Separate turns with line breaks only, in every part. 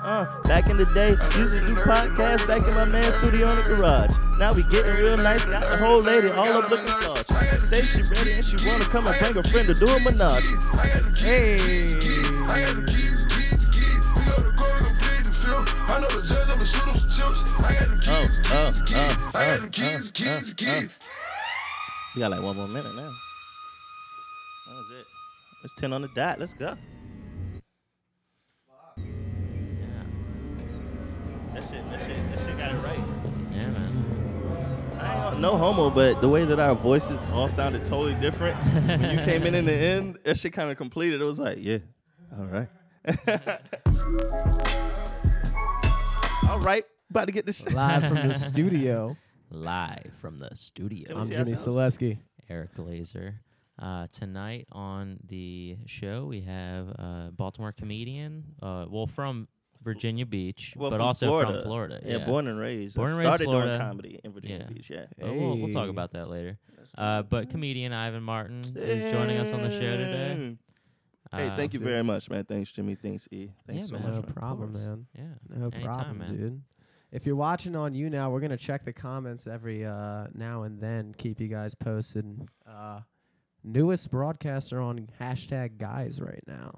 uh. Back in the day, used to do podcasts back in my man's studio in the garage. Now we getting real nice, got the whole lady all up looking charged. Say she ready and she wanna come and bring a friend to do a menage.
Hey.
Oh, I know the judge, I'ma shoot him some chips. I got them keys,
Oh, oh, oh,
I got
oh,
them keys,
oh,
keys,
oh, oh.
keys.
We got like one more minute now. That was it. It's 10 on the dot. Let's go.
Yeah,
That shit, that shit, that shit got it right.
yeah, man.
I ain't No homo, but the way that our voices all sounded totally different when you came in in the end, that shit kind of completed. It was like, yeah, all right, all right, about to get this shit.
Live from the studio.
Live from the studio.
I'm
see
Jimmy
ourselves.
Selesky.
Eric Glazer. Uh, tonight on the show, we have uh, Baltimore comedian, uh, well, from Virginia Beach,
Well,
but
from
also
Florida.
from Florida.
Yeah, born and raised.
Born and raised
started doing
Florida.
comedy in Virginia
Yeah.
Beach. Yeah,
But Oh, we'll, we'll talk
Hey.
about that later. Uh, but comedian Ivan Martin is joining us on the show today.
Hey,
Uh,
thank you very much, man. Thanks, Jimmy. Thanks, E. Thanks
Yeah,
so
man.
much.
No
man.
problem,
course.
man.
Yeah.
No
Anytime,
problem,
man.
dude. If you're watching on you now, we're gonna check the comments every uh, now and then. Keep you guys posted. Uh, newest broadcaster on hashtag guys right now.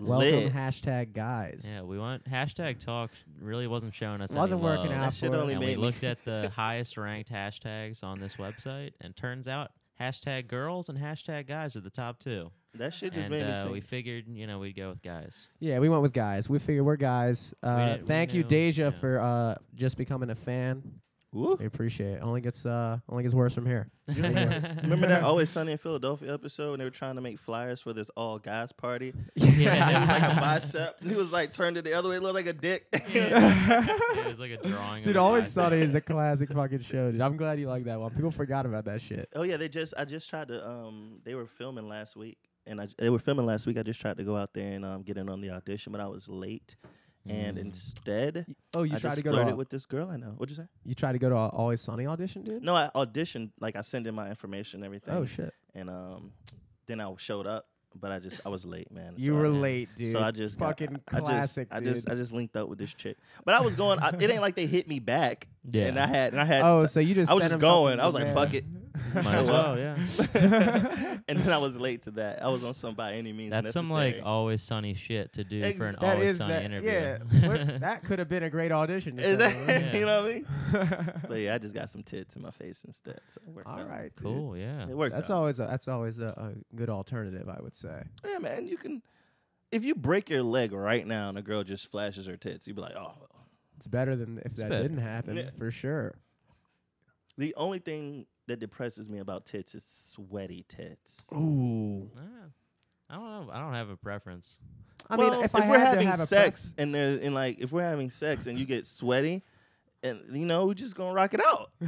Welcome
Lit.
hashtag guys.
Yeah, we want hashtag talk really wasn't showing us.
Wasn't
any
working
love.
out
That shit
for
only
it.
and
made
we
me-
looked at the highest ranked hashtags on this website, and turns out hashtag girls and hashtag guys are the top two.
That shit just
and
made me
uh,
think.
we figured, you know, we'd go with guys.
Yeah, we went with guys. We figure we're guys. Uh,
did- we
thank you,
knew,
Deja,
yeah.
for uh, just becoming a fan.
Woo.
We appreciate it. Only gets uh, only gets worse from here.
Remember that Always Sunny in Philadelphia episode when they were trying to make flyers for this all guys party? And it was like a bicep. He was like turned it the other way, looked like a dick.
it was like a drawing.
Dude,
of a
always
guy.
Sunny is a classic fucking show. Dude. I'm glad you like that one. People forgot about that shit.
oh yeah, they just I just tried to um they were filming last week and I they were filming last week. I just tried to go out there and um get in on the audition, but I was late. And instead
Oh, Mm. you
I
tried
just
to go to
flirted
a-
with this girl I know. What'd you say?
you tried to go to a Always Sunny audition, dude.
No, I auditioned, like I sent in my information and everything.
Oh shit,
And um then I showed up, but I just I was late, man.
you
So I
were
didn't-
late, dude.
So I just got-
fucking
I just-
classic,
I just,
dude.
I just linked up with this chick, but I was going. I, it ain't like they hit me back.
Yeah.
And I had and I had.
oh, so you just
I was
sent
just
him something
going. I was like,
there.
fuck it.
Might as
Show up.
well, yeah.
and then I was late to that. I was on some by any means.
That's some
necessary.
like always sunny shit to do
Ex-
for an
That
always
is
sunny
that.
interview.
Yeah, what- that could have been a great audition. to
Is
send
that,
him.
Yeah.
you know what I mean? but yeah, I just got some tits in my face instead. So it worked
All
out.
right, dude.
cool, yeah.
It worked.
That's
out.
always a, that's always a, a good alternative, I would say.
Yeah, man. You can. If you break your leg right now and a girl just flashes her tits, you'd be like, oh. well.
It's better than if that
better.
didn't happen
Yeah.
for sure.
The only thing that depresses me about tits is sweaty tits.
Ooh.
Ah, I don't know. I don't have a preference.
I
Well,
mean, if, I
we're
had
having
to have a
sex and there and like if we're having sex and you get sweaty, and you know we're just gonna rock it out.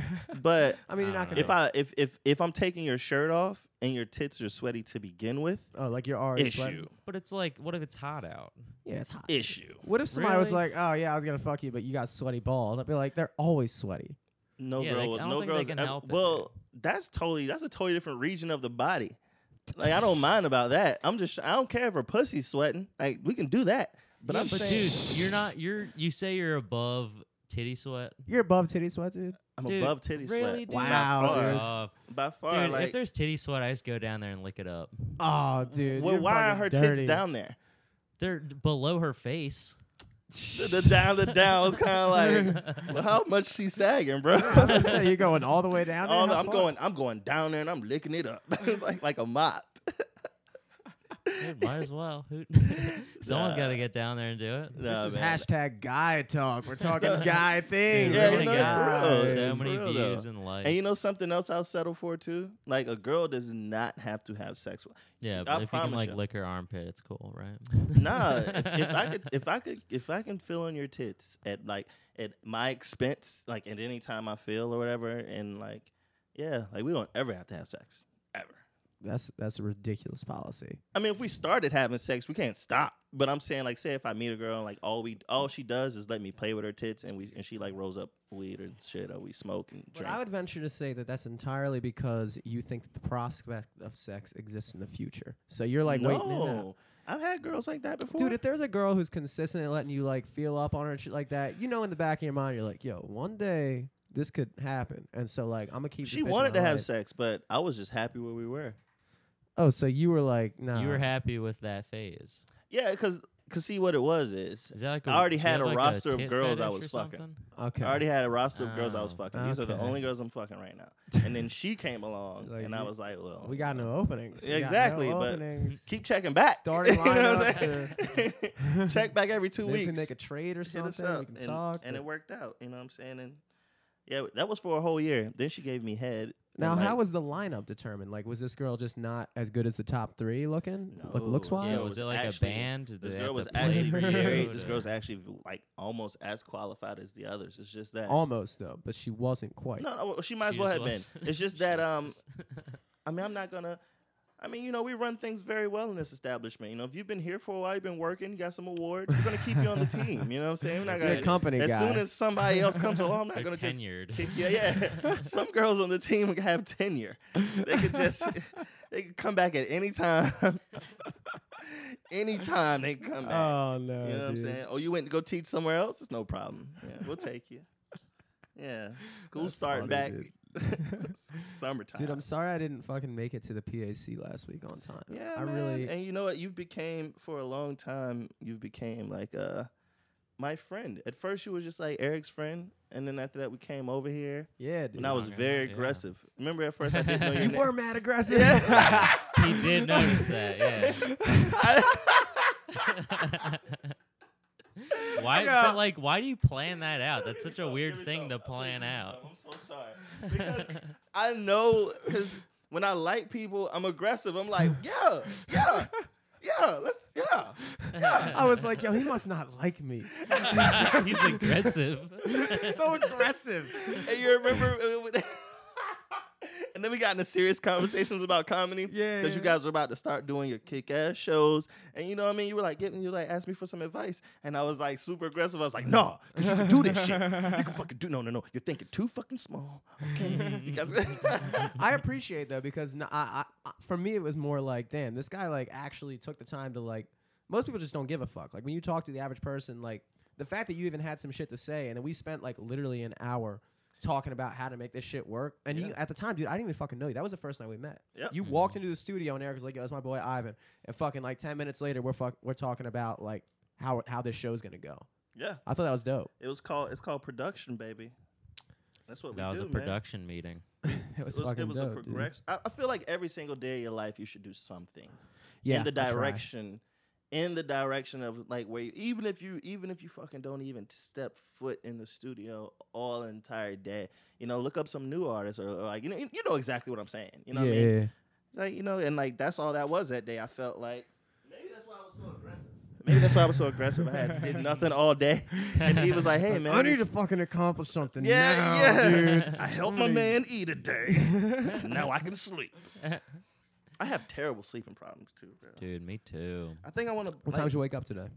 But
pref- I mean, you're
I
not
don't
gonna.
if I if if if I'm taking your shirt off and your tits are sweaty to begin with,
oh, like you're already
issue
sweating.
But it's like, what if it's hot out?
Yeah, it's hot.
issue.
What if somebody was
Really?
like, "Oh yeah, I was gonna fuck you, but you got sweaty balls"? I'd be like, "They're always sweaty."
No
Yeah, they-
girl,
I don't
no
think they
girls.
can
ever-
help it,
well, that's totally that's a totally different region of the body. Like I don't mind about that. I'm just I don't care if her pussy's sweating. Like we can do that. But
Yeah,
I'm
but
saying
dude, you're not. You're you say you're above titty sweat.
You're above titty sweat, dude.
I'm
Dude,
above titty sweat.
really, dude?
By
Wow,
far.
dude.
Uh,
By far,
dude,
like
if there's titty sweat, I just go down there and lick it up.
Oh, dude.
well,
you're
why are
fucking
her
dirty.
tits down there?
They're d- below her face.
the, the down the down is kind of like well, how much she sagging, bro.
I was gonna say, you're going all the way down. There?
All the-
How
I'm
far?
going, I'm going down there and I'm licking it up. it's like like a mop.
Dude, might as well. Who- Someone's got to get down there and do it.
Nah,
This is
man.
hashtag guy talk. We're talking guy
Dude,
things.
Yeah,
we're
you
gonna
know,
get
for real,
so
for
many
real, though.
views and likes.
And you know something else I'll settle for too? Like a girl does not have to have sex with.
yeah, but
I
if you can
promise
like
you.
lick her armpit, it's cool, right?
Nah, if, if I could, if I could, if I can feel on your tits at like at my expense, like at any time I feel or whatever, and like, yeah, like we don't ever have to have sex ever.
That's that's a ridiculous policy.
I mean, if we started having sex, we can't stop. But I'm saying, like, say if I meet a girl and like all we all she does is let me play with her tits, and we and she like rolls up weed or shit, or we smoke and
But
drink.
I would venture to say that that's entirely because you think that the prospect of sex exists in the future. So you're like,
no,
waiting it out.
I've had girls like that before.
Dude, if there's a girl who's consistent at letting you like feel up on her and shit like that, you know in the back of your mind you're like, yo, one day this could happen. And so like I'm gonna keep. this
she
bitch in
wanted to
my
have
life.
sex, but I was just happy where we were.
Oh, so you were like, nah.
You were happy with that phase.
Yeah, because cause see what it was is,
Is that like
I
a,
already
do you
had
have
a
like
roster of
tit
girls I
fetish
was
or
fucking.
something?
okay.
I already had a roster of girls I was
Oh,
fucking. These are the
okay.
only girls I'm fucking right now. And then she came along,
Like,
and I
you-
was like, well,
we got no openings. We got no
exactly, but
openings.
keep checking back.
Starting
I'm saying? Check back every two
Maybe we
weeks.
make a trade or
Hit us
something. We
up,
can
and,
talk.
and
but-
it worked out. You know what I'm saying? And yeah, that was for a whole year. Then she gave me head. and,
Now,
like,
how was the lineup determined? Like, was this girl just not as good as the top three looking? like,
No,
looks
Yeah,
Yeah,
it
wise?
was,
was
it like
actually-
a band? Did
This
they
girl
have
was
to play
actually
for you
very. This
to-
girl's actually like almost as qualified as the others. It's just that.
Almost, though, but she wasn't quite.
no, no, well, she might as
She
well
just
have
was.
been. It's just
She
that.
was
Um,
just-
I mean, I'm not gonna. I mean, you know, we run things very well in this establishment. You know, if you've been here for a while, you've been working, you got some awards, we're gonna keep you on the team. You know what I'm saying? We're not
You're
gonna
a company
as
guy.
soon as somebody else comes along, I'm not
They're
gonna just
tenured.
kick you. Yeah, some girls on the team have tenure. They could just they could come back at any time. Anytime they can come back.
oh, no.
you know what I'm
dude.
saying? Oh, you went to go teach somewhere else? It's no problem. Yeah, we'll take you. Yeah, school
That's
starting back.
funny,
Summertime.
Dude, I'm sorry I didn't fucking make it to the PAC last week on time.
Yeah,
I
man.
really.
And you know what? You became for a long time. You became like uh, my friend. At first, you were just like Eric's friend, and then after that, we came over here,
yeah, dude.
and I was
Okay,
very
yeah.
aggressive. Remember, at first, I didn't know your
you
name.
were mad aggressive.
Yeah.
he did notice that. Yeah. why? But like, why do you plan that out? That's such a weird thing to plan out.
I'm so sorry because I know because when I like people, I'm aggressive. I'm like, yeah, yeah, yeah, let's yeah.
I was like, yo, he must not like me.
He's aggressive.
He's so aggressive.
And you remember, uh, and then we got into serious conversations about comedy.
Yeah,
because you
yeah.
guys were about to start doing your kick ass shows, and you know what I mean. You were like, getting you like asked me for some advice, and I was like super aggressive. I was like, no, because you can do this shit. You can fucking do no, no, no. You're thinking too fucking small. Okay, You guys-
I appreciate that because n- I, I, I- for me it was more like, damn, this guy like actually took the time to like. Most people just don't give a fuck. Like when you talk to the average person, like the fact that you even had some shit to say, and then we spent like literally an hour talking about how to make this shit work. And you at the time, dude, I didn't even fucking know you. That was the first night we met.
Yep.
You walked into the studio and Eric was like, "Yo, it's my boy Ivan," and fucking like ten minutes later, we're fuck, we're talking about like how how this show's gonna go.
yeah.
I thought that was dope.
It was called. It's called production, baby. That's what
That
we
was
do,
a
man.
production meeting.
It was,
It was,
fucking
it was a
dope. dude.
progress. I, I feel like every single day of your life, you should do something
Yeah,
in the
I try.
direction, in the direction of like where you, even if you even if you fucking don't even step foot in the studio all entire day, you know, look up some new artists or, or like you know you know exactly what I'm saying. You know what I
Yeah,
mean?
yeah.
Like you know, and like that's all that was that day. I felt like maybe that's why I was so aggressive. Maybe that's why I was so aggressive. I had did nothing all day, and he was like, "Hey man,
I need to fucking accomplish something
Yeah,
now,
yeah.
dude.
I helped my man eat a day. now I can sleep. I have terrible sleeping problems too, bro.
Dude, me too.
I think I want to.
What time did you wake up today?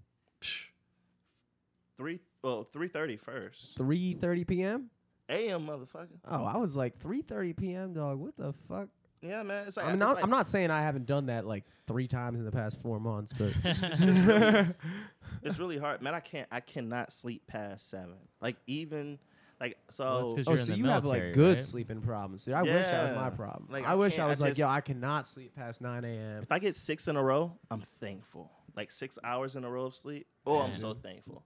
Three. Well, three thirty first.
3:30 p.m.
A.M. Motherfucker.
Oh, I was like 3:30 p.m. Dog, what the fuck?
Yeah, man. It's like
I'm
it's
not.
like-
I'm not saying I haven't done that like three times in the past four months, but
It's really hard, man. I can't. I cannot sleep past seven. Like even, like so.
Well, that's 'cause
oh,
You're in
so
the
you have like
military,
good
right?
sleeping problems, dude. I wish that was my
Yeah.
problem.
Like,
I,
I
wish I
can't- I
was like,
just-
yo, I cannot sleep past 9 a.m.
if I get six in a row, I'm thankful. Like six hours in a row of sleep. Oh, I'm
Man.
so thankful.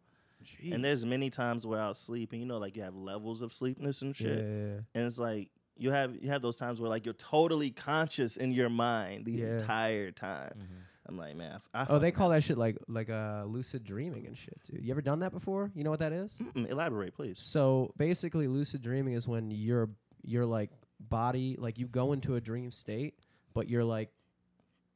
Jeez.
And there's many times where I'll sleep, and you know, like you have levels of sleepiness and
yeah,
shit.
yeah, Oh,
and it's like you have you have those times where like you're totally conscious in your mind the
Yeah.
entire time. I'm like, man, I, I
Oh, they
fucking-
call that shit like like uh, lucid dreaming and shit, dude. You ever done that before? You know what that is?
Mm-mm, elaborate, please.
So basically, lucid dreaming is when your your like body like you go into a dream state, but your like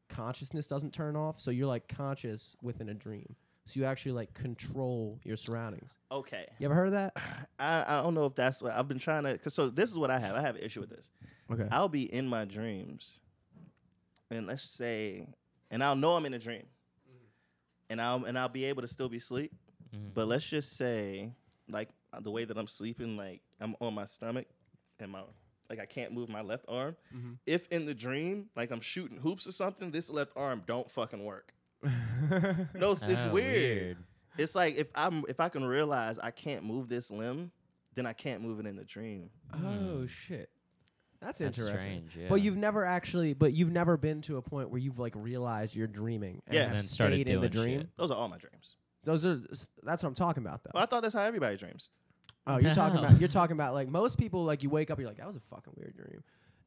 consciousness doesn't turn off. So you're like conscious within a dream. So you actually like control your surroundings.
Okay,
You ever heard of that?
I, I don't know if that's what I've been trying to. Cause so this is what I have. I have an issue with this.
Okay.
I'll be in my dreams, and let's say, and I'll know I'm in a dream, and I'll and I'll be able to still be asleep.
Mhm.
But let's just say, like uh, the way that I'm sleeping, like I'm on my stomach, and my like I can't move my left arm. If in the dream, like I'm shooting hoops or something, this left arm don't fucking work. No, it's, it's
Oh,
weird. It's like if I'm if I can realize I can't move this limb, then I can't move it in the dream.
Oh shit. That's
Hmm. That's
interesting.
strange, yeah.
But you've never actually, but you've never been to a point where you've like realized you're dreaming and
Yeah.
have
And
then started
stayed in the
doing
dream.
shit.
Those are all my dreams.
Those are s- that's what I'm talking about though.
Well, I thought that's how everybody dreams.
Oh, you're talking
No.
about you're talking about like most people like you wake up you're like that was a fucking weird dream.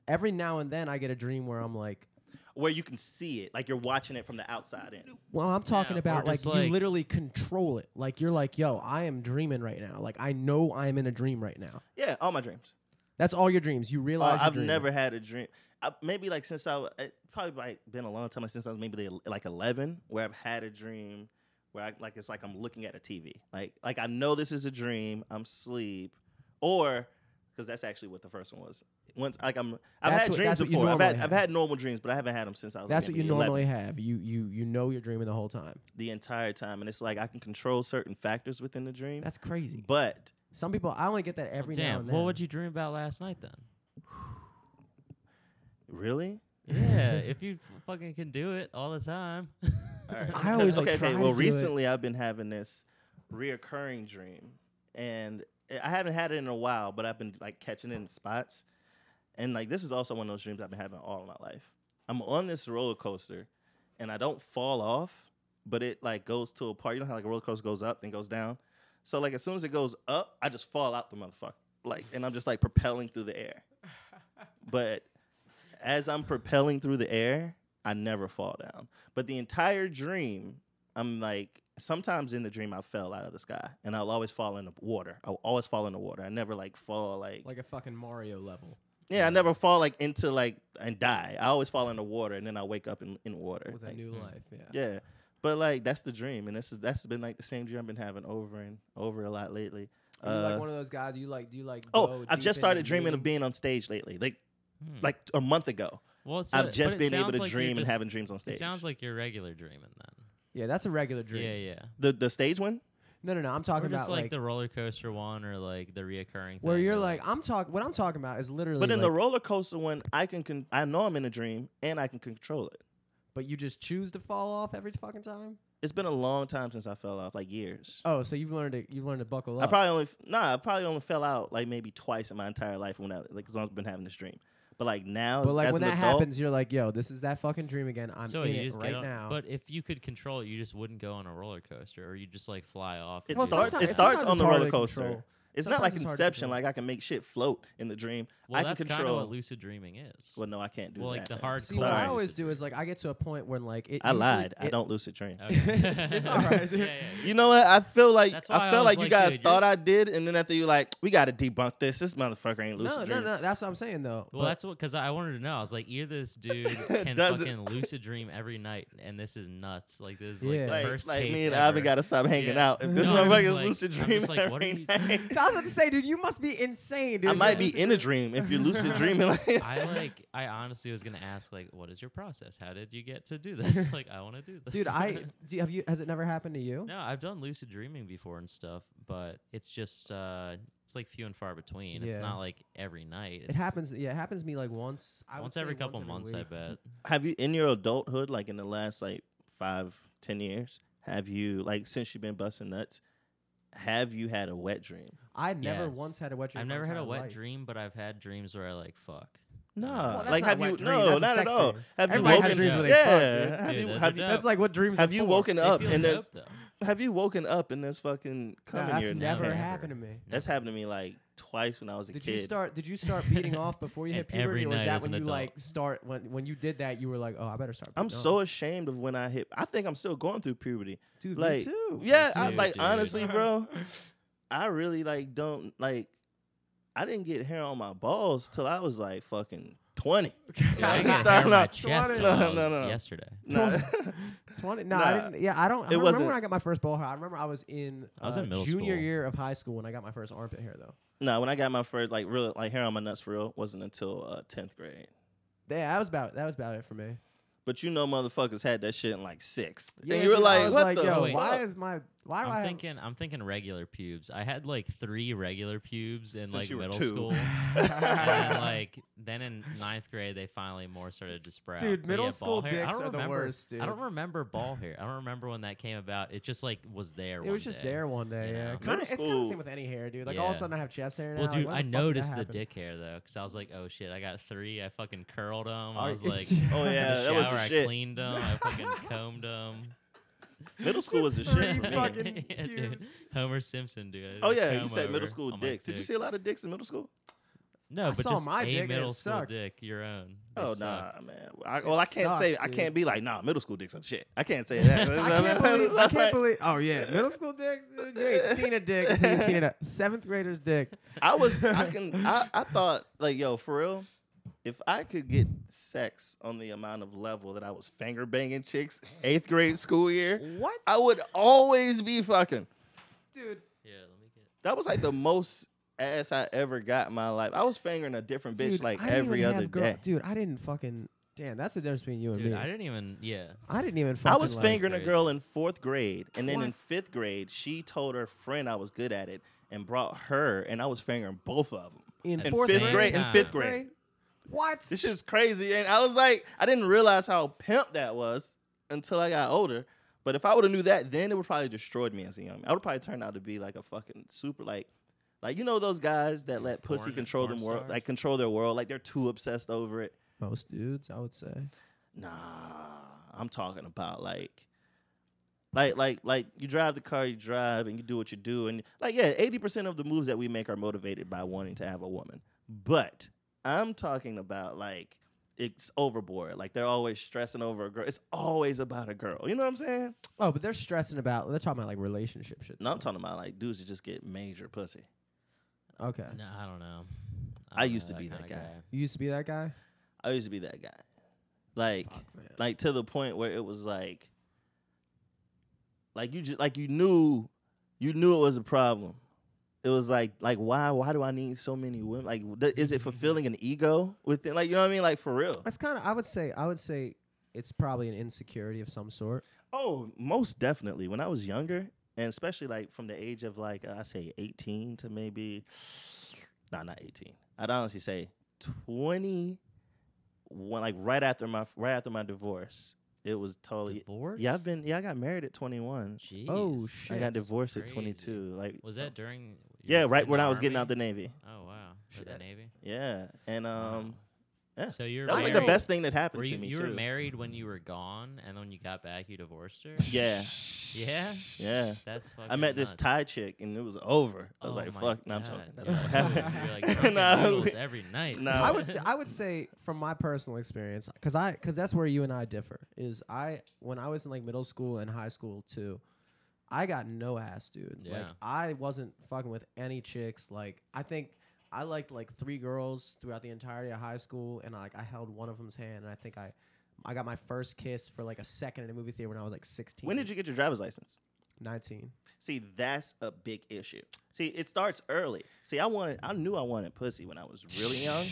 Every now and then I get a dream where I'm like,
Where you can see it, like you're watching it from the outside in.
well, I'm talking
Yeah, or
about like,
just, like-
you literally control it. Like you're like, yo, I am dreaming right now. Like I know I'm in a dream right now.
Yeah, all my dreams.
That's all your dreams. You
Uh,
realize you're
I've
dreaming.
never had a dream. I, maybe like since I w- it probably like been a long time like, since I was maybe like, like eleven, where I've had a dream where I like it's like I'm looking at a TV, like like I know this is a dream. I'm asleep, or because that's actually what the first one was. Once like I'm, I've
That's
had
what-
dreams
that's what you
before. I've had,
normally
I've
have.
had normal dreams, but I haven't had them since I was.
That's
like,
what you
maybe 11,
normally have. You you you know you're dreaming the whole time.
the entire time, and it's like I can control certain factors within the dream,
That's crazy.
but
Some people I only get that every now
Damn,
and then.
what would you dream about last night then?
really.
Yeah, if you f- fucking can do it all the time.
All right.
I always,
Because-
like,
okay.
try
okay.
to
Well,
do it.
recently I've been having this reoccurring dream, and I I haven't had it in a while, but I've been like catching it in spots, and like this is also one of those dreams I've been having all my life. I'm on this roller coaster, and I don't fall off, but it like goes to a part. You know how like a roller coaster goes up then goes down. So like as soon as it goes up, I just fall out the motherfucker, like, and I'm just like propelling through the air. But as I'm propelling through the air, I never fall down. But the entire dream, I'm like, sometimes in the dream, I fell out of the sky and I'll always fall in the water. I'll always fall in the water. I never like fall like,
like a fucking Mario level.
yeah, I never fall like into like and die. I always fall in the water and then I wake up in, in water.
with a
Like,
new
Hmm.
life. Yeah.
yeah. But like, that's the dream. And this is, that's been like the same dream I've been having over and over a lot lately.
Are you like
Uh,
one of those guys? You like? Do you like?
oh,
go
I've
deep
just
into
started dreaming of
meaning?
being on stage lately. Like,
Hmm.
like a month ago,
well, it's
I've
not-
just
but it
been able
sounds
to
like you're
dream and
just-
having dreams on stage.
It sounds like you're regular dreaming then.
Yeah, that's a regular dream.
Yeah, yeah.
the the stage one.
No, no, no. I'm
Or
talking about
just like,
like,
the roller coaster one or like the reoccurring thing.
where you're
or,
like, I'm talking. What I'm talking about is literally.
But in the
like-
roller coaster one, I can con- I know I'm in a dream and I can control it.
but you just choose to fall off every fucking time.
It's been a long time since I fell off, like years.
Oh, so you've learned to you've learned to buckle
I
up.
probably only f- nah, I probably only fell out like maybe twice in my entire life when I like as long as I've been having this dream. But like now,
but like
as
when
an
that
adult,
happens, you're like, yo, this is that fucking dream again. I'm
so
in
you
it
just get
right
on-
now.
But if you could control it, you just wouldn't go on a roller coaster, or you just like fly off.
it
and do
Well,
starts. It
sometimes-
starts on
sometimes it's
the
hard to
roller coaster.
control.
It's not
Sometimes
like
it's hard to
Inception.
control.
Like I can make shit float in the dream.
Well,
I can
that's kind of
control.
what lucid dreaming is.
well, no, I can't do
Well,
that.
like the hard
See,
Sorry.
what I always do is like, I get to a point when like it.
I
usually-
lied. I
it-
don't lucid dream.
It's- it's all right, dude.
Yeah, yeah, yeah.
You know what? I feel like
Oh. That's why
I
I
felt
was
like, you
like,
guys
dude, you're-
thought I did, and then after you like, we gotta debunk this. This motherfucker ain't lucid
No, no,
dreaming.
no. That's what I'm saying though.
Well,
But-
that's what because I wanted to know. I was like, either this dude can
Does it-
fucking lucid dream every night, and this is nuts. Like this is like
Yeah.
the
Like,
first
like
case
me and
ever.
Ivan gotta stop hanging
Yeah.
out. If this
No, I'm
motherfucker
just
is
like-
lucid
I'm
dreaming,
just like, what are
every
you-
night,
I was about to say, dude, you must be insane, dude.
I might
You're
be
just-
in a dream if you're lucid dreaming. Like,
I like. I honestly was gonna ask, like, what is your process? How did you get to do this? Like, I want to do this,
Dude, I do you, have you. Has it never happened to you?
no, I've done lucid dreaming before and stuff, but it's just uh, it's like few and far between. It's
Yeah.
not like every night.
It
It's
happens. Yeah, it happens to me like once. I would
once
say
every couple months,
once week.
I bet.
have you in your adulthood, like in the last like five, ten years, have you like since you've been busting nuts, have you had a wet dream?
I never
Yes.
once had a wet dream.
I've
my
never had a
entire
wet
life.
dream, but I've had dreams where I like fuck.
No,
Well,
that's
like
not a
have
wet
you?
dream.
No,
That's a
not at
sex
all.
dream.
Have
Everybody
you
has
woken?
dreams where they
yeah,
fuck,
have you?
dude. Dude,
have
those
you-
are
That's like what dreams.
have
are
you
for.
woken
It
up
feels
and there's
dope, though.
have you woken up and there's fucking
Nah,
coming
that's
here?
never
Never.
happened to me.
That's happened to me like twice when I was a
Did
kid.
you start? Did you start beating off before you hit
And every
puberty, or was
night
that
as
when you
an
like
adult.
start when when you did that? You were like, oh, I better start.
I'm
beating
so
off.
ashamed of when I hit. I think I'm still going through puberty.
dude. me
like,
too.
Yeah,
Me
I,
too,
like
dude.
honestly, bro, I really like don't like. I didn't get hair on my balls till I was like fucking twenty.
Yeah, I
Like,
got
stop,
hair on my
no,
chest till
no,
I
no, no,
was
no.
yesterday.
Nah.
It's funny. No, I
Nah.
didn't. Yeah, I don't.
It
I remember
wasn't-
when I got my first bowl hair. I remember I was in
I was
uh,
in middle
junior
school.
year of high school when I got my first armpit hair though.
no, when I got my first like real like hair on my nuts for real wasn't until tenth grade.
Yeah, that was about that was about it for me.
but you know, motherfuckers had that shit in like sixth. and
dude,
you were
I
like,
was
what
like,
the
yo,
fuck?
why is my why do I
I'm
have-
thinking. I'm thinking regular pubes. I had like three regular pubes in
Since
like
you were
middle
two.
school, and then, like then in ninth grade they finally more started to sprout.
Dude,
But
middle
yeah,
school
ball hair, I
dicks
don't
are the
remember-
worst, dude.
I don't remember ball hair. I don't remember when that came about. It just like was there.
It was just there one day.
you
Yeah,
know?
Kinda-
Middle
it's kind of the
school.
same with any hair, dude. Like all of
Yeah.
a sudden, I have chest hair now.
Well,
like,
dude,
when
I
the fuck did that
noticed the
happen?
dick hair though, because I was like, oh shit, I got three. I fucking curled them.
Oh,
I was like,
yeah.
Oh
in the
yeah, that was
shower,
the
I
shit.
cleaned them. I fucking combed them.
Middle school was the shit for
Three
me.
fucking
dude.
cubes.
Homer Simpson, dude.
Oh yeah, you
Comb
said
over
middle school
on my
dicks. Did you
dick.
see a lot of dicks in middle school?
No,
I
but
saw
just
my
a
dick and it
middle school
sucked.
dick, your own. They
Oh
suck.
nah, man. I, well, I
It
can't say
sucks,
I
dude.
can't be like nah. Middle school dicks are shit. I can't say that.
I can't believe. I can't believe. Oh yeah, middle school dicks. dude, You ain't seen a dick until you seen it. Seventh grader's dick.
I was I can I, I thought like yo for real, if I could get sex on the amount of level that I was finger banging chicks eighth grade school year,
What,
I would always be fucking.
dude?
Yeah, let me get.
That was like the most ass I ever got in my life. I was fingering a different bitch
dude,
like
I didn't
every
even have
other
girl-
day.
Dude, I didn't fucking. Damn, that's the difference between you and
Dude,
me.
I didn't even. Yeah.
I didn't even fucking.
I was
like,
fingering a
crazy.
girl in fourth grade, and then
What?
in fifth grade, she told her friend I was good at it and brought her, and I was fingering both of them
in
in
fourth
fifth
same
grade. In
time.
fifth grade,
What?
this shit's crazy, and I was like, I didn't realize how pimp that was until I got older. But if I would have knew that, then it would probably destroyed me as a young man. I would probably turned out to be like a fucking super like. Like you know those guys that let
Porn-
pussy control
porn
them world,
stars?
like control their world, like they're too obsessed over it.
Most dudes, I would say.
Nah, I'm talking about like, like, like, like you drive the car you drive and you do what you do, and like, yeah, eighty percent of the moves that we make are motivated by wanting to have a woman. But I'm talking about like it's overboard. Like they're always stressing over a girl. It's always about a girl. You know what I'm saying?
Oh, but they're stressing about. They're talking about like relationship shit.
No, I'm
though.
talking about like dudes that just get major pussy.
Okay.
No, I don't know.
I
don't
used to
know
be that
kinda
guy.
You used to be that guy.
I used to be that guy. Like,
Fuck, man.
like to the point where it was like like you just like you knew you knew it was a problem it was like like why why do i need so many women like th- is it fulfilling an ego within like you know what i mean like for real
That's kind of. I would say. I would say it's probably an insecurity of some sort.
oh most definitely when i was younger and especially like from the age of like uh, i say 18 to maybe nah, not 18 i'd honestly say 20 when like right after my right after my divorce it was totally
Divorce?
Oh, yeah i've been yeah i got married at 21
Oh
Jeez.
shit!
I got divorced at
Crazy.
22. Like
Was that during?
Yeah, right when I was getting out
the.
the Navy.
Oh wow, for the
Shit.
navy.
Yeah, and um, Yeah.
So you're
that was like the
married-
best thing that happened
Were you,
to me
you
too.
were married when you were gone, and then when you got back, you divorced her.
oh.
Yeah,
yeah,
yeah.
that's. Fucking
I met this
nuts.
Thai chick and it was over. I was
Oh
like,
my
"Fuck, no, I'm
God.
joking." That's
Dude,
not what
You're
happened.
like fucking
Nah,
noodles
we-
every night.
nah.
I would. I would say from my personal experience, because I because that's where you and I differ. Is I when I was in like middle school and high school too, I got no ass, dude. Like
Yeah.
I wasn't fucking with any chicks. Like I think I liked like three girls throughout the entirety of high school, and like I held one of them's hand, and I think I. I got my first kiss for like a second in a movie theater when I was like 16.
when did you get your driver's license?
19.
See, that's a big issue. See, it starts early. See, I wanted, I knew I wanted pussy when I was really young.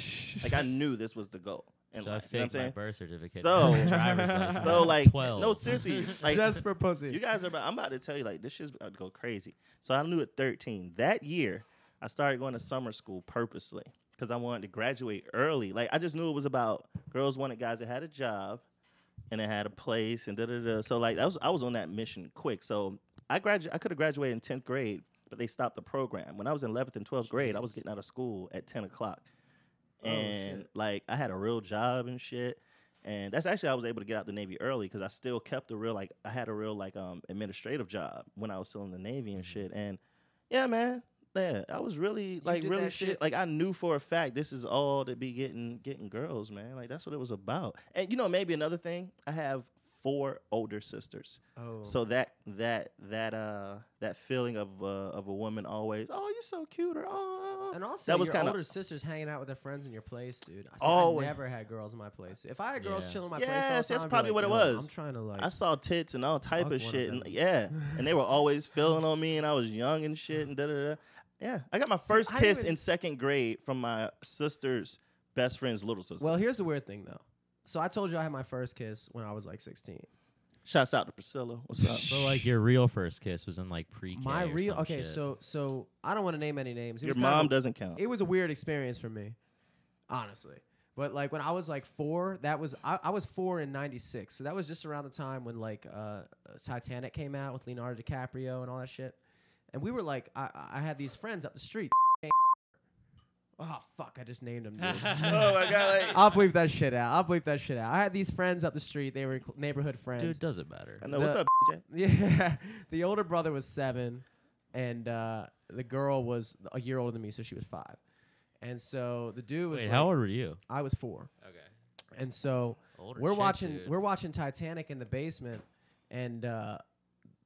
like I knew this was the goal. in
so I
life, you know what
faked my
I'm
birth certificate.
So-
and my driver's license.
saying?
I
So
was
like,
twelve.
no, seriously, like
for pussy.
You guys are about. I'm about to tell you like this shit's about to go crazy. So I knew at 13 that year I started going to summer school purposely because I wanted to graduate early. Like I just knew it was about girls wanted guys that had a job and that had a place and da da da. So like I was I was on that mission quick. So I gradu- I could have graduated in 10th grade, but they stopped the program. When I was in 11th and 12th grade, I was getting out of school at 10 o'clock,
Oh,
and
shit.
like I had a real job and shit. And that's actually I was able to get out the Navy early because I still kept a real like I had a real like um administrative job when I was still in the Navy
Mm-hmm.
and shit. And yeah, man, yeah, I was really like
did
really
that
shit.
shit?
Like I knew for a fact this is all to be getting getting girls, man. Like that's what it was about. And you know maybe another thing I have four older sisters,
Oh.
so that that that uh that feeling of uh, of a woman always oh you're so cute or oh
And also,
that was
your
kinda-
older sisters hanging out with their friends in your place, dude. I, see, I
Always.
never had girls in my place. If I had girls
Yeah.
chilling in my place, all the
Yes, that's
time, I'd be
probably
like,
what it
"Yo,
was.
I'm trying to like.
I saw tits and all type
Fuck
of
one of
shit. And,
them.
yeah, and they were always feeling on me, and I was young and shit, and da da da. Yeah, I got my
See,
first
I
kiss
even-
in second grade from my sister's best friend's little sister.
well, here's the weird thing though. so I told you I had my first kiss when I was like 16.
Shouts out to Priscilla. What's up?
But like your real first kiss was in like pre-K.
my
or
real
some
okay,
shit.
so so I don't want to name any names. It
Your
was kind of
mom
a-
doesn't count.
It was a weird experience for me, honestly. But like when I was like four, that was I, I was four in '96, so that was just around the time when like uh, Titanic came out with Leonardo DiCaprio and all that shit. And we were like, I, I had these friends up the street. Oh fuck! I just named them. Dude.
oh my god! Like,
I'll bleep that shit out. I'll bleep that shit out. I had these friends up the street. They were cl- neighborhood friends.
dude, does it matter?
I know. What's
the-
up, BJ?
Yeah. The older brother was seven, and uh, the girl was a year older than me, so she was five. And so the dude was
Wait,
like,
how old were you?
I was four.
Okay,
And so
older.
we're
chick,
watching
dude.
we're watching Titanic in the basement, and uh,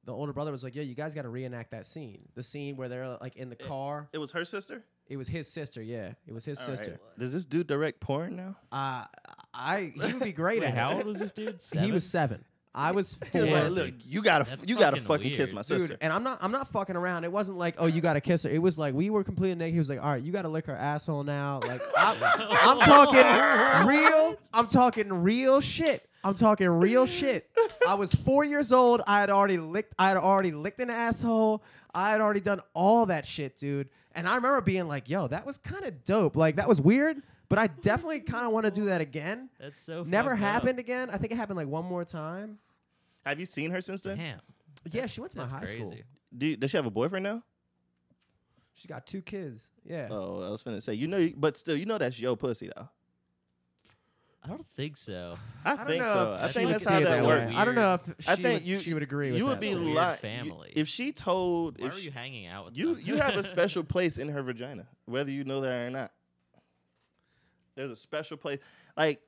the older brother was like, "Yo, you guys got to reenact that scene. The scene where they're like in the car.
It was her sister.
It was his sister. Yeah, it was his
All right.
sister.
Does this dude direct porn now?
Uh, I he would be great
Wait,
at
how
it.
old was this dude?
He was
Seven?
seven. I was
He
four.
was
Yeah,
like, look, you gotta,
That's
you gotta
fucking
fucking kiss
weird.
my
dude
sister.
and i'm not i'm not fucking around it wasn't like oh you gotta kiss her it was like we were completely naked he was like all right you gotta lick her asshole now like I, i'm talking real i'm talking real shit i'm talking real shit i was four years old i had already licked i had already licked an asshole i had already done all that shit dude and i remember being like yo that was kind of dope like that was weird but i definitely kind of want to do that again
That's so.
never
fucked up.
happened again i think it happened like one more time
Have you seen her since then?
Damn.
yeah she went to my
That's
high
crazy.
school
Do you, does she have a boyfriend now?
She's got two kids. Yeah.
Oh, I was finna say, you know, you- but still, you know that's your pussy though.
I don't think so.
I,
don't
think
know
so.
if
I
she
think
would
that's
see
how
it
that,
way.
works.
I don't know if she,
I think
would,
you-
she would agree with
you
that.
would be
That's a weird
lying
family.
if she told.
Why
if
were
she-
you hanging out with
You
them?
you have a special place in her vagina, whether you know that or not. There's a special place, like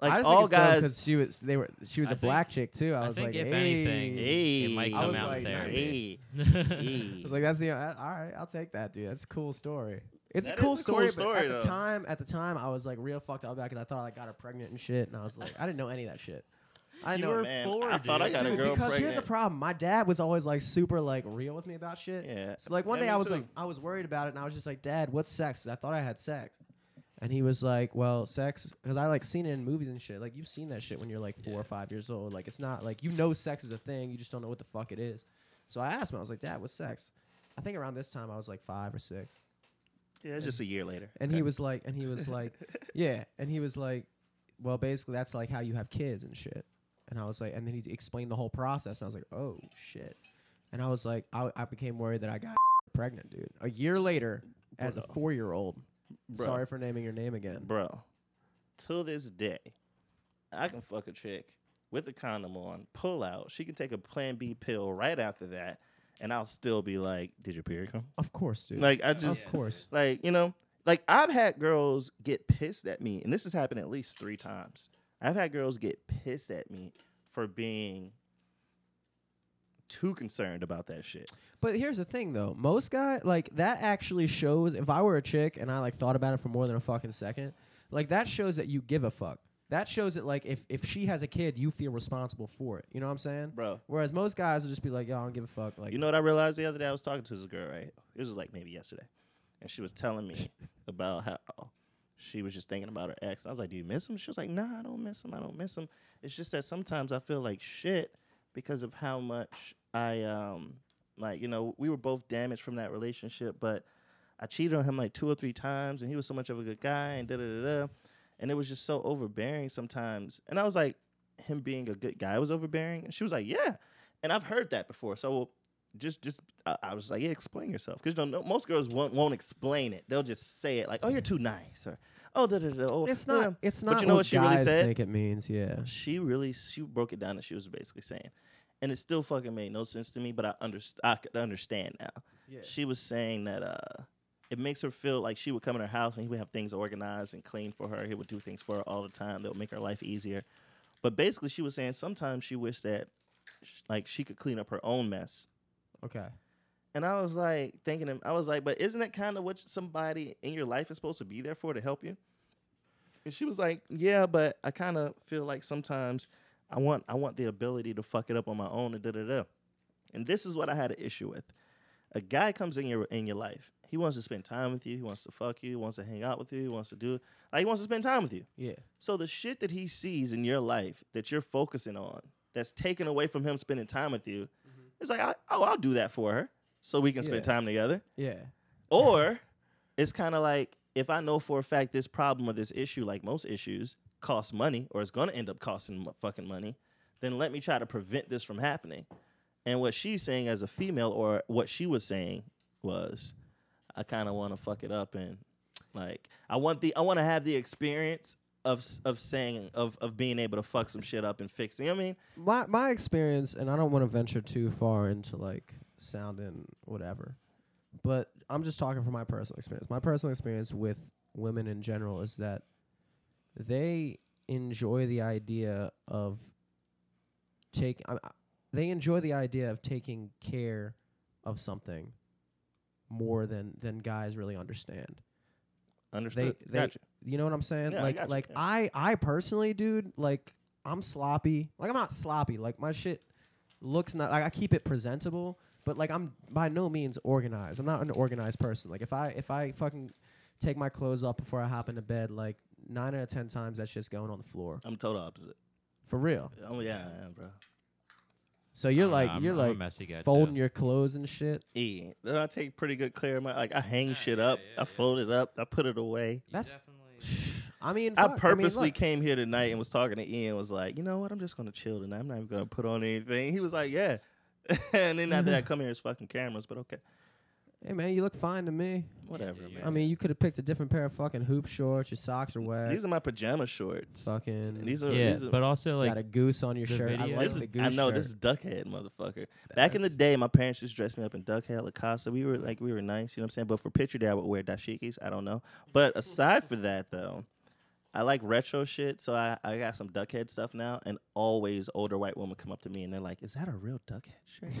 like
I just
all
think it's
guys.
because she was they were she was a
I think-
black chick too. I
I
was
think
like,
if
hey.
anything,
hey,
it might
I
come
was
out
like,
in therapy.
hey, hey.
I was like, that's the uh, all right. I'll take that, dude. That's a cool story. It's
That
a cool
is a cool
story,
story,
but at
though.
the time, at the time, I was like real fucked up because I thought I got her pregnant and shit, and I was like, I didn't know any of that shit. I
You
know,
were
man,
four,
I thought I
dude.
got a
dude,
girl
because
pregnant.
here's the problem. My dad was always like super like real with me about shit.
Yeah.
So like one
Yeah,
day
me
I was
too.
like I was worried about it and I was just like, Dad, what's sex? I thought I had sex. And he was like, Well, sex because I like seen it in movies and shit. Like you've seen that shit when you're like four or five years old. Like it's not like you know sex is a thing, you just don't know what the fuck it is. So I asked him, I was like, Dad, what's sex? I think around this time I was like five or six.
Yeah, it's just a year later.
And he was like and he was like Yeah. And he was like, Well, basically that's like how you have kids and shit. And I was like and then he explained the whole process and I was like, Oh shit. And I was like, I, I became worried that I got pregnant, dude. A year later, as a
Bro.
four year old.
Bro.
Sorry for naming your name again.
bro. Till this day, I can fuck a chick with a condom on, pull out. She can take a Plan B pill right after that, and I'll still be like, "Did your period come?"
Of course, dude.
Like I just,
of course.
like you know, like I've had girls get pissed at me, and this has happened at least three times. I've had girls get pissed at me for being too concerned about that shit.
But here's the thing, though. Most guy like that actually shows. If I were a chick and I like thought about it for more than a fucking second, like that shows that you give a fuck. That shows that like if if she has a kid, you feel responsible for it. You know what I'm saying,
Bro.
Whereas most guys will just be like, "Yo, I don't give a fuck." Like,
You know what I realized the other day? I was talking to this girl, right? It was like maybe yesterday. And she was telling me about how she was just thinking about her ex. I was like, Do you miss him? She was like, Nah, I don't miss him. I don't miss him. It's just that sometimes I feel like shit because of how much I, um, like, you know, we were both damaged from that relationship, but I cheated on him like two or three times and he was so much of a good guy and da da da da. And it was just so overbearing sometimes. And I was like, him being a good guy was overbearing. And she was like, Yeah. And I've heard that before. So just just I, I was like, yeah, explain yourself because you know most girls won't won't explain it. They'll just say it like, oh, you're too nice or oh, da da da. oh,
it's
da, da."
not. It's
But
not
you know
what,
what she really
guys
said?
think it means. Yeah.
She really she broke it down and she was basically saying, and it still fucking made no sense to me, but I underst- I could understand now.
Yeah.
She was saying that uh, it makes her feel like she would come in her house and he would have things organized and clean for her. He would do things for her all the time that would make her life easier. But basically, she was saying sometimes she wished that sh- like she could clean up her own mess
Okay.
and I was like thinking, to- I was like, but isn't that kind of what somebody in your life is supposed to be there for to help you? And she was like, yeah, but I kind of feel like sometimes I want I want the ability to fuck it up on my own and da da da. And this is what I had an issue with. A guy comes in your in your life He wants to spend time with you. He wants to fuck you. He wants to hang out with you. He wants to do like he wants to spend time with you.
Yeah.
So the shit that he sees in your life that you're focusing on, that's taken away from him spending time with you, it's like, I, oh, I'll do that for her, so we can spend
Yeah.
time together.
Yeah.
Or it's kind of like if I know for a fact this problem or this issue, like most issues, costs money or it's going to end up costing mo- fucking money, then let me try to prevent this from happening. And what she's saying as a female, or what she was saying, was, I kind of want to fuck it up and like I want the I want to have the experience of s- of saying of of being able to fuck some shit up and fix. You know what I mean?
My my experience, and I don't want to venture too far into like sounding whatever, but I'm just talking from my personal experience. My personal experience with women in general is that they enjoy the idea of take. I, I- they enjoy the idea of taking care of something more than than guys really understand
Understood.
they-
gotcha.
you know what I'm saying?
Yeah, I
like
gotcha,
like
yeah.
I I personally, dude, like I'm sloppy. Like I'm not sloppy. Like my shit looks not like I keep it presentable, but like I'm by no means organized. I'm not an organized person. Like if I if I fucking take my clothes off before I hop into bed, like nine out of ten times that's just going on the floor.
I'm total opposite.
For real.
Oh yeah, I am, bro.
So
I
you're
don't know,
like
I'm-
you're
I'm a
like
messy guy,
folding
too.
your clothes and shit.
E. Then I take pretty good care of my like I hang shit
Ah, yeah,
up,
yeah,
I
yeah.
fold it up, I put it away.
That's-
definitely.
I mean, fuck,
I purposely
mean, look.
came here tonight and was talking to Ian. Was like, you know what? I'm just gonna chill tonight. I'm not even gonna put on anything. He was like, yeah. and then after that, I come here as fucking cameras. But okay,
Hey man, you look fine to me.
whatever,
yeah,
man.
I mean, you could have picked a different pair of fucking hoop shorts. Your socks are wet.
these are my pajama shorts.
fucking.
And These are
Yeah,
these are.
but also like
got a goose on your
the
shirt. I
video-
like
this
the
is,
goose.
I know
shirt.
this is duckhead, motherfucker. Back in the day, my parents used to dress me up in duckhead, Lacasa. We were like, we were nice, you know what I'm saying. But for picture day, I would wear dashikis. I don't know. But aside for that, though, I like retro shit, so I, I got some duckhead stuff now. And always older white women come up to me and they're like, "Is that a real duckhead shirt?"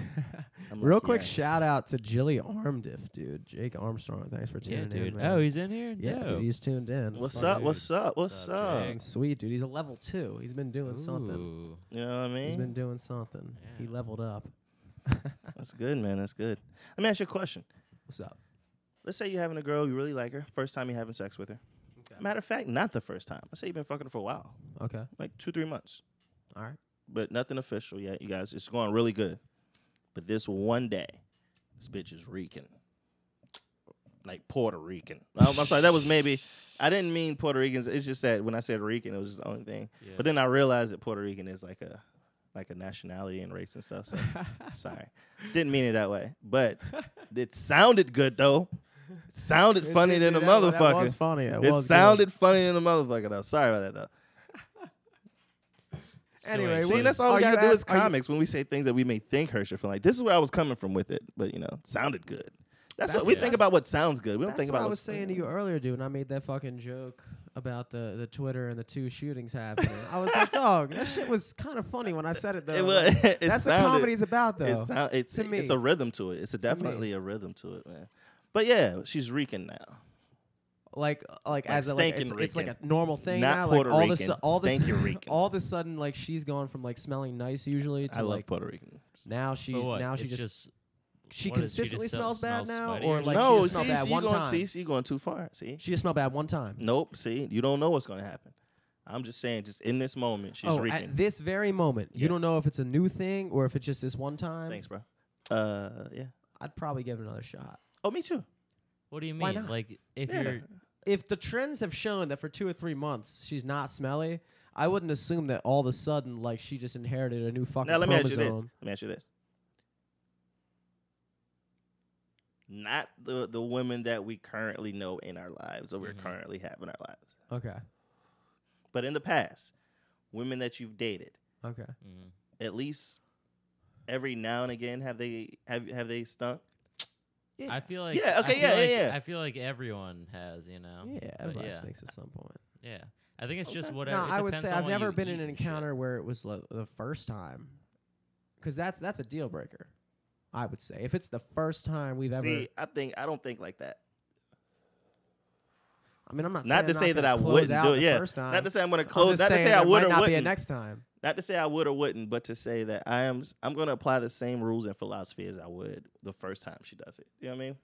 I'm
Real
like,
quick
"Yes."
shout out to Jilly Armdiff, dude. Jake Armstrong, thanks for
yeah,
tuning
dude.
in. Man.
Oh, he's in here.
yeah,
Dope.
dude, he's tuned in.
What's
Fucking-
up? What's up? What's,
What's up,
up?
Jake?
fucking sweet, dude? He's a level two. He's been doing something.
Ooh.
You know what I mean?
He's been doing something. He
Yeah.
leveled up.
That's good, man. That's good. Let me ask you a question.
What's up?
Let's say you're having a girl, you really like her, first time you're having sex with her. Matter of fact, not the first time. Let's say you've been fucking her for a while,
Okay.
like two, three months,
All right.
but nothing official yet, you guys. It's going really good. But this one day, this bitch is reeking. Like Puerto Rican. I'm, I'm sorry, that was maybe, I didn't mean Puerto Ricans. It's just that when I said Rican, it was just the only thing.
Yeah.
But then I realized that Puerto Rican is like a, like a nationality and race and stuff. So sorry, didn't mean it that way. But it sounded good though. It sounded funny than a
That was
motherfucker.
funny. It,
It sounded funny than a motherfucker though. Sorry about that though.
So
Anyway,
wait,
what-
See,
so-
that's all
Are
we gotta
you
do is
ask- are you-
comics when we say things that we may think hurts your feeling. Like this is where I was coming from with it, but you know, sounded good. That's,
That's-
what we think
that's-
about. What sounds good. We don't
That's
think
what
about.
I
what's-
was saying to you earlier, dude. When I made that fucking joke about the the Twitter and the two shootings happening, I was like, dog, that shit was kind of funny when I said it though.
It was.
Like,
it
That's
sounded,
what comedy's about, though.
It sound, it's,
To
it's
me.
a rhythm to it. It's a
To me.
definitely a rhythm to it, man. But yeah, she's reeking now.
like uh, like,
Like
as a, like, it's,
stinking
it's like a
Rican.
normal thing
Not
now.
Puerto
like all of a
Rican,
su- all of a
stinking
su-
Rican.
all of a sudden, like she's gone from like smelling nice usually to
I love
like
Puerto Rican.
now she
but what?
now she
It's
just,
just
she
what is- she
consistently
just sell-
smells bad
smells
now,
sweaty
or
or
like
no,
she just smelled
see,
bad
see,
one
you going,
time.
see, see, you going too far. See,
She just smelled bad one time.
nope. See, you don't know what's going to happen. I'm just saying, just in this moment, she's
oh,
reeking.
at this very moment, you
Yeah.
don't know if it's a new thing or if it's just this one time.
Thanks, bro. Uh, yeah.
I'd probably give it another shot.
Oh, me too.
what do you
Why
mean?
not?
Like if
Yeah.
you're
If the trends have shown that for two or three months she's not smelly, I wouldn't assume that all of a sudden like she just inherited a new fucking
Now let me ask you
chromosome.
this. Let me ask you this. Not the the women that we currently know in our lives or we're
Mm-hmm.
Mhm.
currently have in our lives,
Okay.
but in the past, women that you've dated.
Okay.
Mm.
At least every now and again, have they have have they stunk?
I feel like
Yeah, okay,
I feel
yeah,
like-
yeah, yeah.
I feel like everyone has, you know.
Yeah,
But
everybody
yeah,
stinks at some point.
yeah. I think it's just
Okay.
whatever.
No,
it
I would
depends
say
on
I've
what
never
you
been in
eat
an
and shit.
encounter where it was lo- the first time, because that's that's a deal breaker. I would say if it's the first time we've ever.
See, I think I don't think like that.
I mean, I'm not
Not
saying
to
I'm
say
not
that
gonna
I
close
wouldn't
out
do it.
the
Yeah.
First time.
Not to say I'm going to
I'm
close.
just
Not to
saying
say I
there
would or
might not be a
wouldn't.
next time.
not to say I would or wouldn't, but to say that I am I'm going to apply the same rules and philosophy as I would the first time she does it. You know what I mean?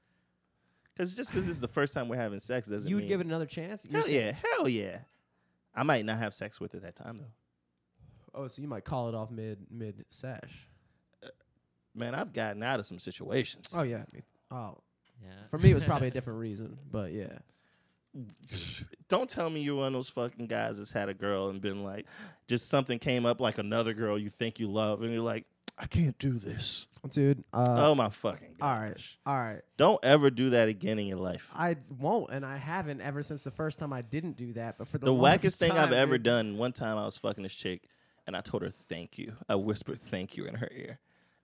Because just because this is the first time we're having sex doesn't
You would
mean
give it another chance? You're
hell
saying-
yeah, hell yeah. I might not have sex with it that time though.
Oh, so you might call it off mid mid sesh.
Man, I've gotten out of some situations.
Oh yeah. I mean, Oh,
Yeah.
for me it was probably a different reason, but yeah.
Don't tell me you're one of those fucking guys that's had a girl and been like, just something came up like another girl you think you love, and you're like, I can't do this.
Dude, uh,
oh my fucking gosh.
all right, all right.
Don't ever do that again in your life.
I won't, and I haven't ever since the first time I didn't do that. But for the,
the wackest
longest
thing I've
time,
ever
dude,
done. One time I was fucking this chick, and I told her thank you. I whispered thank you in her ear,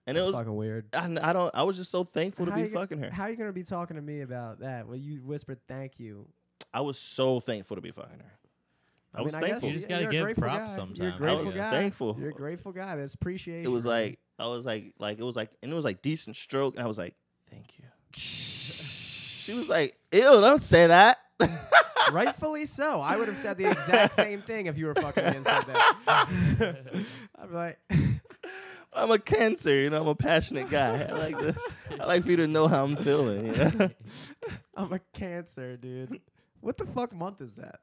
and
It's
it was
fucking weird.
I, I don't. I was just so thankful to
How
be
you gonna-
fucking her.
How are you gonna be talking to me about that? Well, you whispered thank you.
I was so thankful to be fucking her. I,
mean,
was
I guess
thankful.
You just
you're
gotta
a
give
grateful
props
guy. You're a
sometimes.
grateful
I was
guy.
thankful.
You're a grateful guy. That's appreciation.
It was
man.
like I was like like it was like and it was like decent stroke, and I was like thank you. She was like ew, don't say that.
Rightfully so. I would have said the exact same thing if you were fucking me and said that. I'd be like,
I'm a cancer, you know. I'm a passionate guy. I like to, I like for you to know how I'm feeling. You know?
I'm a cancer, dude. What the fuck month is that?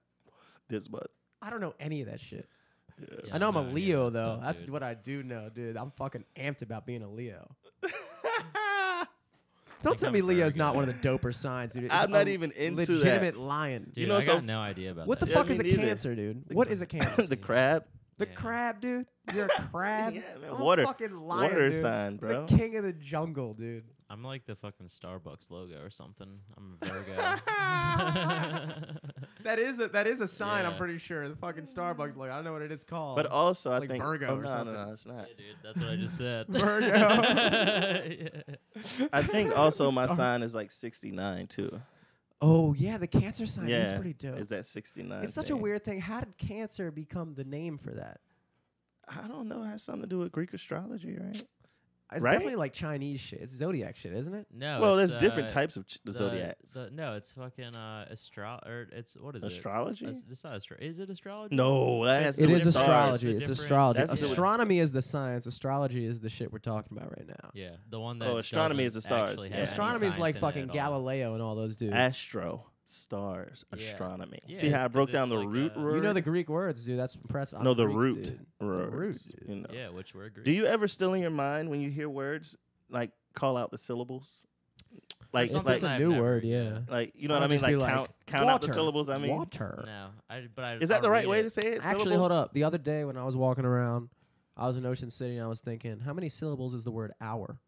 this but
I don't know any of that shit.
Yeah,
I know I'm a
no, yeah,
Leo
that's
though.
tough,
That's
dude.
what I do know, dude. I'm fucking amped about being a Leo. Don't tell
I'm
me Leo's not
Virgo.
one of the doper signs, dude. It's
I'm not
a
even into that.
legitimate lion.
Dude,
You know,
I
so-
got no idea about
What the
that.
Yeah,
fuck
me
is a
neither.
cancer, dude? What is a cancer?
the crab.
the
Yeah.
crab, dude. You're a crab.
Yeah, man,
I'm
water-
a fucking lion,
water
dude.
sign,
I'm
bro.
the king of the jungle, dude.
I'm like the fucking Starbucks logo or something. I'm a Virgo.
That is a that is a sign. I'm
Yeah.
pretty sure the fucking Starbucks logo. I don't know what it is called.
But also, I
Oh. Like
think
Virgo
oh,
or
no,
something.
No, no, it's not.
Yeah, dude, that's what I just said.
Virgo.
Yeah.
I think also my
Star-
sign is like 69 too.
oh yeah, the cancer sign.
yeah,
That's pretty dope.
Is that 69?
it's such a
thing.
weird thing. How did cancer become the name for that?
I don't know. It has something to do with Greek astrology, right?
It's
Right?
definitely like Chinese shit. It's zodiac shit, isn't it?
No.
well,
it's,
there's different
uh,
types of ch- the,
the-
zodiacs.
the- no, it's fucking uh, astro. Or it's what is
astrology?
it? That's- It's not astro. Is it astrology?
no, that has
It's
to
It
do with
is
stars.
different-
astrology.
it's
It's
different-
astrology.
That's
the-
Astronomy is the science. Astrology is the shit we're talking about right now.
Yeah, the one that.
Oh, astronomy is
doesn't
the stars,
actually
yeah.
have any
Astronomy is
science
like
in it
fucking
at all.
Galileo and all those dudes.
Astro, stars,
Yeah.
astronomy.
Yeah,
See how I
it's-
broke down
it's
the
like uh,
root
a-
word?
you know the Greek words, dude. That's impressive. I'm
no the
Greek,
root
dude. The
words.
root, dude.
You know.
Yeah, which we're agreeing.
Do you ever still in your mind when you hear words like call out the syllables? Like
something
like
That's a
I've
new
never-
word, yeah.
like you know
I'll
what I mean?
just be
Like,
like,
count count out the
Water.
syllables. I mean,
water.
No, I. But I.
is that the
I'll
right
read
way
it.
to say it?
Actually, hold
Syllables?
up. The other day when I was walking around, I was in Ocean City and I was thinking, how many syllables is the word hour?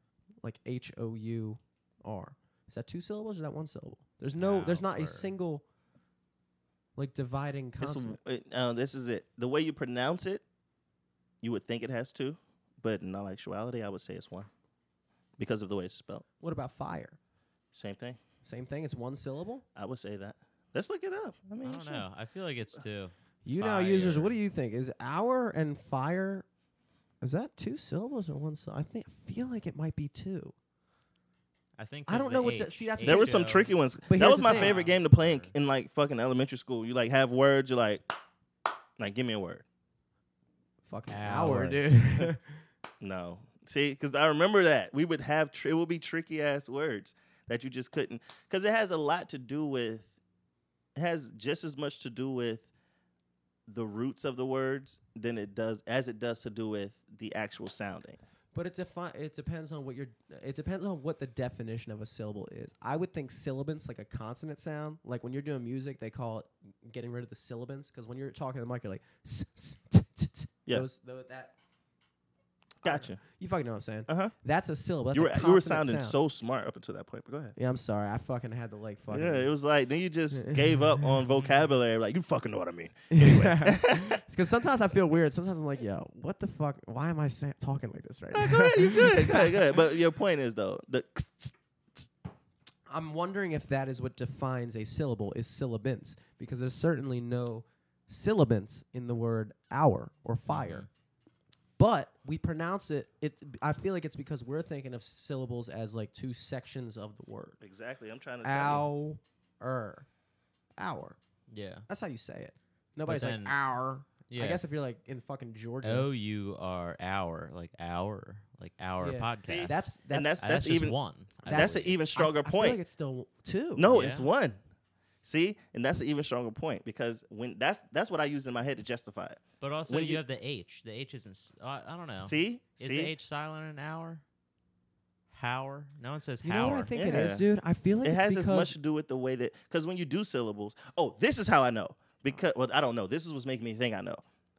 Like H O U R. Is that two syllables or is that one syllable? There's no there's not
Hour.
a single like dividing
It's,
consonant.
it- uh, this is it. The way you pronounce it, you would think it has two, but in all actuality, I would say it's one because of the way it's spelled.
What about fire?
Same thing.
Same thing, it's one syllable?
I would say that. Let's look it up. I
I
mean,
don't
sure.
know. I feel like it's two.
You know, users, what
Fire.
do you think? Is hour and fire is that two syllables or one syllable? I think I feel like it might be two.
I think.
I
'cause
don't
the
know what to-
H,
see, that's the
There were
was
some
HO.
tricky ones.
But
that
here's
was
the
my
thing.
favorite game to play in, in like fucking elementary school. You like have words. You're like, like give me a word.
Fucking
Hour.
hour dude.
No. See, because I remember that we would have tr- it would be tricky ass words that you just couldn't because it has a lot to do with it has just as much to do with the roots of the words than it does as it does to do with the actual sounding.
But it defi- it depends on what your it depends on what the definition of a syllable is. I would think syllabants like a consonant sound. Like when you're doing music, they call it getting rid of the syllabants because when you're talking to the mic, you're like s s t t t.
Yeah.
Those, tho- that. I don't know.
Gotcha.
You fucking know what I'm saying.
Uh huh.
That's a syllable. That's
You
a
were you were
consonant
sounding
sound.
so smart up until that point. But go ahead.
Yeah, I'm sorry. I fucking had to like fucking.
Yeah, it was like then you just gave up on vocabulary. Like you fucking know what I mean. Anyway,
Because sometimes I feel weird. Sometimes I'm like, yo, what the fuck? Why am I sa- talking like this right now?
go ahead. You good? Go ahead. Go ahead. But your point is though the
I'm wondering if that is what defines a syllable is syllabants because there's certainly no syllabants in the word hour or
Mm-hmm.
fire. But we pronounce it it I feel like it's because we're thinking of syllables as like two sections of the word.
exactly. I'm trying to tell
Ow er. Hour.
Yeah.
That's how you say it. Nobody's like
then-
hour.
Yeah.
Oh,
I guess if you're like in fucking Georgia.
O U R hour like hour like hour
Yeah.
podcast.
See,
That's that's
And that's-
Uh, that's, just
even-
one. I
That's an
believe.
even stronger
I, I
point.
feel like it's still two.
no, it's
Yeah.
one. See, and that's an even stronger point because when that's that's what I used in my head to justify it.
But also,
when
you,
you-
have the H. The H isn't. s- Uh, I don't know.
See,
is
see,
the H silent in hour? Hour? No one says
You know
hour.
what I think it is,
Yeah.
dude? I feel like
it
it's
has
because
as much to do with the way that because when you do syllables, oh, this is how I know because well, I don't know. This is what's making me think I know.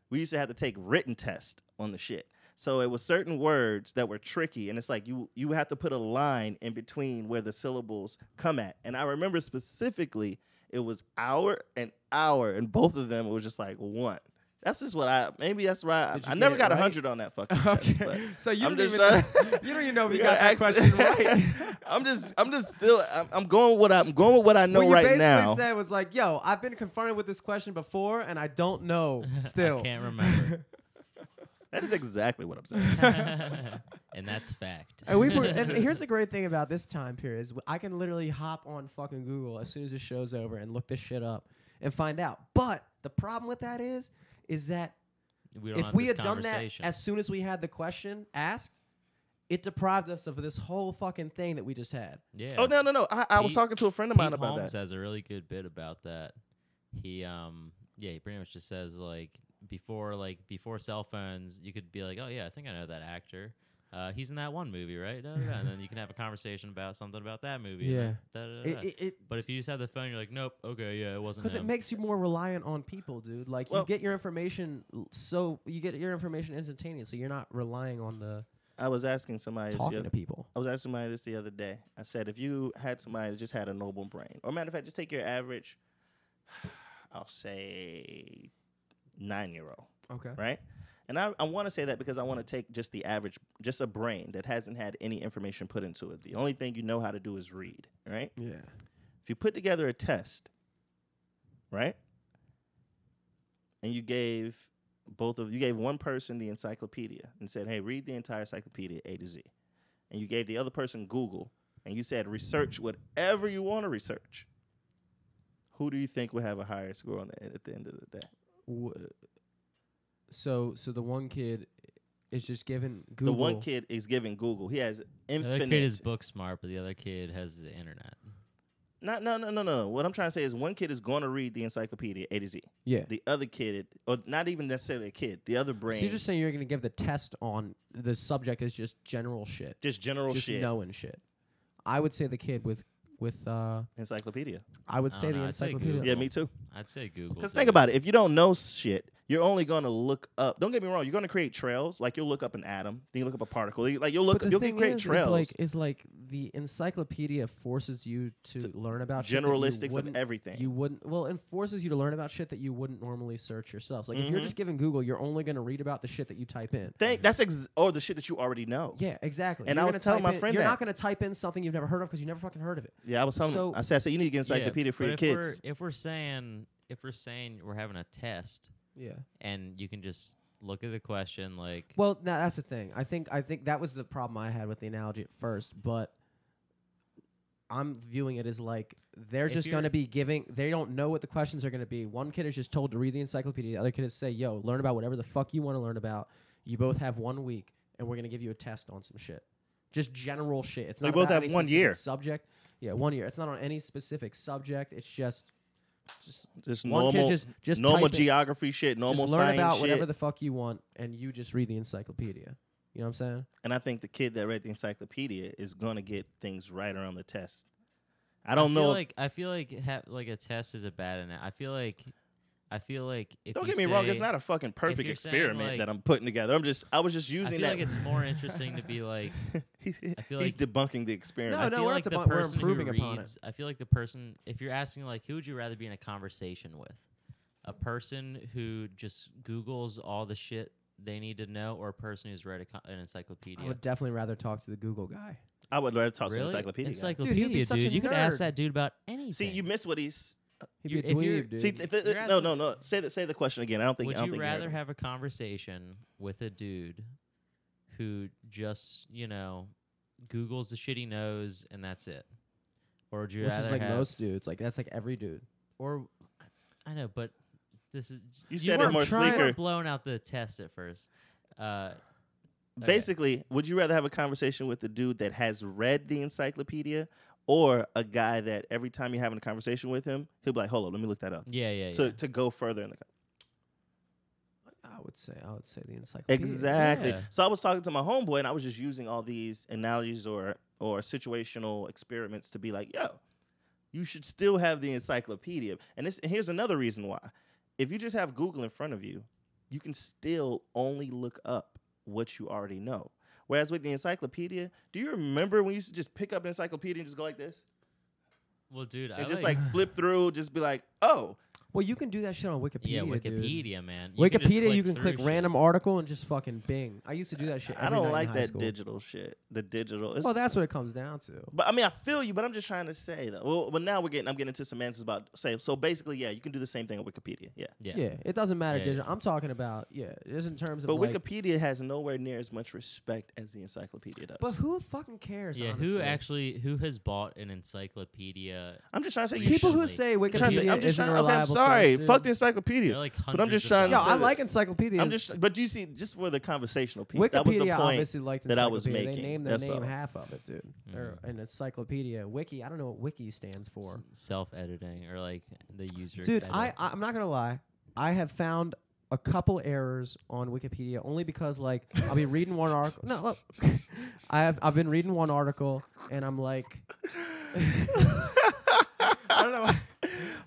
We used to have to take written test on the shit, so it was certain words that were tricky, and it's like you you have to put a line in between where the syllables come at. And I remember specifically it was hour and hour, and both of them were just like one. That's just what I maybe that's right.
Did you
I
get
never
it
got a
right?
hundred on that fucking test. But
Okay. So you
I'm
don't
just
even
trying-
you don't even know if
we
you got that
gotta
question
ask-
right.
I'm just, I'm just still, I'm, I'm going what I'm going with what I know
what you
right
basically
now.
said was like, "Yo, I've been confronted with this question before, and I don't know still."
I can't remember.
that is exactly what I'm saying.
and that's fact.
and we were, and here's the great thing about this time period is I can literally hop on fucking Google as soon as the show's over and look this shit up and find out. But the problem with that is, is that
we don't
if
have
we
this
had done that
conversation.
as soon as we had the question asked, it deprived us of this whole fucking thing that we just had.
yeah.
Oh no, no, no! I, I was
Pete-
talking to a friend of
Pete
mine about
Holmes
that.
has a really good bit about that. He um yeah, he pretty much just says like before like before cell phones, you could be like, oh yeah, I think I know that actor. Uh, he's in that one movie, right? Da, da, da. And then you can have a conversation about something about that movie. and
Yeah.
da, da, da,
It,
da.
it, it,
But if you just have the phone, you're like, nope, okay, yeah, it wasn't.
because it
him."
makes you more reliant on people, dude. Like
Well-
you get your information l- so you get your information instantaneously. You're not relying on the
I was asking somebody. This the
talking
other,
to people.
I was asking somebody this the other day. I said, if you had somebody that just had a noble brain, or matter of fact, just take your average, I'll say nine year old,
Okay.
right? And I, I want to say that because I want to take just the average, just a brain that hasn't had any information put into it. The only thing you know how to do is read, right?
Yeah.
if you put together a test, right? And you gave both of you gave one person the encyclopedia and said, "Hey, read the entire encyclopedia A to Z." And you gave the other person Google and you said, "Research whatever you want to research." Who do you think would have a higher score on the, at the end of the day?
W- so so the one kid is just given Google.
The one kid is giving Google. He has
The other kid
infinite.
is book smart, but the other kid has the internet.
No, no, no, no, no. no. What I'm trying to say is, one kid is going to read the encyclopedia A to Z.
Yeah.
The other kid, or not even necessarily a kid, the other brain.
So you're just saying you're gonna give the test on the subject is just general shit,
just general
just
shit.
knowing shit. I would say the kid with with uh,
Encyclopedia.
I would
I
say
don't
the
know, I'd say
encyclopedia.
Google.
Yeah, me too.
I'd say Google.
Because
did
think
it.
about it. If you don't know shit, you're only gonna look up. Don't get me wrong. You're gonna create trails. Like you'll look up an atom, then you look up a particle. You- Like you'll look,
but the
you'll
thing
create
is,
trails.
is like is like the encyclopedia forces you to learn about shit that you
generalistics of
wouldn't-
everything.
You wouldn't well, and forces you to learn about shit that you wouldn't normally search yourself. Like if you're
Mhm.
just giving Google, you're only gonna read about the shit that you type in.
think that's ex- or the shit that you already know. Yeah,
Yeah, exactly.
And
You're
I was
gonna
telling
type
my
in-
friend
you're
that.
not going to type in something you've never heard of because you never fucking heard of it.
I was telling.
So-
I said, I said you need to get
Yeah,
encyclopedia for
but
your
if
kids.
We're, if we're saying if we're saying we're having a test
Yeah.
and you can just look at the question like
Well, now that's the thing. I think I think that was the problem I had with the analogy at first, but I'm viewing it as like they're
If
just
you're-
going to be giving. They don't know what the questions are going to be. One kid is just told to read the encyclopedia. The other kid is say, "Yo, learn about whatever the fuck you want to learn about. You both have one week, and we're going to give you a test on some shit, just general shit. It's
We
not
both
about
have
any
one
specific
year.
subject. Yeah, one year. It's not on any specific subject. It's just just
just
one kid
normal,
just- just
normal
type it.
geography shit, normal
just learn
science
about
shit.
whatever the fuck you want, and you just read the encyclopedia. You know what I'm saying?
and I think the kid that read the encyclopedia is gonna get things right around the test. I don't
feel
know. if-
like I feel like ha- like a test is a bad and I feel like I feel like if
don't
you
get me wrong. It's
say-
not a fucking perfect
you're saying,
experiment
like-
that I'm putting together. I'm just. I was just
I
using
feel
that.
like it's more interesting to be like
he's
feel
he's
like-
debunking the experiment.
No,
I
no,
feel
we're not
like the
debunk- we're
person who
improving upon it.
reads, I feel like the person if you're asking like who would you rather be in a conversation with? A person who just Googles all the shit they need to know or a person who's read a co- an encyclopedia?
I would definitely rather talk to the Google guy.
I would rather talk
really?
to an encyclopedia. guy.
Encyclopedia,
Dude, he'd be such a
dude. You could ask
nerd.
that dude about anything.
See, you miss what he's.
He'd
You-
be a
if you're-
dweeb, dude.
See, th- th-
You're
no,
asking-
no, no. Say the say the question again. I don't think.
Would
I don't
you
think
rather
heard it.
have a conversation with a dude who just, you know, Googles the shit he knows and that's it? Or would you
which
rather
is like
have,
most dudes. Like that's like every dude.
or I know, but this is
You said it
weren't
more
trying- you weren't
sleeker.
blown out the test at first. Uh Okay.
Basically, would you rather have a conversation with a dude that has read the encyclopedia or a guy that every time you're having a conversation with him, he'll be like, hold on, let me look that up
Yeah, yeah, yeah.
to, to go further in the
I would say I would say the encyclopedia.
Exactly.
Yeah.
So I was talking to my homeboy and I was just using all these analogies or or situational experiments to be like, yo, you should still have the encyclopedia. And this and here's another reason why. If you just have Google in front of you, you can still only look up what you already know. Whereas with the encyclopedia, do you remember when you used to just pick up an encyclopedia and just go like this?
well, dude, I
And just like flip through, just be like, oh,
Well, you can do that shit on Wikipedia.
yeah,
dude.
Wikipedia, man. You can just
Wikipedia, you can
through
click
shit.
random article and just fucking Bing. I used to do that shit.
I
every night
don't
in
like
high
that
school.
digital shit. The digital. It's-
Well, that's what it comes down to.
But I mean, I feel you. But I'm just trying to say that. Well, but now we're getting. I'm getting into some answers about say. So basically, yeah, you can do the same thing on Wikipedia. Yeah,
Yeah.
Yeah, it doesn't matter.
Yeah, yeah.
digital. I'm talking about yeah, just in terms of
but
like,
Wikipedia has nowhere near as much respect as the encyclopedia does.
But who fucking cares?
Yeah, who
honestly?
actually who has bought an encyclopedia?
I'm just trying to say you
People
should-
who
Like,
say
I'm trying to say-
Wikipedia
I'm just
isn't
trying.
a
Okay,
reliable.
I'm
source,
sorry.
dude.
Fuck the
They're
encyclopedia.
like
I'm
hundreds.
just
of
trying
Yo,
to
thousands.
I
say
like
this.
encyclopedias.
I'm just. But do you see? Just for the conversational piece,
Wikipedia
that was the point.
obviously liked
that I was
encyclopedia. They
making.
named the
That's
name
all.
half of it, dude.
Hmm.
Or an encyclopedia, wiki. I don't know what wiki stands for.
S- self-editing or like the user.
Dude,
edit.
I, I I'm not gonna lie. I have found a couple errors on Wikipedia only because like I'll be reading one article. No, look, I have I've been reading one article and I'm like, I don't know. why-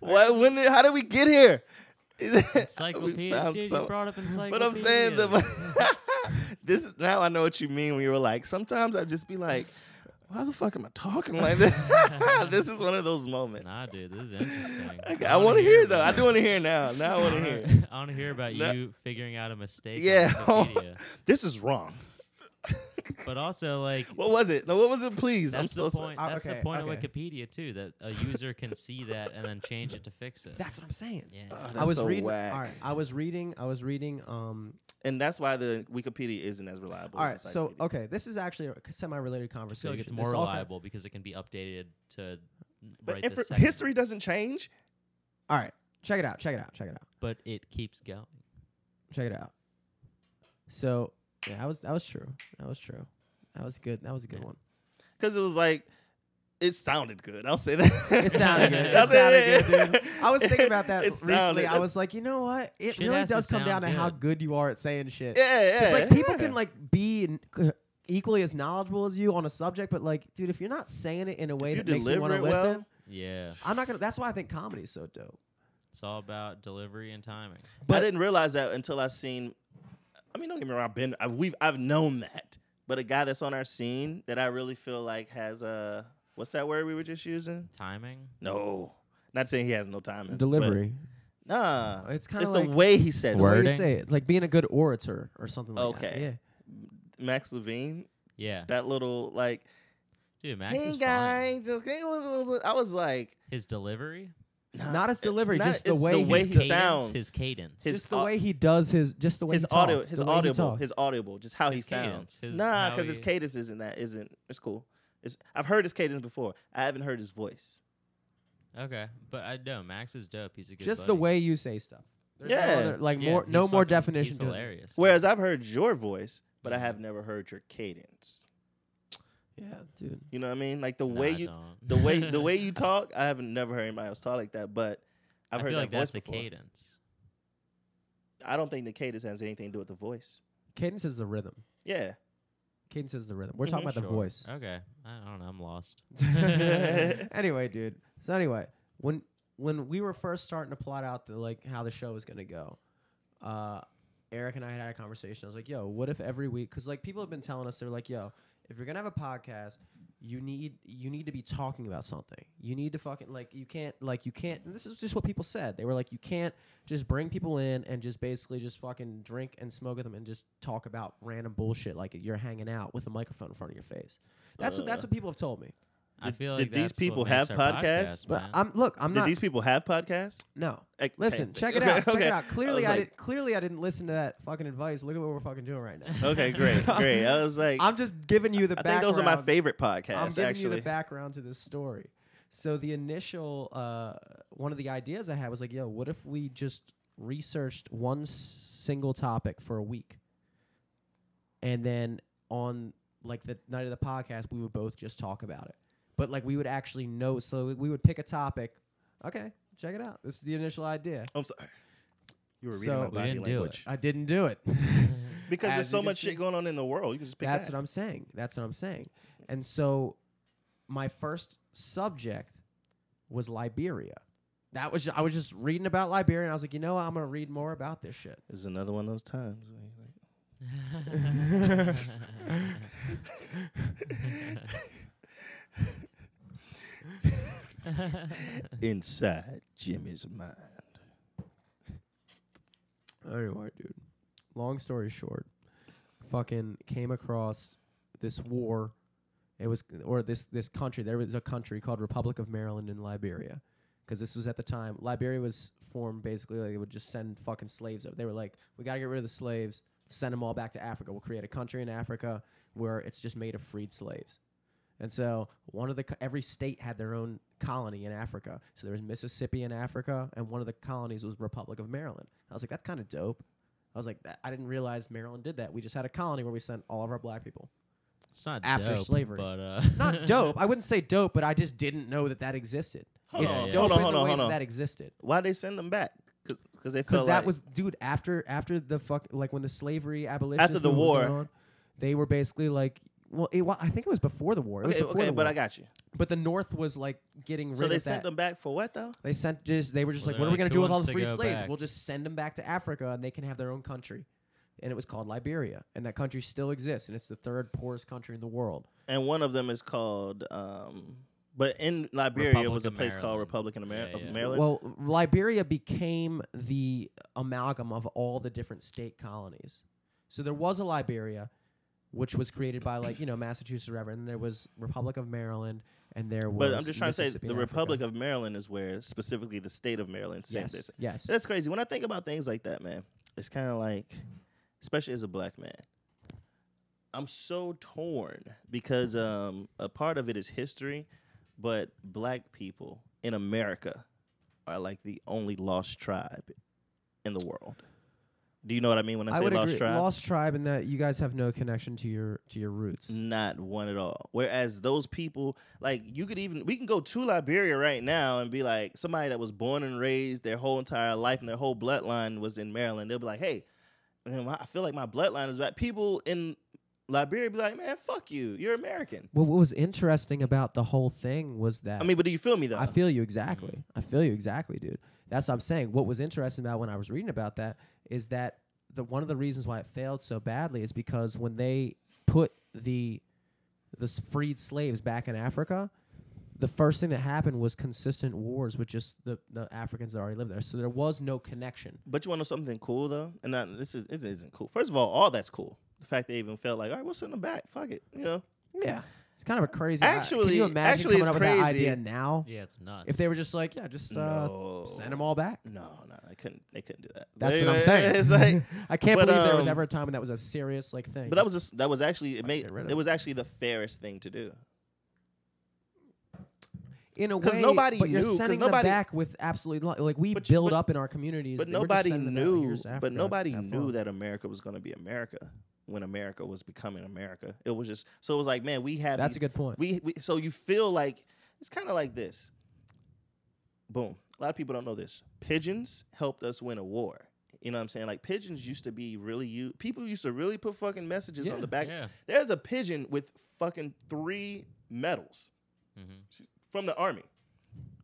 Why? When? did- How did we get here? We
encyclopedia.
found
Dude, you
some-
brought up encyclopedia.
But I'm saying the this is now I know what you mean when you were like sometimes I just be like, why the fuck am I talking like this? this is one of those moments.
Nah, dude, this is interesting.
Okay, I want to hear it, though. I
about
do want to hear it now. Now I want to
it.
hear. it.
I want to hear about
No.
you figuring out a mistake. on
Yeah, oh
Wikipedia.
this is wrong.
but also like
What was it? No, what was it? Please,
that's
I'm so
the
sorry.
point.
Uh,
that's
okay,
the point
okay.
of Wikipedia too. That a user can see that and then change it to fix it.
That's what I'm saying.
yeah.
Ah,
I
that's
was
so
reading.
whack.
All right, I was reading. I was reading. Um.
And that's why the Wikipedia isn't as reliable.
All
as
right. So
encyclopedia.
okay, this is actually a semi-related
I
conversation.
feel like it's
This
more
all kind-
reliable because it can be updated to
but
right
infor-
this second.
history doesn't change.
all right. Check it out. Check it out. Check it out.
but it keeps going.
Check it out. So yeah, that was that was true. That was true. That was good. That was a good
Yeah.
one.
because it was like it sounded good. I'll say that.
It sounded good.
I'll
It
say
sounded
that.
good, dude. I was thinking about that
It
recently.
sounded-
I was like, you know what? It
Shit
really
has to
does come down
sound
to how
good.
good you are at saying shit.
yeah, yeah.
'Cause, like people
yeah.
can like be n- c- equally as knowledgeable as you on a subject, but like, dude, if you're not saying it in a way
If you
that makes me
deliver
want to
it well-
listen,
Yeah,
I'm not gonna. That's why I think comedy's so dope.
it's all about delivery and timing.
I didn't realize that until I seen. I mean, don't get me wrong. I've been. I've we've. I've known that. But a guy that's on our scene that I really feel like has a what's that word we were just using?
Timing.
No, not saying he has no time. in it, but- Nah,
It's
it's
kinda
kind of
like-
the way he says.
That's the
it.
way you
Wording.
say it, like being a good orator or something like that.
Okay. Max Levine,
Yeah,
that little like,
dude, Max
hey
is fine.
guys, okay, I was like,
His delivery,
nah,
Not his delivery,
not-
just the
it's
way
the
he's
way
his
he
cadence,
sounds,
his cadence,
His
just the
au-
way he does his, just the way
his
he
audio,
talks,
his
the way he
audible,
talks.
his audible, just how
His
he sounds.
cadence, his-
nah,
how
because his
he-
cadence isn't that isn't. It's cool. It's, I've heard his cadence before. I haven't heard his voice.
Okay, but I know Max is dope. He's a good.
just
buddy.
the way you say stuff. There's no
Yeah.
other- like
Yeah,
more,
he's
no more
fucking-
definition.
He's
to it.
hilarious.
Whereas I've heard your voice, but I
Mm-hmm.
have never heard your cadence.
Yeah, dude.
You know what I mean? Like the
Nah,
way
I
you,
don't.
the way the way you talk. I haven't never heard anybody else talk like that. But
I
I've heard
feel
that
like
voice
that's
before.
a cadence.
I don't think the cadence has anything to do with the voice.
Cadence is the rhythm.
Yeah,
Cadence is the rhythm. We're talking
Mhm.
about the
Mm-hmm. Sure.
voice.
Okay, I don't know. I'm lost.
anyway, dude. So anyway, when when we were first starting to plot out the like how the show was gonna go, uh, Eric and I had had a conversation. I was like, "Yo, what if every week?" Because like people have been telling us, they're like, "Yo, if you're gonna have a podcast, you need you need to be talking about something. You need to fucking like you can't like you can't." And this is just what people said. They were like, "You can't just bring people in and just basically just fucking drink and smoke with them and just talk about random bullshit like you're hanging out with a microphone in front of your face." That's what that's
Uh.
what people have told me.
I
Did-
feel
did
like
these
that's
people
what makes
have
our
podcasts?
podcast,
But
man.
I'm look, I'm
did
not
these people have podcasts?
no.
Like,
Listen,
okay,
check it
okay,
out. Check
okay.
it out. Clearly,
was
I,
like-
did, clearly I didn't listen to that fucking advice. Look at what we're fucking doing right now.
Okay, great, great. I was like,
I'm just giving you the
I think
background.
those are my favorite podcasts.
I'm giving
actually,
you the background to this story. So the initial uh, one of the ideas I had was like, yo, what if we just researched one s- single topic for a week? and then on like the night of the podcast, we would both just talk about it. But like we would actually know, so we- we would pick a topic. Okay, check it out. This is the initial idea.
I'm sorry. You were reading
So-
my
We
body
didn't do it.
language.
I didn't do it
Because
As
there's so
you can
much
see-
shit going on in the world. You can just pick
That's
that.
what I'm saying. That's what I'm saying. And so my first subject was Liberia. That was I was just reading about Liberia and I was like, you know what? I'm gonna read more about this shit.
It's another one of those times. where you're like, Inside Jimmy's mind.
Anyway, dude. Long story short, fucking came across this war. It was or this this country. There was a country called Republic of Maryland in Liberia, because this was at the time Liberia was formed. Basically, like, they would just send fucking slaves. Over. They were like, we gotta get rid of the slaves. Send them all back to Africa. We'll create a country in Africa where it's just made of freed slaves. And so one of the co- every state had their own colony in Africa. So there was Mississippi in Africa, and one of the colonies was Republic of Maryland. I was like, that's kind of dope. I was like, that, I didn't realize Maryland did that. We just had a colony where we sent all of our black people.
It's not
After
dope,
slavery.
but uh,
Not dope. I wouldn't say dope, but I just didn't know that that existed.
Hold
it's
on,
dope
hold on,
in
hold
the
on,
way
hold
that
on.
that existed.
Why they send them back? Because they
Because
felt
that
like,
was, dude. After after the fuck, like when the slavery abolition
After the war.
on, they were basically like, well, it, wa I think it was before the war. It was
okay,
before
okay,
the
but
war.
I got you.
But the North was like getting
So
rid
they
of that.
sent them back for what though?
They sent just they were just
Well,
like,
they're like,
what are we gonna
"Who
do with all
wants
the
to
free
go
slaves?
back?"
We'll just send them back to Africa and they can have their own country. And it was called Liberia, and that country still exists, and it's the third poorest country in the world.
And one of them is called. Um, but in Liberia
Republic
was a
of
place called
Maryland.
Republican Amer-
Yeah,
of
yeah.
Maryland.
Well, Liberia became the amalgam of all the different state colonies. So there was a Liberia, which was created by like you know Massachusetts, or whatever, and there was Republic of Maryland, and there was.
but I'm just trying to say
Mississippi
the
and Africa.
Republic of Maryland is where specifically the state of Maryland sent
Yes,
this.
yes.
That's crazy. When I think about things like that, man, it's kind of like, especially as a black man, I'm so torn because um, a part of it is history, but black people in America are like the only lost tribe in the world. Do you know what I mean when I, say
would
lost
agree.
tribe?
Lost tribe, and that you guys have no connection to your to your roots.
Not one at all. Whereas those people, like you could even we can go to Liberia right now and be like somebody that was born and raised their whole entire life and their whole bloodline was in Maryland. They'll be like, hey, man, I feel like my bloodline is back. People in Liberia be like, man, fuck you, you're American.
Well, what was interesting about the whole thing was that
I mean, but do you feel me though?
I feel you exactly. I feel you exactly, dude. That's what I'm saying. What was interesting about when I was reading about that is that the one of the reasons why it failed so badly is because when they put the the s- freed slaves back in Africa, the first thing that happened was consistent wars with just the, the Africans that already lived there. So there was no connection.
But you want to know something cool though, and not, this is this isn't cool. First of all, all that's cool. The fact they even felt like, all right, we'll send them back. Fuck it, you know.
Yeah. It's kind of a crazy can
Actually-
you imagine
actually
coming
it's
up with that
crazy.
idea now?
yeah, it's nuts.
If they were just like, yeah, just uh,
No.
send them all back.
No, no, they couldn't. They couldn't do that.
That's
They-
what I'm saying.
It's like
I can't
but,
believe there was
um,
ever a time when that was a serious like thing.
But that was just, that was actually it made
get rid of
it
it.
was actually the fairest thing to do.
in a
'cause
way.
nobody
but you're
knew, 'cause
sending
nobody-
them back with absolutely lo- like we
But-
build
but-
up in our communities.
But
that we're just
nobody
sending them out,
knew.
here's Africa,
But nobody
have
knew
fun.
that America was going to be America when America was becoming America. It was just so it was like man, we have
That's
these-
a good point.
We, we so you feel like it's kind of like this. Boom. A lot of people don't know this. Pigeons helped us win a war. You know what I'm saying? Like pigeons used to be really you. People used to really put fucking messages on
Yeah,
the back.
yeah.
There's a pigeon with fucking three medals.
Mhm.
from the army.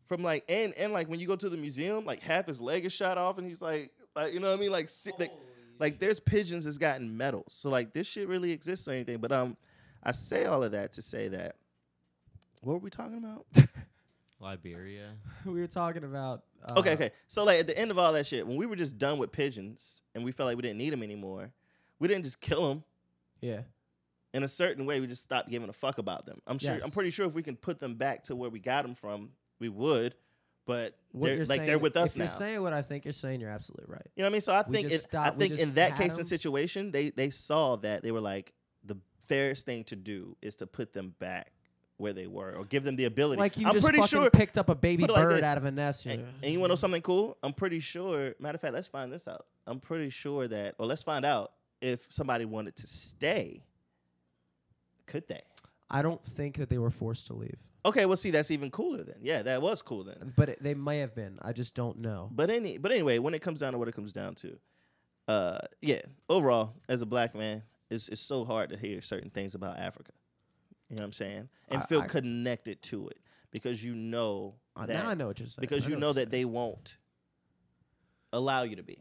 From like and and like when you go to the museum, like half his leg is shot off, and he's like, like you know what I mean, like si- like, like there's pigeons that's gotten medals. So like this shit really exists or anything. But um, I say all of that to say that what were we talking about?
Uh,
Liberia.
we were talking about. Uh,
okay, okay. So like at the end of all that shit, when we were just done with pigeons and we felt like we didn't need them anymore, we didn't just kill them.
Yeah,
in a certain way, we just stopped giving a fuck about them. I'm sure.
Yes.
I'm pretty sure if we can put them back to where we got them from, we would. But
what
they're
you're
like
saying,
they're with us
if
now.
You're saying what I think you're saying. You're absolutely right.
you know what I mean? So I
We
think
just
it,
stopped-
I
we
think
just
in that
had
case
'em.
and situation, they they saw that they were like the fairest thing to do is to put them back where they were or give them the ability.
Like you
I'm
just
pretty
fucking
sure.
picked up a baby
put it like
bird
this.
out of a nest. you're
and,
like,
and you want to know something cool? I'm pretty sure. Matter of fact, let's find this out. I'm pretty sure that, or let's find out if somebody wanted to stay, could they?
I don't think that they were forced to leave,
Okay, well, see, that's even cooler then. Yeah, that was cool then.
but it, they may have been. I just don't know.
But any, but anyway, when it comes down to what it comes down to, uh, yeah. Overall, as a black man, it's it's so hard to hear certain things about Africa. You know what I'm saying? And
I-
feel
I-
connected to it because you know
Uh,
that
now I know what you're saying.
because
I
you
what
know
you're
that
saying.
they won't allow you to be.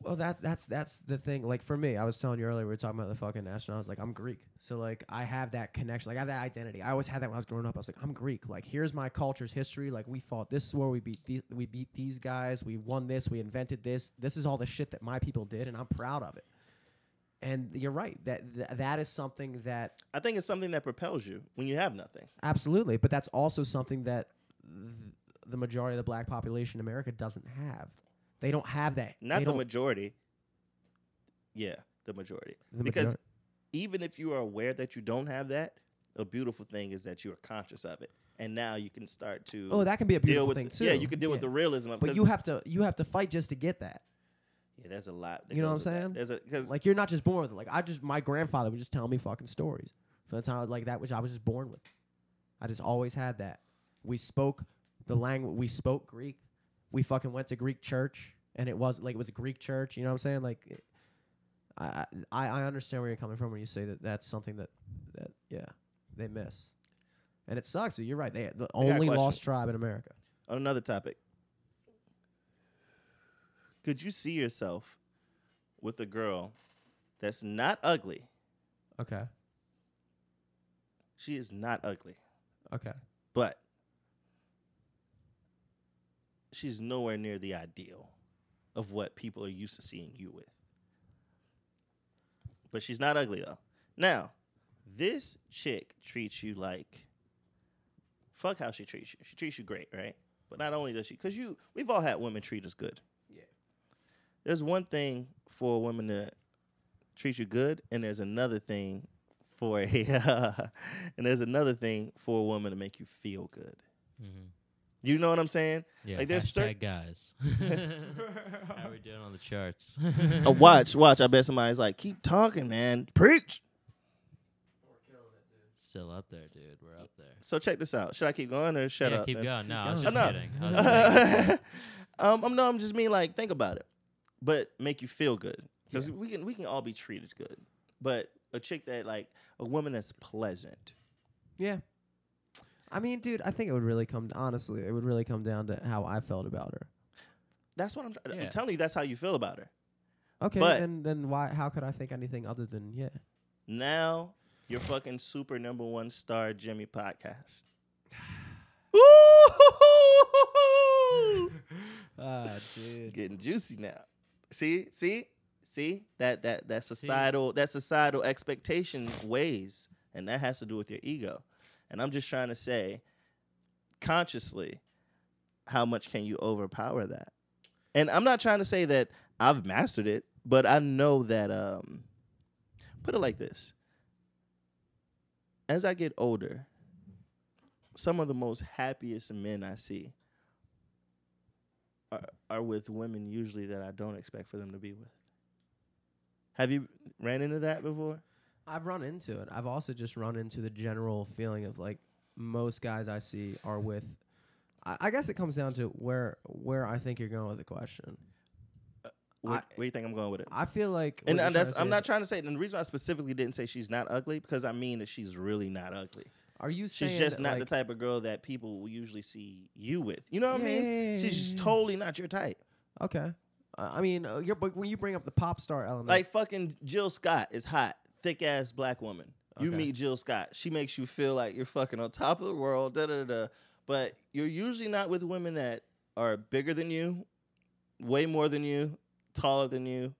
Well, that's that's that's the thing. Like for me, I was telling you earlier, we were talking about the fucking astronaut. I was like, I'm Greek, so like I have that connection, like I have that identity. I always had that when I was growing up. I was like, I'm Greek. Like here's my culture's history. Like we fought this war, we beat the, we beat these guys, we won this, we invented this. This is all the shit that my people did, and I'm proud of it. And you're right that th- that is something that
I think it's something that propels you when you have nothing.
Absolutely, but that's also something that th- the majority of the black population in America doesn't have. They don't have that.
Not
they
the
don't-
majority. Yeah, the majority.
the
because
major-
even if you are aware that you don't have that, a beautiful thing is that you are conscious of it, and now you can start to
oh, that can be a
deal
beautiful
with
thing
the-
too.
Yeah, you can deal with the realism of
But
'cause-
you have to you have to fight just to get that.
yeah, there's a lot. that
You know
goes
what I'm
with that. There's a because
Like you're not just born with it. Like I just my grandfather would just tell me fucking stories. So that's how like that which I was just born with. I just always had that. We spoke the language. We spoke Greek. We fucking went to Greek church, and it was like it was a Greek church. You know what I'm saying? Like, it- I I, I understand where you're coming from when you say that that's something that that yeah they miss, and it sucks. You're right. They the
a
only
question.
lost tribe in America.
on another topic, could you see yourself with a girl that's not ugly?
Okay.
She is not ugly,
Okay.
but she's nowhere near the ideal of what people are used to seeing you with. But she's not ugly though. Now, this chick treats you like fuck how she treats you. She treats you great, right? But not only does she cuz you we've all had women treat us good.
Yeah.
There's one thing for a woman to treat you good and there's another thing for a and there's another thing for a woman to make you feel good.
Mhm.
You know what I'm saying?
Yeah,
Like, there's
hashtag
cer-
guys. How are we doing on the charts?
Uh, watch, watch. I bet somebody's like, keep talking, man. Preach.
Still up there, dude. We're up there.
So check this out. Should I keep going or shut
yeah,
up?
keep
man?
going. No, I was
going.
just
Shut up.
kidding. I was just kidding.
um, I'm, no, I'm just mean like think about it, but make you feel good because we can we can all be treated good. But a chick that like a woman that's pleasant.
Yeah. I mean, dude, I think it would really come honestly. It would really come down to how I felt about her.
That's what I'm. trying
Yeah.
I'm telling you, that's how you feel about her.
Okay,
But-
then then why? How could I think anything other than yeah?
Now you're fucking super number one star Jimmy podcast. Ooh!
Ah, dude.
getting juicy now. See, see, see that that that societal that societal expectation weighs, and that has to do with your ego. And I'm just trying to say, consciously, how much can you overpower that? And I'm not trying to say that I've mastered it, but I know that. Um, put it like this: as I get older, some of the most happiest men I see are, are with women usually that I don't expect for them to be with. Have you ran into that before?
I've run into it. I've also just run into the general feeling of like most guys I see are with. I, I guess it comes down to where where I think you're going with the question.
Where,
I-
where do you think I'm going with it?
I feel like
and
what you're
uh,
trying to
that's,
say
I'm
is-
not trying to say. And the reason I specifically didn't say she's not ugly because I mean that she's really not ugly.
Are you
She's
saying
just
that,
not the
like-
type of girl that people will usually see you with. You know what I
Yeah,
mean?
yeah, yeah,
she's
yeah,
just
yeah.
totally not your type.
Okay. Uh, I mean, uh, you're, but when you bring up the pop star element,
Like fucking Jill Scott is hot, thick ass black woman. You
Okay.
meet Jill Scott, she makes you feel like you're fucking on top of the world, da da da. da. But you're usually not with women that are bigger than you, way more than you, taller than you.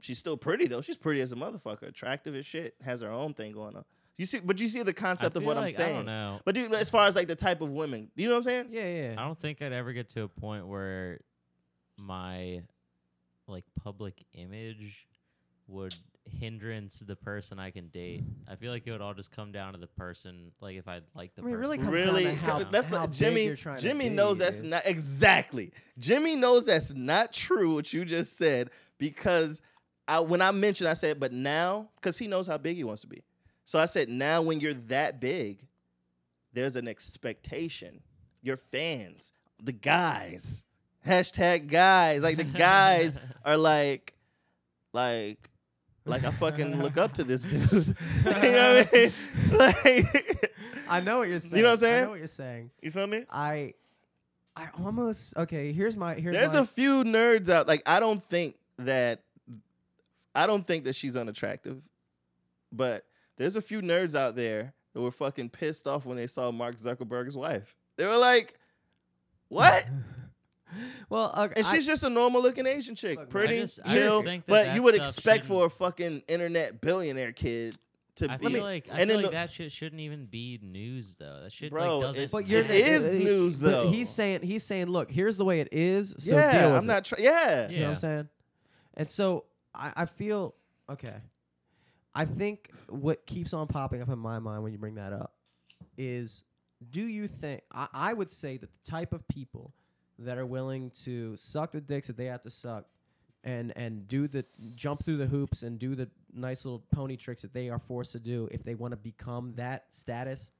She's still pretty though. She's pretty as a motherfucker, attractive as shit, has her own thing going on. You see, but you see the
I
concept of
feel
what I'm
like-
saying.
I don't know.
But dude, as far as like the type of women, you know what I'm saying?
yeah, yeah,
I
yeah.
don't think I'd ever get to a point where my like public image would hindrance the person I can date. I feel like it would all just come down to the person. Like if I like the
I mean, it
person,
really comes down
really
to how-
that's
how
a,
big
jimmy
you're trying to
jimmy
be,
knows that's
dude.
not exactly jimmy knows that's not true what you just said because I when I mentioned, I said, but now, because he knows how big he wants to be. So I said, now when you're that big, there's an expectation. Your fans, the guys, hashtag guys, like the guys are like, like, like I fucking look up to this dude. you know what I mean? Like,
I know what you're saying.
I'm
I
saying?
know what you're saying.
you feel me?
I, I almost okay. Here's my here's
There's
my,
a few nerds out. Like I don't think that I don't think that she's unattractive, but there's a few nerds out there that were fucking pissed off when they saw Mark Zuckerberg's wife. They were like, "What?"
well. Okay,
And
I-
she's just a normal looking Asian chick,
Look, man,
pretty
I just- I
chill.
just think that
but
that
you would
stuff
expect for a
shouldn't-
fucking internet billionaire kid to
I
be.
feel like I
and
feel
then
like
the-
that shit shouldn't even be news though. That shit
Bro,
like doesn't.
it's-
but
it
you're
is
uh,
news,
but
though.
He's saying he's saying look here's the way it is. So
yeah,
deal with
I'm
it.
not. Try- yeah.
You know what
Yeah.
I'm saying? And so I, I feel okay. I think what keeps on popping up in my mind when you bring that up is do you think I, I would say that the type of people that are willing to suck the dicks that they have to suck and and do the jump through the hoops and do the nice little pony tricks that they are forced to do if they want to become that status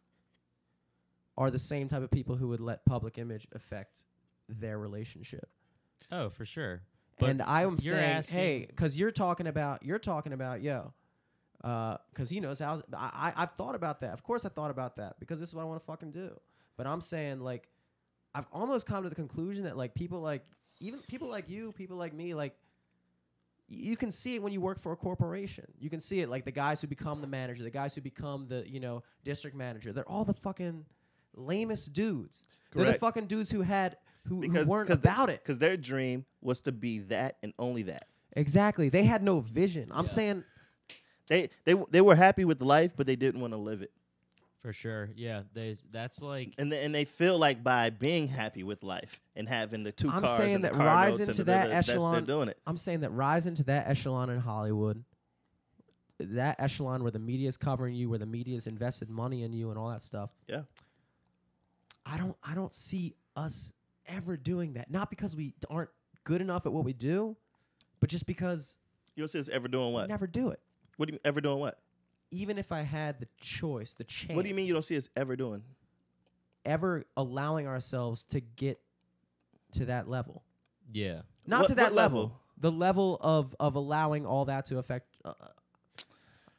are the same type of people who would let public image affect their relationship
oh, for sure. But
and I am
you're
saying,
asking-
hey, because you're talking about you're talking about yo, because he knows how. I, I I've thought about that. Of course, I thought about that because this is what I want to fucking do. But I'm saying like, I've almost come to the conclusion that like people like even people like you, people like me, like y- you can see it when you work for a corporation. You can see it like the guys who become the manager, the guys who become the you know district manager. They're all the fucking lamest dudes. They're the
Correct.
fucking dudes who had who,
Because
who weren't
cause
about it.
because their dream was to be that and only that.
Exactly. They had no vision. I'm saying
They they they were happy with life, but they didn't want to live it.
for sure, yeah, they, that's like
And they, and they feel like by being happy with life and having the 2
I'm
cars
saying
and the
that
car
rise
notes and
into
the-
that
the- that's-
echelon-
They're doing it.
I'm saying that rising to that echelon in Hollywood, that echelon where the media's covering you, where the media's invested money in you and all that stuff.
Yeah.
I don't I don't see us ever doing that. Not because we aren't good enough at what we do, but just because
You don't see us ever doing
we
what?
never do it.
What do you ever doing what?
Even if I had the choice, the chance
What do you mean you don't see us ever doing?
ever allowing ourselves to get to that level.
yeah.
not
What-
to that
what
level.
level?
The level of of allowing all that to affect. Uh,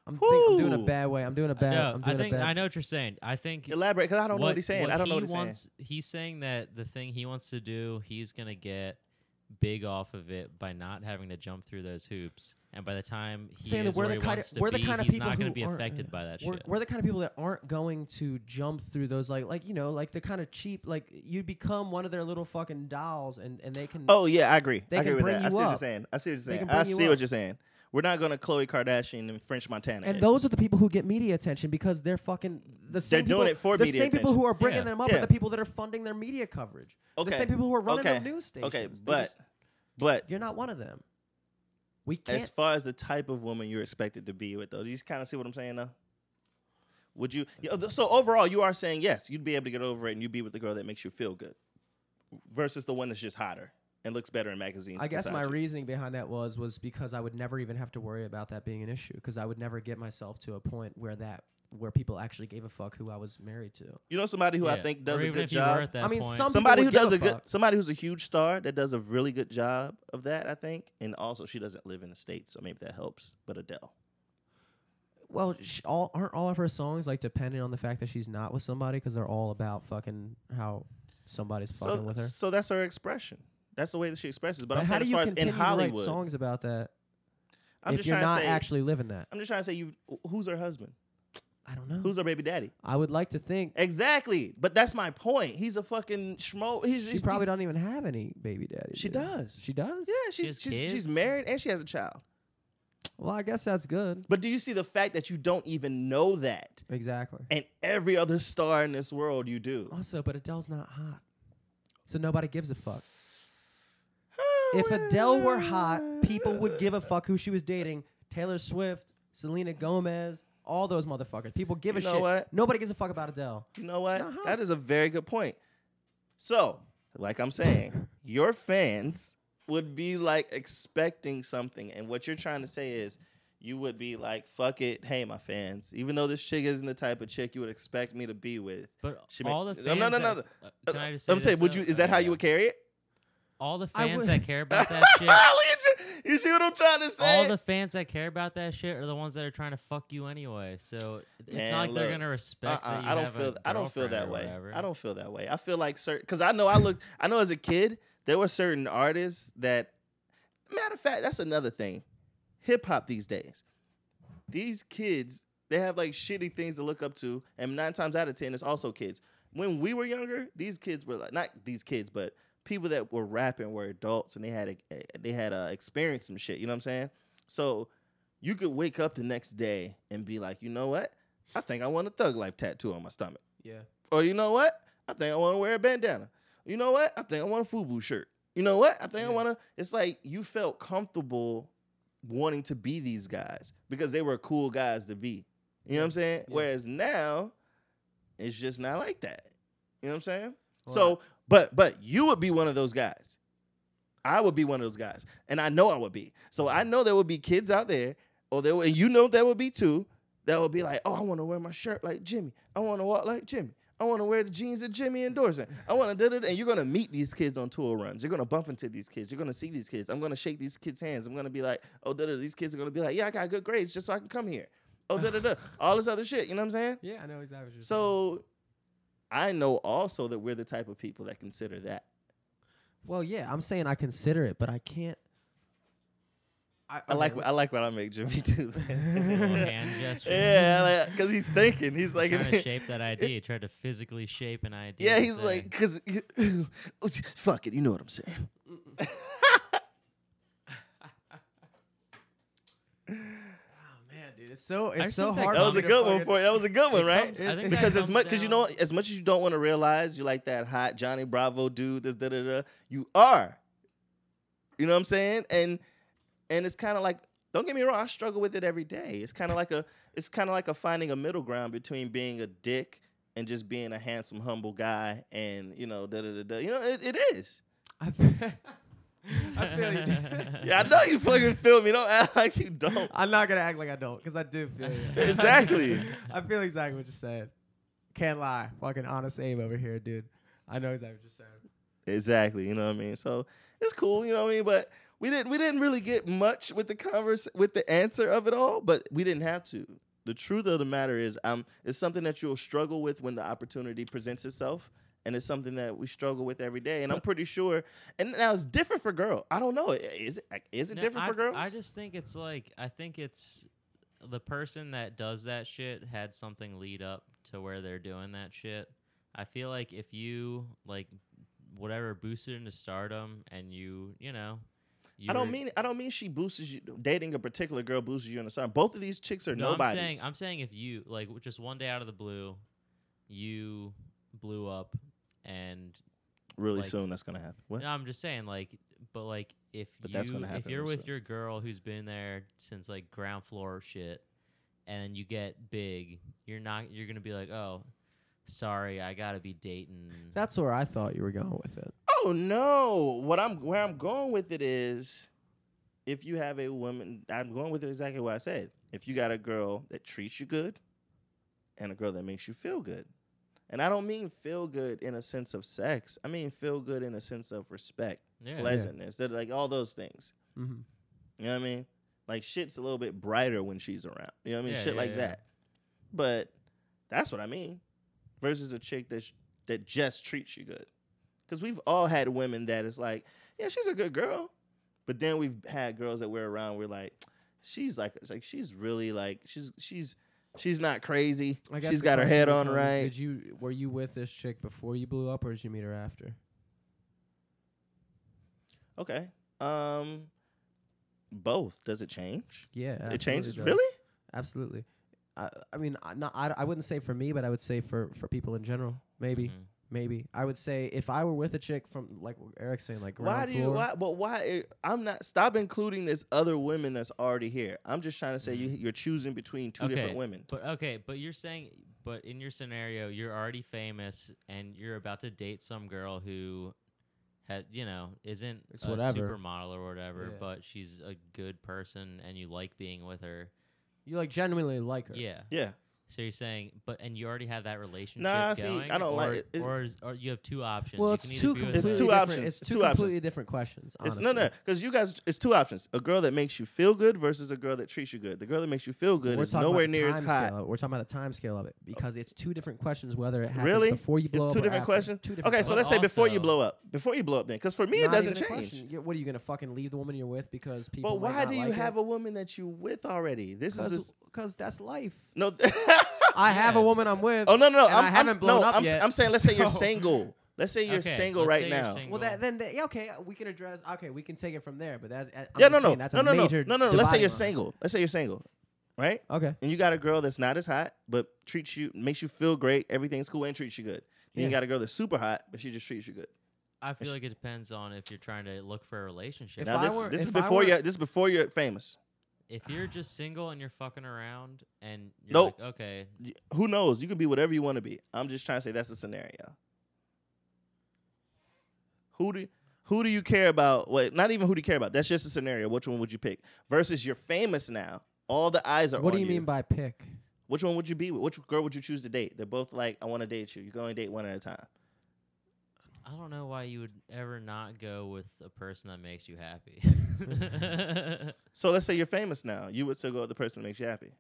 I'm, think, I'm doing a
Whew.
bad way. I'm doing a bad.
no,
I'm
I
doing
think
a bad.
I know what you're saying. I think
Elaborate, because I don't know what he's saying. I don't know
he
what he's
wants, He's saying that the thing he wants to do, he's gonna get big off of it by not having to jump through those hoops. And by the time he
saying that
is
we're
where
the
he
kind of
wants to
we're
be,
the kind of
he's
people
not
who
gonna be
aren't-
affected by that
we're,
shit.
We're the kind of people that aren't going to jump through those like like you know like the kind of cheap like you become one of their little fucking dolls and and they can
saying. Oh yeah, I agree.
They
I
can
agree
bring
with that. I
you
see what you're
up.
saying. I see what you're
They can
saying.
bring
I
you
see
up.
what you're saying. We're not gonna Khloe Kardashian and French Montana.
and
it.
those are the people who get media attention because they're fucking the same
doing
people,
it for
the
media
same people who
attention.
are bringing
Yeah.
them up are
Yeah.
the people that are funding their media coverage
okay.
the same people who are running
okay.
the news stations
Okay,
They
but
just-
but
you're not one of them we can't
as far as the type of woman you're expected to be with, though, do you kind of see what I'm saying, though? Would you? yeah, th- So overall, you are saying yes, you'd be able to get over it, and you'd be with the girl that makes you feel good, versus the one that's just hotter and looks better in magazines.
I guess
beside
my
you.
reasoning behind that was was because I would never even have to worry about that being an issue because I would never get myself to a point where that where people actually gave a fuck who I was married to.
you know somebody who I
Yeah.
think
Or
does a
even
good
if you were
job.
at that
I mean,
point,
some-
Somebody who
people would
does a
give a
good,
fuck.
somebody who's a huge star that does a really good job of that, I think, and also she doesn't live in the states, so maybe that helps. But Adele,
Well, sh- all aren't all of her songs like dependent on the fact that she's not with somebody because they're all about fucking how somebody's fucking
so
with her.
so that's her expression. That's the way that she expresses. But, I'm
how
saying
do
as
you
far as in
continue to
Hollywood,
write songs about that
I'm
if
just
you're
trying
not
to say,
actually living that?
I'm just trying to say, you who's her husband?
I don't know.
Who's her baby daddy?
I would like to think
Exactly. But that's my point. He's a fucking schmo. He's,
she
he's-
probably doesn't even have any baby daddy.
She
dude.
does.
She does.
Yeah,
has
she's she's, she's
kids?
married and she has a child.
Well, I guess that's good.
But do you see the fact that you don't even know that?
Exactly.
And every other star in this world, you do.
Also, but Adele's not hot. So nobody gives a fuck. If Adele were hot, people would give a fuck who she was dating. Taylor Swift, Selena Gomez, all those motherfuckers. People give a
You know
shit.
what?
Nobody gives a fuck about Adele.
You know what?
not hot.
That is a very good point. So, like I'm saying, your fans would be like expecting something, and what you're trying to say is you would be like, "Fuck it, hey, my fans." Even though this chick isn't the type of chick you would expect me to be with,
But
She
all
make-
the
No,
fans.
no, no,
that-
no.
uh, Can I just say
I'm saying,
this,
would you?
though?
Is that
Oh,
how
yeah.
you would carry it?
All the
I
fans
would-
that care about that shit.
you see what I'm trying to say?
all the fans that care about that shit are the ones that are trying to fuck you anyway. So it's
Man,
not like they're
look,
gonna respect.
Uh-uh,
that you
I don't
have a
feel. I don't feel
girlfriend
that
or
way.
whatever.
I don't feel that way. I feel like certain because I know I looked. I know as a kid there were certain artists that. Matter of fact, that's another thing. Hip hop these days, these kids they have like shitty things to look up to, and nine times out of ten it's also kids. When we were younger, these kids were like not these kids, but people that were rapping were adults and they had a, they had uh, experienced some shit. You know what I'm saying? So you could wake up the next day and be like, you know what? I think I want a thug life tattoo on my stomach.
Yeah.
Or you know what? I think I want to wear a bandana. You know what? I think I want a FUBU shirt. You know what? I think I
Yeah.
want to. It's like you felt comfortable wanting to be these guys because they were cool guys to be. You know what I'm saying?
Yeah.
Whereas now, it's just not like that. You know what I'm saying?
Well,
so, but but you would be one of those guys. I would be one of those guys, and I know I would be. So I know there would be kids out there, or there, would- and you know there would be too. That would be like, oh, I want to wear my shirt like Jimmy. I want to walk like Jimmy. I want to wear the jeans that Jimmy endorsing. I want to da da. And you're gonna meet these kids on tour runs. You're gonna bump into these kids. You're gonna see these kids. I'm gonna shake these kids' hands. I'm gonna be like, oh da da. These kids are gonna be like, yeah, I got good grades just so I can come here. Oh da da da. All this other shit. You know what I'm saying?
Yeah, I know exactly what you're saying.
So I know also that we're the type of people that consider that.
Well, yeah, I'm saying I consider it, but I can't.
I like
okay,
I like when I make Jimmy do that.
Little hand gesture.
yeah, because he's thinking. He's like,
Trying to shape that idea. Tried to physically shape an idea.
yeah,
and
he's
say,
like, because fuck it, you know what I'm saying.
Oh, man, dude, it's so
I
it's
just
so
think that
hard.
That was
me
a
to
good one
fucking-
for you. That was a good one, right?
I think that
because as
comes
much because you
down-
know as much as you don't want to realize you like that hot Johnny Bravo dude this da da da you are you know what I'm saying and and it's kind of like don't get me wrong I struggle with it every day it's kind of like a it's kind of like a finding a middle ground between being a dick and just being a handsome humble guy and you know da da da da you know it, it is
I feel, I feel you. dude.
yeah I know you fucking feel me don't act like you don't
I'm not gonna act like I don't, because I do feel you.
exactly
I feel exactly what you're saying. Can't lie, fucking honest aim over here, dude. I know exactly what you're saying.
Exactly. You know what I mean? So it's cool, you know what I mean? But we didn't we didn't really get much with the converse with the answer of it all, but we didn't have to. The truth of the matter is, um, it's something that you'll struggle with when the opportunity presents itself. And it's something that we struggle with every day. And I'm pretty sure and now it's different for girl. I don't know. Is it is it
No,
different
I,
for girls?
I just think it's like I think it's the person that does that shit had something lead up to where they're doing that shit. I feel like if you like whatever boosted into stardom and you you know you
I don't
were-
mean I don't mean she boosts you dating a particular girl boosts you in the sun. Both of these chicks are
No,
nobodies.
I'm saying I'm saying if you like w- just one day out of the blue, you blew up, and
really
like-
soon that's gonna happen. What?
no, I'm just saying like, but like if
But
you
that's gonna
if
happen
you're with
also.
your girl who's been there since like ground floor shit, and you get big, you're not you're gonna be like oh. Sorry, I gotta be dating.
That's where I thought you were going with it.
Oh no! What I'm where I'm going with it is, if you have a woman, I'm going with it exactly what I said. If you got a girl that treats you good, and a girl that makes you feel good, and I don't mean feel good in a sense of sex. I mean feel good in a sense of respect,
yeah.
pleasantness, that like all those things.
Mm-hmm.
You know what I mean? Like shit's a little bit brighter when she's around. You know what I mean?
Yeah,
Shit
yeah,
like
yeah.
that. But that's what I mean. Versus a chick that sh- that just treats you good. Cause we've all had women that is like, yeah, she's a good girl. But then we've had girls that we're around, we're like, she's like it's like she's really like she's she's she's not crazy. She's got her head on right.
um, Did you were you with this chick before you blew up, or did you meet her after?
okay. Um both. Does it change?
Yeah, absolutely
it changes.
does.
Really?
Absolutely. I, I mean, I, not, I, I wouldn't say for me, but I would say for, for people in general. Maybe,
Mhm.
maybe. I would say if I were with a chick from, like Eric's saying, like,
Why
ground
do you?
floor-
Why? But why? eh, I'm not. Stop including this other women that's already here. I'm just trying to say you,
Mm-hmm.
you're choosing between two different
Okay,
women.
But okay, but you're saying, but in your scenario, you're already famous and you're about to date some girl who ha you know isn't
It's
a
whatever.
supermodel or whatever,
Yeah.
but she's a good person and you like being with her.
You like genuinely like her.
Yeah.
Yeah.
So you're saying, but and you already have that relationship
Nah, see,
going.
I don't
or,
like it. It's-
Or, is, or you have two options.
Well,
You
it's
can either
two
be with
completely
a-
two
different-
options.
It's
Two
two completely
options.
different questions.
It's
Honestly.
no, no, because you guys, it's two options: a girl that makes you feel good versus a girl that treats you good. The girl that makes you feel good
We're
is
talking
nowhere
about the
near as
time
hot.
Scale of it. We're talking about the time scale of it because it's two different questions. Whether it happens
Really?
before you blow
it's
up,
two
or
different
after.
questions.
Two different
okay, so
questions.
let's say before you
also-
blow up. Before you blow up, then, because for me
Not
it doesn't
even a
change.
question. You- What are you gonna fucking leave the woman you're with because people?
But
might
why
not
do you
like
have a woman that you with already? This is
Because
just,
that's life.
no.
I have a
Yeah.
woman I'm with.
oh no, no, no!
and
I'm,
I haven't
I'm-
blown
no,
up
I'm, s-
yet,
I'm saying, let's say you're
so-
single. Let's say you're
Okay,
single
let's
right
say you're
now.
single.
Well, that, then the, yeah, okay, we can address. Okay, we can take it from there. But that's I'm
Yeah,
just
no, no,
saying, that's
no,
a
no, no,
major
no, no. Let's say
dividing
you're
line.
single. Let's say you're single, right?
Okay,
and you got a girl that's not as hot, but treats you, makes you feel great, everything's cool, and treats you good. Then you
Yeah.
got a girl that's super hot, but she just treats you good.
I feel like it depends on if you're trying to look for a relationship.
If
now
I
this,
were-
this is
if I
before
were-
you. This is before you're famous.
if you're just single and you're fucking around and you're
Nope.
like, okay,
Y- Who knows? You can be whatever you want to be. I'm just trying to say that's a scenario. Who do who do you care about? Wait, not even who do you care about. That's just a scenario. Which one would you pick? Versus you're famous now. All the eyes are
what do
on
you mean by pick?
Which one would you be with? Which girl would you choose to date? They're both like, I want to date you. You can only date one at a time.
I don't know why you would ever not go with a person that makes you happy.
So let's say you're famous now. You would still go with the person that makes you happy.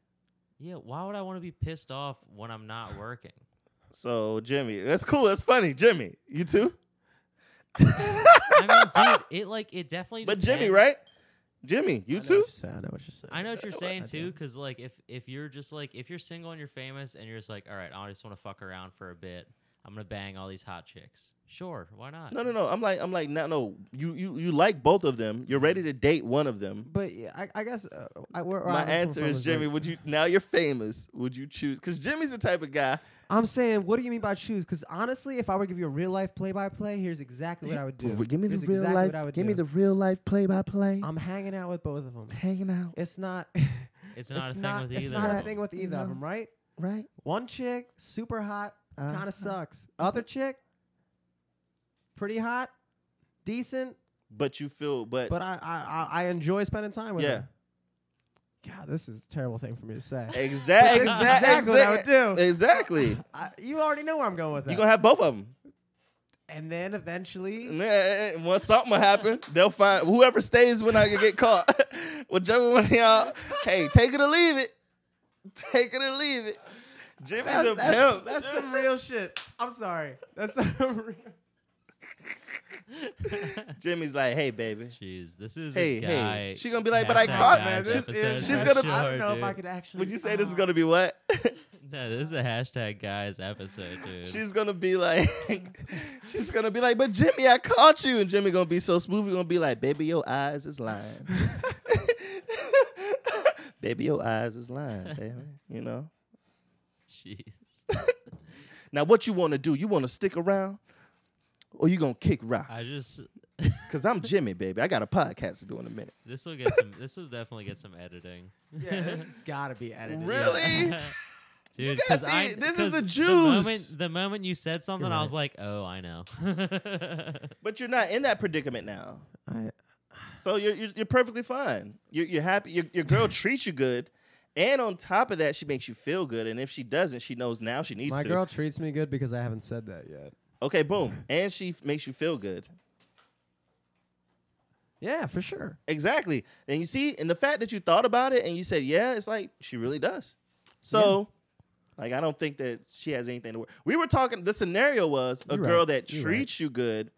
yeah, why would I want to be pissed off when I'm not working?
So Jimmy, that's cool. That's funny, Jimmy. You too,
I mean, dude, it like it definitely.
but Jimmy,
depends.
right? Jimmy, you
I know
too.
what you're saying, I know what you're saying.
I know what you're saying
I
too,
do.
because like if if you're just like if you're single and you're famous and you're just like, all right, I just want to fuck around for a bit. I'm gonna bang all these hot chicks. Sure, why not?
No, no, no. I'm like, I'm like, no, no. You, you, you like both of them. You're ready to date one of them.
But yeah, I, I guess uh, I, where, where I
My
was coming
answer
from
is
was,
Jimmy.
like,
Would you now? You're famous. Would you choose? Because Jimmy's the type of guy.
I'm saying, what do you mean by choose? Because honestly, if I were to give you a real life play by play, here's exactly what I would do. Here's exactly What I would do.
real life play by play.
I'm hanging out with both of them.
hanging out,
It's not.
It's not a thing with
It's
either
not
of
a
them.
thing with either
No.
of them, right?
right?
One chick, super hot, kind
Uh-huh.
of sucks. Other chick, pretty hot, decent,
But you feel, but,
but I I, I I enjoy spending time with
Yeah.
her. God, this is a terrible thing for me to say. But
exactly,
this is exactly what I would do.
Exactly. You're
I, you already know where I'm going with that.
gonna Mm, have both of them.
and then eventually,
And then, and once something will happen, they'll find whoever stays when I get caught. Whichever one of y'all, hey, take it or leave it. Take it or leave it. Jimmy's
that's,
a
that's,
pimp.
that's some real shit. I'm sorry. That's some real.
Jimmy's like, hey, baby.
Jeez, this is
Hey,
a
guy,
guy.
hey. She gonna be like, but I
That's that
caught
guy's
man.
This
episode
is-
she's
for
gonna-
I
sure,
don't know if I
dude.
could actually.
Would you say this is
oh.
gonna be what?
No, this is a hashtag guys episode, dude.
she's gonna be like, she's gonna be like, but Jimmy, I caught you. And Jimmy gonna be so smooth, he gonna be like, baby, your eyes is lying. baby, your eyes is lying, baby. You know?
Jeez.
Now, what you want to do? You want to stick around, or you gonna kick rocks?
I just
cause I'm Jimmy, baby. I got a podcast to do in a minute.
this will get some. This will definitely get some editing.
Yeah, this has got to be edited.
Really?
Dude,
gotta
'cause
see,
I-
this is
'cause
the
The moment,
juice.
the moment you said something,
You're
I was like, "Oh, I know."
But you're not in that predicament now,
I,
so you're you're, you're perfectly fine. You're, you're happy. Your, your girl treats you good, and on top of that, she makes you feel good. And if she doesn't, she knows now she needs
my
to.
girl treats me good because I haven't said that yet.
Okay, boom, and she f- makes you feel good.
Yeah, for sure.
Exactly. And you see, and the fact that you thought about it and you said, yeah, it's like she really does. So, like, I don't think that she has anything to worry. We were talking, the scenario was a
You're
girl
right.
that
You're right.
treats you good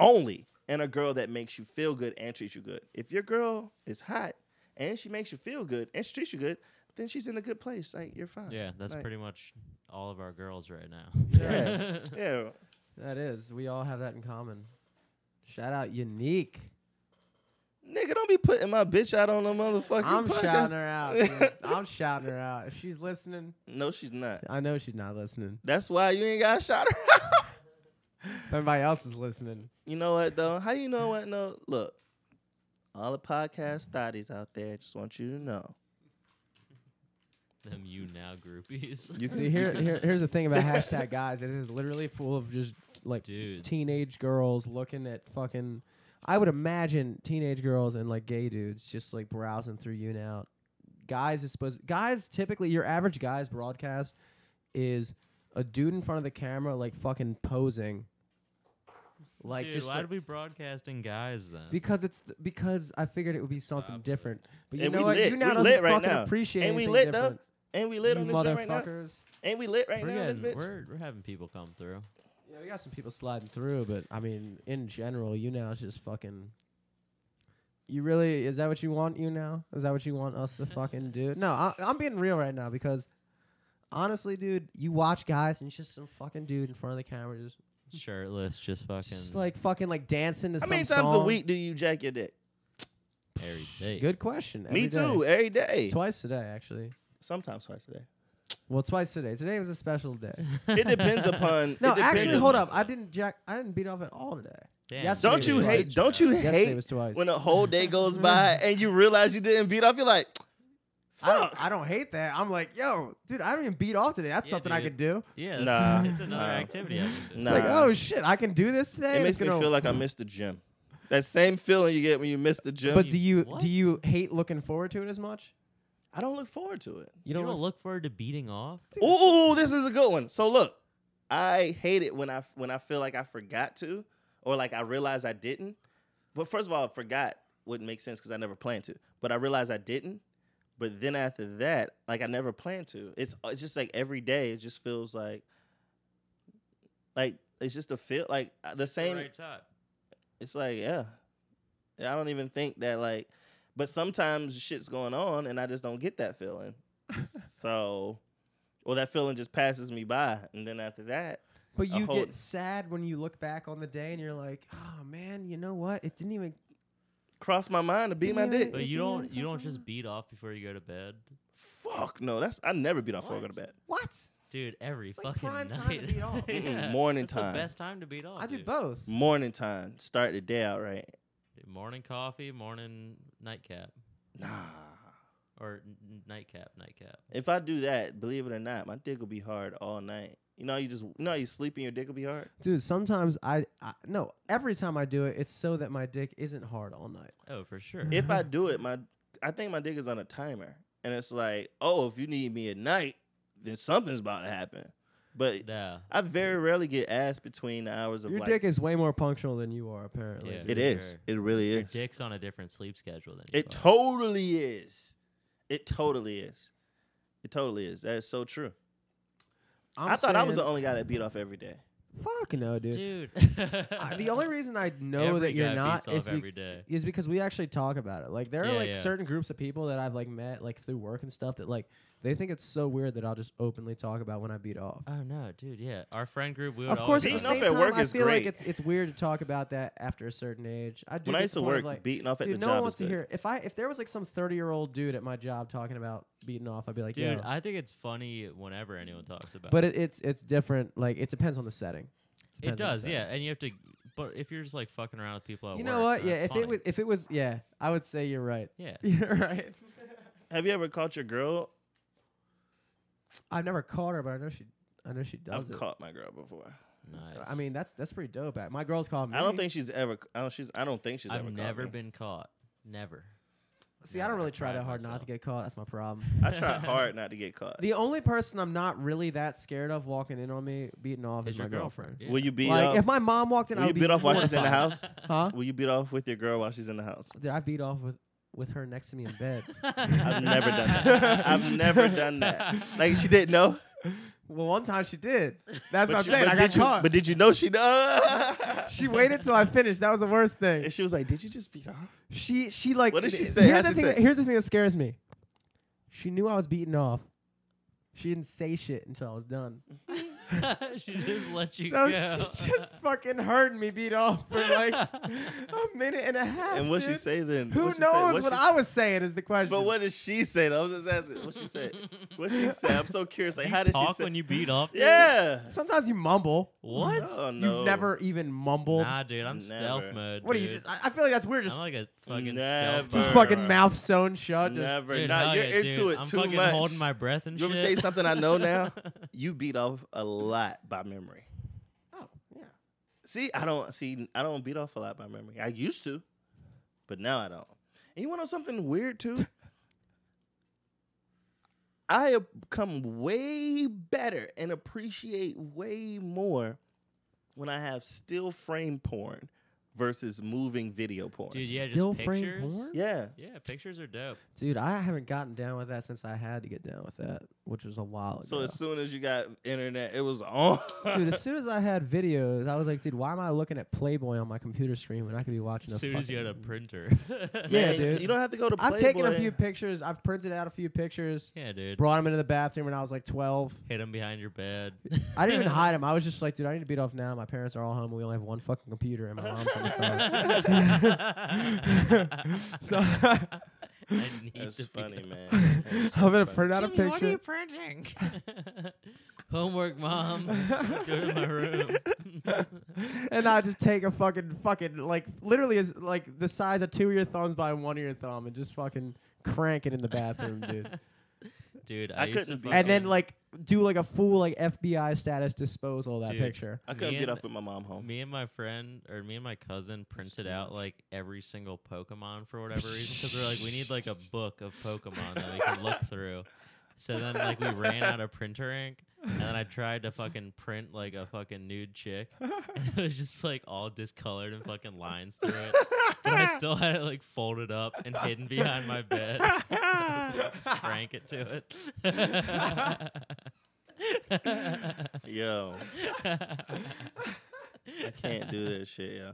only and a girl that makes you feel good and treats you good. If your girl is hot and she makes you feel good and she treats you good, then she's in a good place. Like, you're fine.
yeah, that's
Like,
pretty much all of our girls right now.
Yeah. Yeah.
That is. We all have that in common. Shout out Unique.
Nigga, don't be putting my bitch out on a motherfucking
I'm
podcast.
shouting her out. dude. I'm shouting her out. If she's listening,
No, she's not.
I know she's not listening.
That's why you ain't got shot her out.
If everybody else is listening.
You know what though? How you know what? No, look, all the podcast thotties out there, just want you to know.
Them you now groupies.
You
See, here, here, here's the thing about hashtag guys. It is literally full of just like
Dudes.
teenage girls looking at fucking. I would imagine teenage girls and like gay dudes just like browsing through you now. Guys is supposed. Guys typically your average guy's broadcast is a dude in front of the camera like fucking posing. Like
Dude,
just
why
like-
are we broadcasting guys then?
because it's th- because I figured it would be something
Stop it.
different. But you
And
know
we
what?
lit.
You now
We
doesn't
lit right
fucking
now.
appreciate
And we
anything
lit, though.
different.
Ain't we lit
you
on this shit right now?
motherfuckers.
Ain't we lit right
we're,
now, in this
getting,
bitch?
we're we're having people come through.
Yeah, we got some people sliding through, but I mean, in general, you now is just fucking. You really is that what you want? You now is that what you want us to fucking do? No, I, I'm being real right now because honestly, dude, you watch guys and it's just some fucking dude in front of the camera just,
Shirtless, just fucking
just like fucking like dancing to
How
some
many times
song.
a week do you jack your dick?
every day.
Good question.
Me
Every day.
too, every day.
Twice a day, actually.
Sometimes twice a day.
Well, twice today. Today was a special day.
It depends upon.
No,
it depends
actually,
on-
hold up. I didn't jack. I didn't beat off at all today.
Damn,
Yesterday
Don't you
was
hate?
twice.
Don't you
Yesterday
hate
was twice.
when a whole day goes by and you realize you didn't beat off? You're like,
I don't,
fuck.
I don't hate that. I'm like, yo, dude, I don't even beat off today. That's
Yeah,
something I
dude.
could do.
Yeah,
Nah,
that's- it's another
nah.
activity. I can do.
It's like,
Nah.
oh shit, I can do this today.
It
It's
makes me
gonna-
feel like I missed the gym. That same feeling you get when you miss the gym.
But do you
What?
do you hate looking forward to it as much?
I don't look forward to it.
you don't, look forward to beating off.
Dude, it's-
Ooh, this is a good one. So look, I hate it when I when I feel like I forgot to, or like I realize I didn't. But first of all, forgot wouldn't make sense because I never planned to. But I realized I didn't. But then after that, like I never planned to. It's it's just like every day. It just feels like, like it's just a feel like uh, the same.
Right top.
It's like yeah, I don't even think that like. But sometimes shit's going on and I just don't get that feeling. so, or that feeling just passes me by, and then after that,
But
a
you
whole-
get sad when you look back on the day and you're like, oh man, you know what? It didn't even.
cross my mind to beat my dick.
But
If
you
you wanna
don't you
cross
don't
my
just beat off before you go to bed,
Fuck no, that's I never beat off before I go to
What?
bed.
What?
dude. Every
It's like
fucking
prime
night.
time to beat off.
Mm-mm,
Yeah,
morning
that's
time.
The best time to beat off.
I do
dude.
both.
Morning time, start the day out right.
Dude, Morning coffee, morning nightcap,
Nah,
or n- n- nightcap, nightcap.
if I do that, believe it or not, my dick will be hard all night. You know, how you just you know how you sleep and your dick will be hard.
Dude, sometimes I, I no. Every time I do it, it's so that my dick isn't hard all night.
Oh, for sure.
If
Mm-hmm.
I do it, my I think my dick is on a timer, and it's like, oh, if you need me at night, then something's about to happen. But
no.
I very rarely get asked between the hours of
Your
like
dick is way
s-
more punctual than you are apparently.
Yeah.
dude.
It
for
is.
sure.
It really
Your
is.
dick's on a different sleep schedule than you
It
are.
totally is. It totally is. It totally is. That is so true. i
I'm
thought I was the
saying,
only guy that beat off every day.
fuck no, dude.
dude.
I- the only reason I know
Every
that you're
guy
not
beats off
is, be-
every day.
is because we actually talk about it. Like there are
Yeah,
like
yeah.
certain groups of people that I've like met like through work and stuff that like they think it's so weird that I'll just openly talk about when I beat off.
Oh no, dude. Yeah, our friend group. We would
Of course, at the
always
Beating
same
off
time,
at work
I
is
feel like
great.
it's it's weird to talk about that after a certain age. I do
When
get
I used
the
to
point
work,
of, like,
beating off at
dude,
the
no
job
one
is
wants to
good.
hear. If I if there was like some thirty year old dude at my job talking about beating off, I'd be like,
Dude,
"Yo."
I think it's funny whenever anyone talks about
but
it.
it, it's it's different. Like it depends on the setting.
It,
Depends on the
does,
setting.
yeah. And you have to, but if you're just like fucking around with people at
You
work,
know what?
then
Yeah,
it's
if
funny.
it was if it was yeah, I would say you're right.
yeah,
You're right.
Have you ever caught your girl?
I've never caught her, but I know she I know she does
I've
it.
caught my girl before.
nice.
I mean, that's that's pretty dope. At my girl's called me.
I don't think she's ever. I don't. She's. I don't think she's ever.
I've
caught
never
me.
been caught, never.
See, I don't really try
Pride
that hard not
myself.
to get caught. That's my problem.
I try hard not to get caught.
the only person I'm not really that scared of walking in on me beating off is,
Is
my
your girlfriend?
Will you beat
Like
off?
if my mom walked in,
will
I
you
would
beat
be
off while she's in the
mortified.
house?
Huh?
Will you beat off with your girl while she's in the house?
Dude, I beat off with with her next to me in bed.
I've never done that. I've never done that. Like she didn't know.
well, one time she did. That's what I'm
you-
saying. I
did
got
you,
caught.
But did you know she? Uh,
she waited till I finished. That was the worst thing.
and she was like, "Did you just beat off?"
She she like.
What did she
th-
say?
Here's
How'd
the
she
thing.
say?
That, here's the thing that scares me. She knew I was beaten off. She didn't say shit until I was done.
she just let you
so
go.
she just fucking heard me beat off for like a minute and a half.
And what she
dude.
say then?
Who
What'd she say?
knows
What'd
what
she
I was saying is the question.
But what did she say? though? I was just asking. What she said? What she said? I'm so curious. Like, how did she
talk
say?
when you beat off? dude?
yeah.
Sometimes you mumble.
What?
Oh no.
You've never even mumbled.
Nah, dude. I'm
Never.
stealth mode.
what are you
dude.
just? I, I feel like that's weird. Just,
I'm like a fucking
Never.
stealth.
just
mode.
fuck-
fucking mouth sewn shut. just-
Never.
Dude,
nah,
hell
you're
yeah,
into
dude.
it
I'm
too
fucking
much.
holding my breath and
you want me
shit.
to tell you something I know now? you beat off a lot by memory.
Oh yeah.
See, I don't see. I don't beat off a lot by memory. I used to, but now I don't. And you want to know something weird too? I have come way better and appreciate way more when I have still frame porn versus moving video porn.
Dude, yeah,
Still
just
frame
pictures.
porn?
Yeah.
Yeah, pictures are dope.
Dude, I haven't gotten down with that since I had to get down with that, which was a while ago.
So as soon as you got internet, it was on.
dude, as soon as I had videos, I was like, dude, why am I looking at Playboy on my computer screen when I could be watching?
As
a
soon as you had a
fucking-
printer.
Yeah,
you-
dude.
You don't have to go to.
I've taken a
Playboy.
few pictures. I've printed out a few pictures.
yeah, dude.
Brought them into the bathroom when I was like 12.
Hit them behind your bed.
I didn't even hide them. I was just like, dude, I need to beat off now. My parents are all home. We only have one fucking computer, and my mom's on the phone. so
I need
That's
to be
funny,
up.
man. That's so
I'm gonna
funny.
print out a
Jimmy, What are
picture.
you printing? Homework, mom. Do it in my room.
and I just take a fucking fucking like literally is like the size of two of your thumbs by one of your thumb and just fucking crank it in the bathroom, dude.
Dude, I,
I
used to
couldn't be-
and then
fucking-
like do like a full like FBI status disposal of that
Dude.
picture.
I couldn't
Me
get
and-
off with my mom home.
me and my friend or me and my cousin printed
too
out
much.
like every single Pokemon for whatever reason because we're like we need like a book of Pokemon that we can look through. So then like we ran out of printer ink and then I tried to fucking print like a fucking nude chick and it was just like all discolored and fucking lines through it. But I still had it like folded up and hidden behind my bed. just crank it to it.
Yo, I can't do this shit, yo.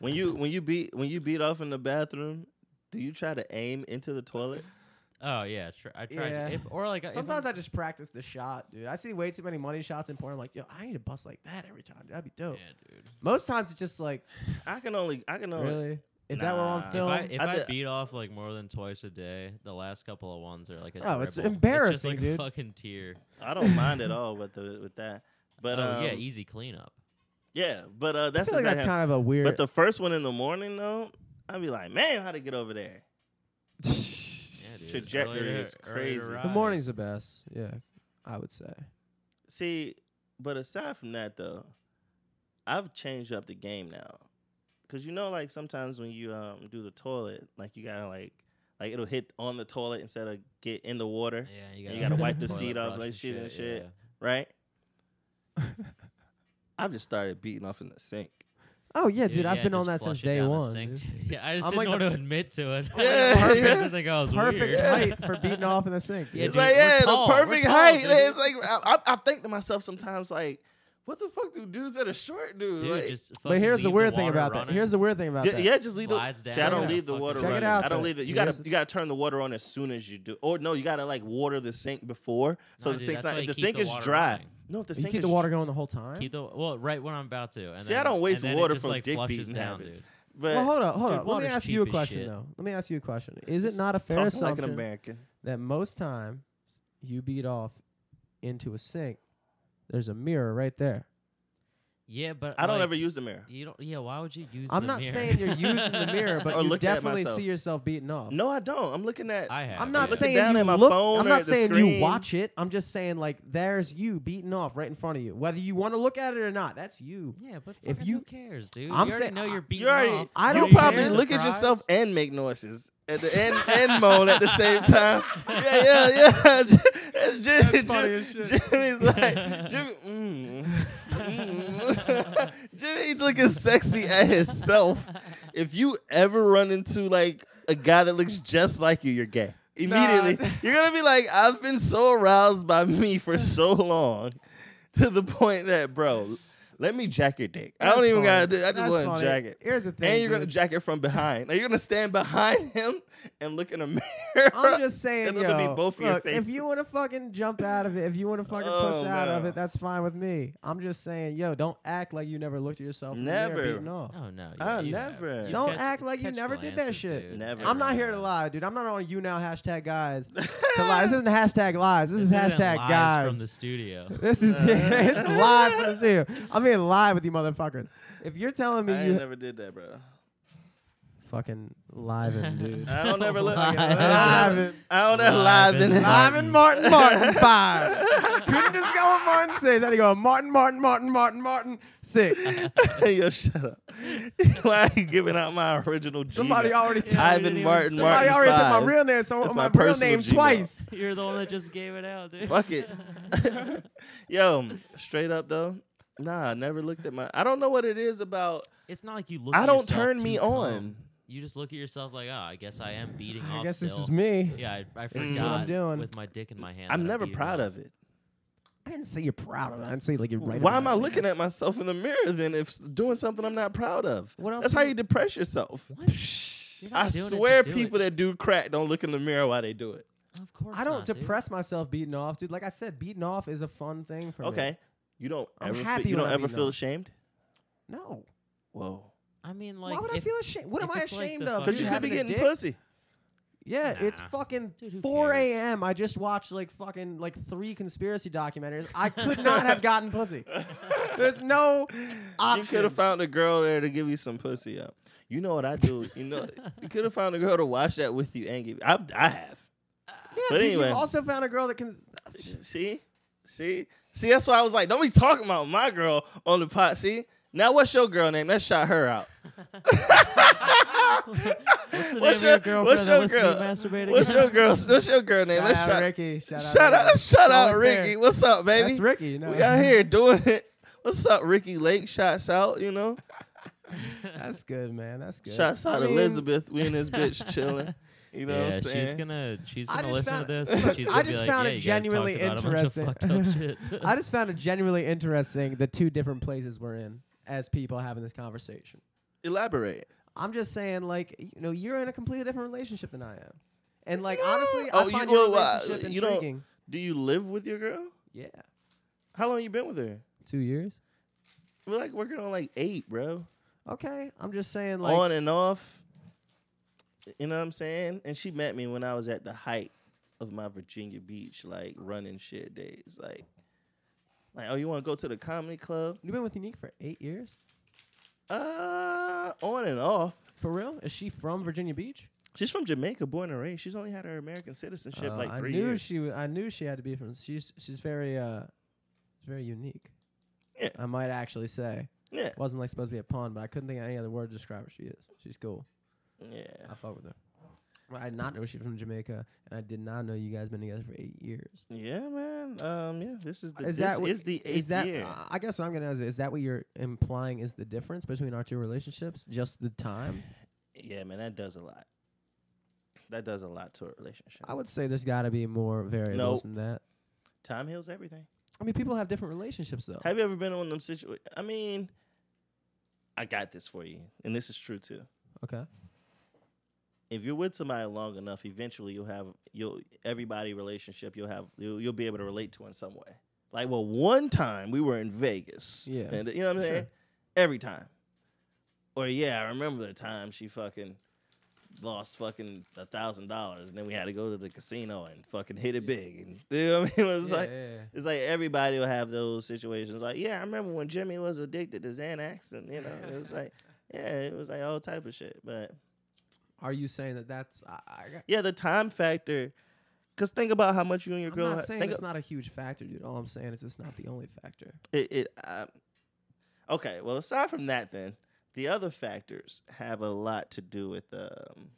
When you when you beat when you beat off in the bathroom, do you try to aim into the toilet?
Oh yeah, tr- I tried.
Yeah.
To, if, or like if
Sometimes
I'm-
I just practice the shot, dude. I see way too many money shots in porn. I'm like, yo, I need to bust like that every time. Dude. That'd be dope.
yeah, dude.
Most times it's just like,
I can only I can only
really? If that were
Nah.
on
If
If
film,
I, if
I
I,
did-
beat off like more than twice a day, the last couple of ones are like a
Oh, it's
dribble.
embarrassing,
just, like,
dude.
A fucking tear.
I don't mind at all with the with that. But
oh,
um,
yeah,
yeah,
easy cleanup.
but uh,
I
that's
feel like
exactly
that's
how-
kind of a weird.
But the first one in the morning though, I'd be like, man, how to get over there?
Yeah, dude.
Trajectory
Earlier-
is
earlier
crazy.
to
The
The
rise.
morning's the best. Yeah, I would say.
See, but aside from that though, I've changed up the game now. Cause you know, like sometimes when you um do the toilet, like you gotta like like it'll hit on the toilet instead of get in the water,
Yeah, you gotta,
gotta
wipe the
toilet
seat off,
brush
like, shit and shit.
yeah.
right? I've just started beating off in the sink.
Oh yeah, dude, I've
yeah,
been
just
on that
flush
since
it
day
down the
one.
sink,
dude.
dude. Yeah, I just
I'm
didn't
like
want to
the-
admit to it.
Yeah,
I
yeah.
didn't think I was
Perfect
weird.
height for beating off in the sink.
Yeah,
dude.
It's
dude,
like,
we're
yeah,
tall,
the
we're
perfect
tall,
height.
dude.
It's like I, I, I think to myself sometimes, like, what the fuck do dudes that are short do?
Dude,
Like,
just
But
fucking
here's the
leave
weird thing
water
about that.
running.
Here's the weird thing about
yeah,
that.
yeah, just leave the.
Slides
See,
down.
I don't
Yeah,
leave the
fucking-
water
Check it
running.
out,
I don't
though.
leave it. You
It
gotta
is-
you gotta turn the water on as soon as you do. Or no, you gotta like water the sink before, so
No,
the
dude,
sink's
that's why
not.
you
If the
keep
sink
the
is
water
dry,
running.
no, if the
you
sink
keep
is
the water going the whole time.
Keep the well right when I'm about to. And
See,
then,
I don't waste
and then it
water
just,
from
like,
dick
flushes
beating
down,
habits.
dude.
But
well, hold up, hold
Dude,
up. Let me
water's
ask you a
cheap as
question
shit.
though. Let me ask you a question. Is it not a fair
talking
assumption
like an American.
that most time you beat off into a sink? There's a mirror right there.
Yeah, but
I don't
like,
ever use the mirror.
You don't. Yeah, why would you use?
I'm
the
not
mirror?
saying you're using the mirror, but
Or
you
look at
definitely
myself.
see yourself beating off.
No, I don't. I'm looking at.
I have.
I'm not
Looking
saying
down
you
at my
look.
phone
I'm
or
not
at the
saying you
screen.
watch it. I'm just saying like there's you beating off right in front of you, whether you want to look at it or not. That's you.
Yeah, but
If
if
you-
you who cares, dude,
I'm
you already
saying-
know
I-
you're beating
You already.
off.
I
I
don't
don't
You
probably
care.
care.
look at yourself
Surprised?
and make noises at the end and moan at the same time. Yeah, yeah, yeah. That's Jimmy.
That's funny as
Jim-
shit.
Jimmy's like Jimmy. Mm, mm. Jimmy's looking sexy at himself. If you ever run into like a guy that looks just like you, you're gay. Immediately,
Nah.
you're gonna be like, I've been so aroused by me for so long, to the point that, bro, let me jack your dick. I don't
That's
even
funny.
gotta do. I just
That's
want
funny.
to jack it.
Here's the thing.
And you're gonna
dude.
jack it from behind. Now you're gonna stand behind him and look in a mirror.
I'm just saying,
and look at me
yo.
both of your
look, if
faces.
you want to fucking jump out of it, if you want to fucking puss
Oh,
out of
no.
it, that's fine with me. I'm just saying, yo, don't act like you never looked at yourself. in the mirror
Never.
beating off.
Oh no!
Oh,
Yeah, you have.
never.
You
Don't
catch-
act like you
catch
never did that
glances,
shit.
dude.
Never.
I'm not here to lie, dude. I'm not on you now. Hashtag guys. to lie. This isn't hashtag lies. This, is
This isn't
hashtag
lies
guys.
from the studio.
This is it's live for the studio. I'm being live with you motherfuckers. If you're telling me
I
you
never did that, bro.
fucking livin', dude.
I don't ever look. I
Livin'.
don't ever live in it.
Lyman Martin Martin five. Couldn't just go with Martin six. Had to go with Martin Martin Martin Martin Martin six.
Yo, shut up. Why are you giving out my original?
Somebody
Gmail?
already took
I-
Ivan
Somebody
Martin.
somebody
Martin
already took my
five.
real name, so
That's
my,
my
real
personal
name
Gmail.
twice.
You're the one that just gave it out, dude.
Fuck it. Yo, straight up though. Nah, I never looked at my. I don't know what it is about.
it's not like you look.
I
at
don't
yourself
turn
to
me
come.
on.
You just look at yourself like, oh, I guess I am beating off.
I guess this
still."
is me.
Yeah, I, I
This
forgot
is what I'm doing.
with my dick in my hand.
I'm never proud of it.
I didn't say you're proud of it. I didn't say like you're right.
Why am I looking at myself in the mirror then if s- doing something I'm not proud of?
What else
That's
you-
how you depress yourself.
What? You're not
I
doing it to
swear
do it.
people that do crack don't look in the mirror while they do it.
Of course.
I don't
not, dude.
depress myself beating off, dude. Like I said, beating off is a fun thing for me.
Okay. You don't
I'm
ever
happy
feel, you
when
don't
I
ever
beat
feel
up.
ashamed?
No.
Whoa.
I mean, like,
Why would I
if-
feel ashamed? What
if
am I
it's like
ashamed
the
of?
fucking-
Cuz
Dude,
you could be
having a
getting
dick?
pussy.
Yeah, it's
Nah.
fucking
Dude, who
4
cares?
a.m. I just watched like fucking like three conspiracy documentaries. I could not have gotten pussy. There's no
You could
option.
have found a girl there to give you some pussy up. You know what I do? You know, you could have found a girl to watch that with you and give. I've, I have.
yeah,
but
dude,
anyway.
you also found a girl that can.
See, see, see. That's why I was like, don't be talking about my girl on the pot. See, now what's your girl name? That shot her out.
What's the
What's
name of
your-
your girlfriend
what's
that
your
listens
girl?
to masturbating?
What's your girl? What's your girl name?
Shout
That
out
shot.
Ricky. Shout,
Shout
out.
out, shout
It's
out,
only fair.
Ricky. What's up, baby?
That's Ricky. No.
We out here doing it. What's up, Ricky Lake? Shots out, you know.
That's good, man. That's good.
Shots
I
out,
mean,
Elizabeth. We in this bitch chilling. You know what
yeah,
I'm saying?
she's gonna she's
I
gonna
just
listen
found-
to this. And she's
I
gonna be
just
like,
found
yeah,
it
you guys
genuinely
talked about A bunch of fucked
interesting.
up shit.
I just found it genuinely interesting the two different places we're in as people having this conversation.
Elaborate.
I'm just saying, like, you know, you're in a completely different relationship than I am. And like honestly,
Oh,
I
you-
find your
well, uh,
relationship
you don't-
intriguing.
Do you live with your girl?
Yeah.
How long you been with her?
Two years.
We're like working on like eight, bro.
Okay. I'm just saying like
on and off. You know what I'm saying? And she met me when I was at the height of my Virginia Beach like running shit days. Like, like oh, you want to go to the comedy club?
you've been with Unique for eight years?
Uh, on and off.
For real? Is she from Virginia Beach?
She's from Jamaica, born and raised. She's only had her American citizenship
Uh,
like
I
three
knew
years.
she wa- I knew she had to be from she's she's very uh very unique.
Yeah.
I might actually say.
yeah,
Wasn't like supposed to be a pun, but I couldn't think of any other word to describe what she is. She's cool.
yeah.
I fuck with her. I did not know she was from Jamaica, and I did not know you guys been together for eight years.
Yeah, man. Um, yeah. This is the
is
this
that what-
is the eighth
is that uh,
year.
I- I guess what I'm gonna ask is, is that what you're implying is the difference between our two relationships? Just the time?
yeah, man. That does a lot. That does a lot to a relationship.
I would say there's got to be more variables than that.
Time heals everything.
I mean, people have different relationships though.
Have you ever been on them situation? I mean, I got this for you, and this is true too.
okay.
If you're with somebody long enough, eventually you'll have you'll everybody relationship you'll have you'll, you'll be able to relate to in some way. Like, well, one time we were in Vegas,
Yeah.
and you know what I'm
Sure.
saying. Every time, or yeah, I remember the time she fucking lost fucking a thousand dollars, and then we had to go to the casino and fucking hit it big, and you know what I mean? It was
Yeah,
like
yeah, yeah.
it's like everybody will have those situations. Like, yeah, I remember when Jimmy was addicted to Xanax, and you know, it was like, yeah, it was like all type of shit. But
Are you saying that that's? I, I, got-
yeah, the time factor. Cause think about how much you and your
I'm
girl.
not
ha-
saying
think
it's
a-
not a huge factor, dude. All I'm saying is it's not the only factor.
It, it, um, okay, well, aside from that, then the other factors have a lot to do with um.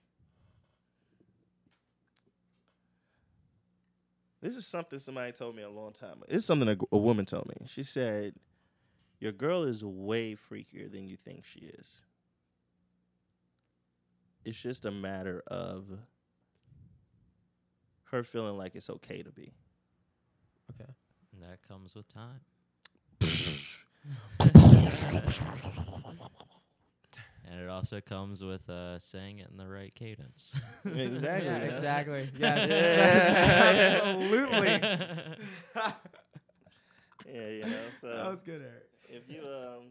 This is something somebody told me a long time. It's something a, g- a woman told me. She said, "Your girl is way freakier than you think she is. It's just a matter of her feeling like it's okay to be."
Okay.
And that comes with time. and it also comes with uh, saying it in the right cadence.
Exactly.
Yeah,
you know?
exactly. Yes.
Yeah.
Absolutely.
Yeah, you know. So
That was good, Eric.
if you um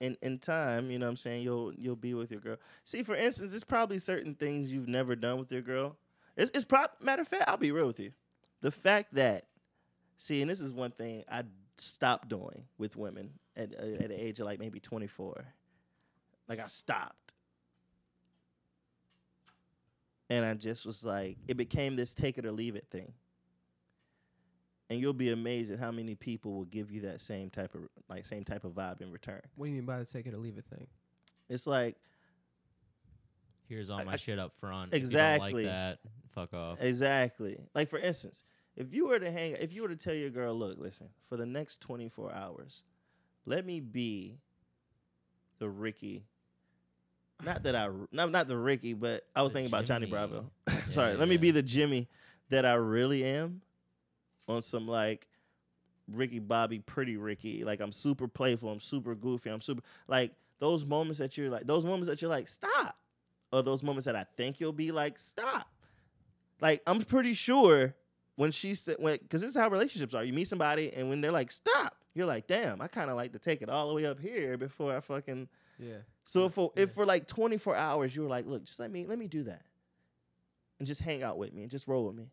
in in time, you know what I'm saying, you'll you'll be with your girl. See, for instance, there's probably certain things you've never done with your girl. It's it's prob matter of fact, I'll be real with you. The fact that see, and this is one thing I stopped doing with women at at the age of like maybe 24. Like I stopped. and I just was like, it became this take it or leave it thing. And you'll be amazed at how many people will give you that same type of like same type of vibe in return.
What do you mean by the take it or leave it thing?
It's like
Here's all
I-
my
I-
shit up front. If
Exactly.
you don't like that, fuck off.
exactly like for instance, if you were to hang, if you were to tell your girl, look, listen, for the next twenty four hours, let me be the Ricky. Not that I not not the Ricky, but I was
The
thinking about Johnny
Jimmy.
Bravo.
Yeah,
Sorry,
yeah,
let me
yeah.
be the Jimmy that I really am on some like Ricky Bobby, pretty Ricky. Like I'm super playful, I'm super goofy, I'm super like those moments that you're like those moments that you're like, stop. Or those moments that I think you'll be like, stop. Like I'm pretty sure when she said when because this is how relationships are. You meet somebody and when they're like, stop, you're like, damn, I kinda like to take it all the way up here before I fucking
Yeah.
so if for, if
yeah.
for like 24 hours you were like, look, just let me let me do that, and just hang out with me and just roll with me,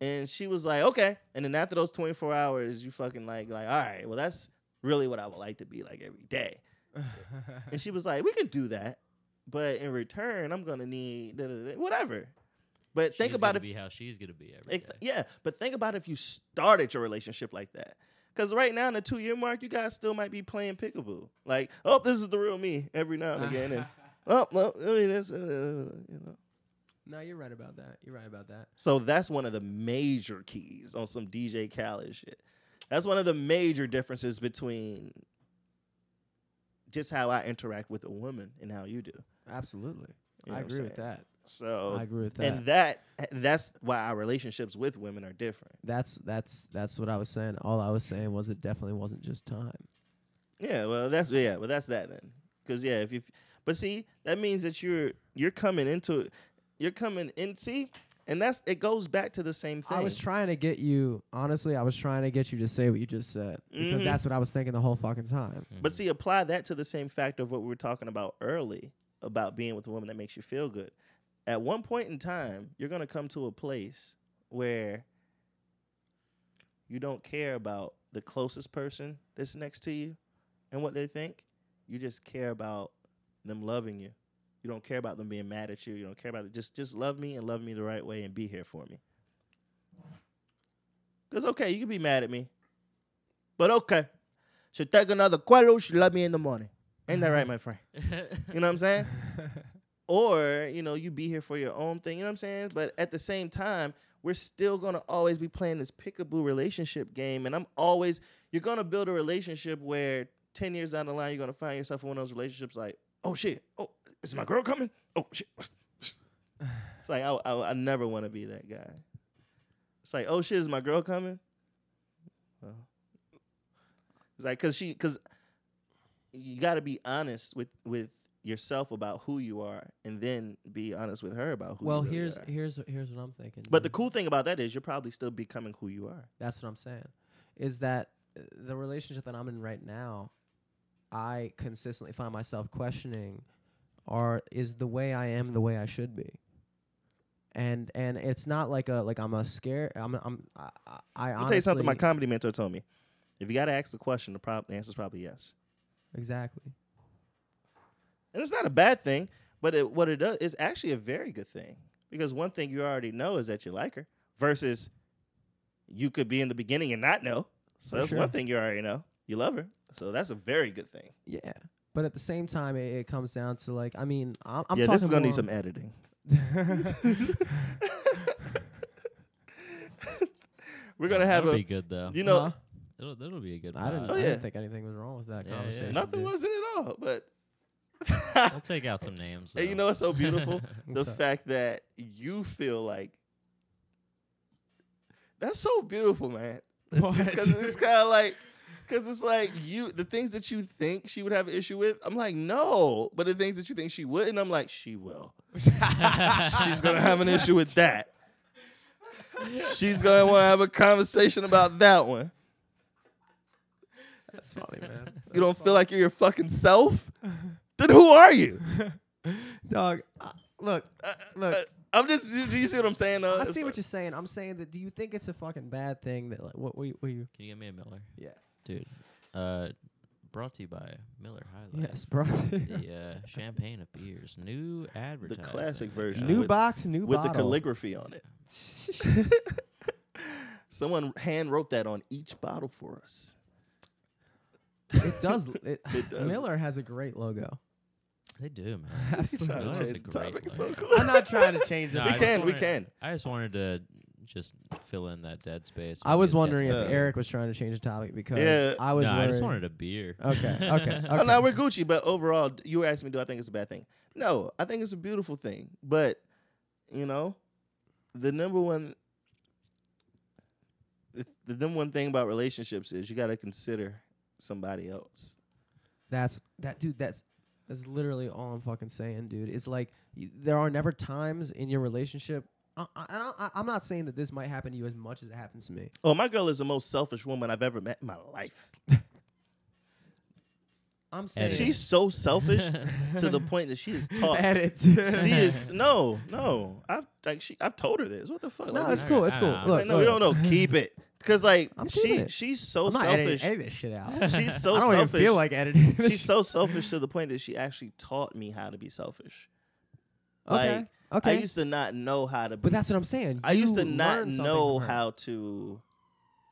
and she was like, okay, and then after those 24 hours, you fucking like like all right, well that's really what I would like to be like every day, and she was like, we can do that, but in return I'm gonna need da, da, da, whatever, but think
She's
about
gonna
if
be how she's gonna be every
Ex-
day.
Yeah, but think about if you started your relationship like that. Because right now, in the two year mark, you guys still might be playing pickaboo. Like, oh, this is the real me every now and again. And, oh, no, I mean, that's, uh, you know.
no, you're right about that. You're right about that.
So that's one of the major keys on some DJ Khaled shit. That's one of the major differences between just how I interact with a woman and how you do.
Absolutely.
You know
I
what I'm
agree with
saying?
that.
So,
I agree with that.
and that that's why our relationships with women are different.
that's that's that's what I was saying. All I was saying was it definitely wasn't just time.
Yeah, well, that's yeah, well, that's that then. Because yeah, if you, but see, that means that you're you're coming into it, you're coming in. See, and that's it goes back to the same thing.
I was trying to get you. Honestly, I was trying to get you to say what you just said because
Mhm.
that's what I was thinking the whole fucking time.
Hmm.
but
Mm-hmm.
see, apply that to the same factor of what we were talking about early about being with a woman that makes you feel good. At one point in time, you're gonna come to a place where you don't care about the closest person that's next to you and what they think. You just care about them loving you. You don't care about them being mad at you. You don't care about it. Just just love me and love me the right way and be here for me. Cause okay, you can be mad at me, but okay, she'll take another Quello. She love me in the morning. Ain't that right, my friend? You know what I'm saying? or you know you be here for your own thing you know what i'm saying but at the same time we're still going to always be playing this pickaboo relationship game and i'm always you're going to build a relationship where 10 years down the line you're going to find yourself in one of those relationships like oh shit oh is my girl coming oh shit it's like i, I, I never want to be that guy it's like oh shit is my girl coming well, it's like because she because you got to be honest with with yourself about who you are and then be honest with her about who
well,
you really
here's
are.
here's here's what I'm thinking.
But the
dude.
cool thing about that is you're probably still becoming who you are.
That's what I'm saying. Is that uh, the relationship that I'm in right now? I consistently find myself questioning: Are is the way I am the way I should be? And and it's not like a like I'm a scare. I'm I'm I, I- I
I'll tell you something my
honestly-
comedy mentor told me. If you got to ask the question, the, prob- the answer is probably yes.
exactly.
And it's not a bad thing, but it, what it does is actually a very good thing because one thing you already know is that you like her versus you could be in the beginning and not know. So
For
that's
sure.
one thing you already know. You love her. So that's a very good thing.
Yeah. But at the same time, it, it comes down to like I mean I'm, I'm
yeah,
talking
this is going to
more-
need some editing. We're going to have
That'll be
a,
good though.
you know,
Huh?
It'll, that'll be a good.
I didn't.
Oh,
I
pod.
yeah.
didn't think anything was wrong with that
Yeah, yeah.
conversation.
nothing
dude.
was in it all, but.
We'll take out some names.
And you
though.
know what's so beautiful? the
What's up?
fact that you feel like that's so beautiful, man. It's- It's
What?
because it's kind of like because it's like you the things that you think she would have an issue with. I'm like no, but the things that you think she wouldn't, I'm like she will. She's gonna have an issue with that. She's gonna want to have a conversation about that one.
That's funny, man.
You don't feel like you're your fucking self. Then who are you?
Dog, uh, look, look.
Uh, I'm just. Do you see what I'm saying? Though?
I see what you're saying. I'm saying that. Do you think it's a fucking bad thing that like what were you? What you
Can you get me a Miller,
yeah.
dude? Uh, brought to you by Miller High Life.
Yes, bro.
The uh, champagne appears. New advertising.
classic
uh,
version.
new
with-
box, new
with the
bottle.
calligraphy on it. Someone hand wrote that on each bottle for us.
it does. It,
It does.
Miller has a great logo.
They do, man.
Trying to
Miller's
change
a
the
great
topic so
player.
quick.
I'm not trying to change
No,
it.
we
I just
can, we
wanted-
can.
I just wanted to just fill in that dead space.
I
when
was
he's getting
wondering if
the-
Yeah.
Eric was trying to change the topic because
Yeah.
I was
no,
worried.
I just wanted a beer.
Okay, okay,
Oh,
okay.
no, we're Gucci, but overall, d- you were asking me, do I think it's a bad thing? No, I think it's a beautiful thing. But, you know, the number one the, the number one thing about relationships is you got to consider somebody else.
That's that dude. That's that's literally all I'm fucking saying, dude. It's like y- there are never times in your relationship. I, I, I, don't- I- I'm not saying that this might happen to you as much as it happens to me.
Oh, my girl is the most selfish woman I've ever met in my life.
I'm saying
Edit.
She's so selfish to the point that she is taught.
edit.
She is no, no. I've like she. I've told her this. What the fuck?
no,
Like,
it's cool. It's
I
cool.
know, I know.
Look,
like, no, you
look.
don't know. Keep it, because like
I'm keeping
she,
it.
she's so
I'm not
selfish.
editing any of this shit out.
She's so
I don't
selfish.
even feel like editing. This
she's so selfish to the point that she actually taught me how to be selfish.
okay.
like,
okay.
I used to not know how to. Be,
but that's what I'm saying.
I used to
You
not
learn something
know
from her.
how to,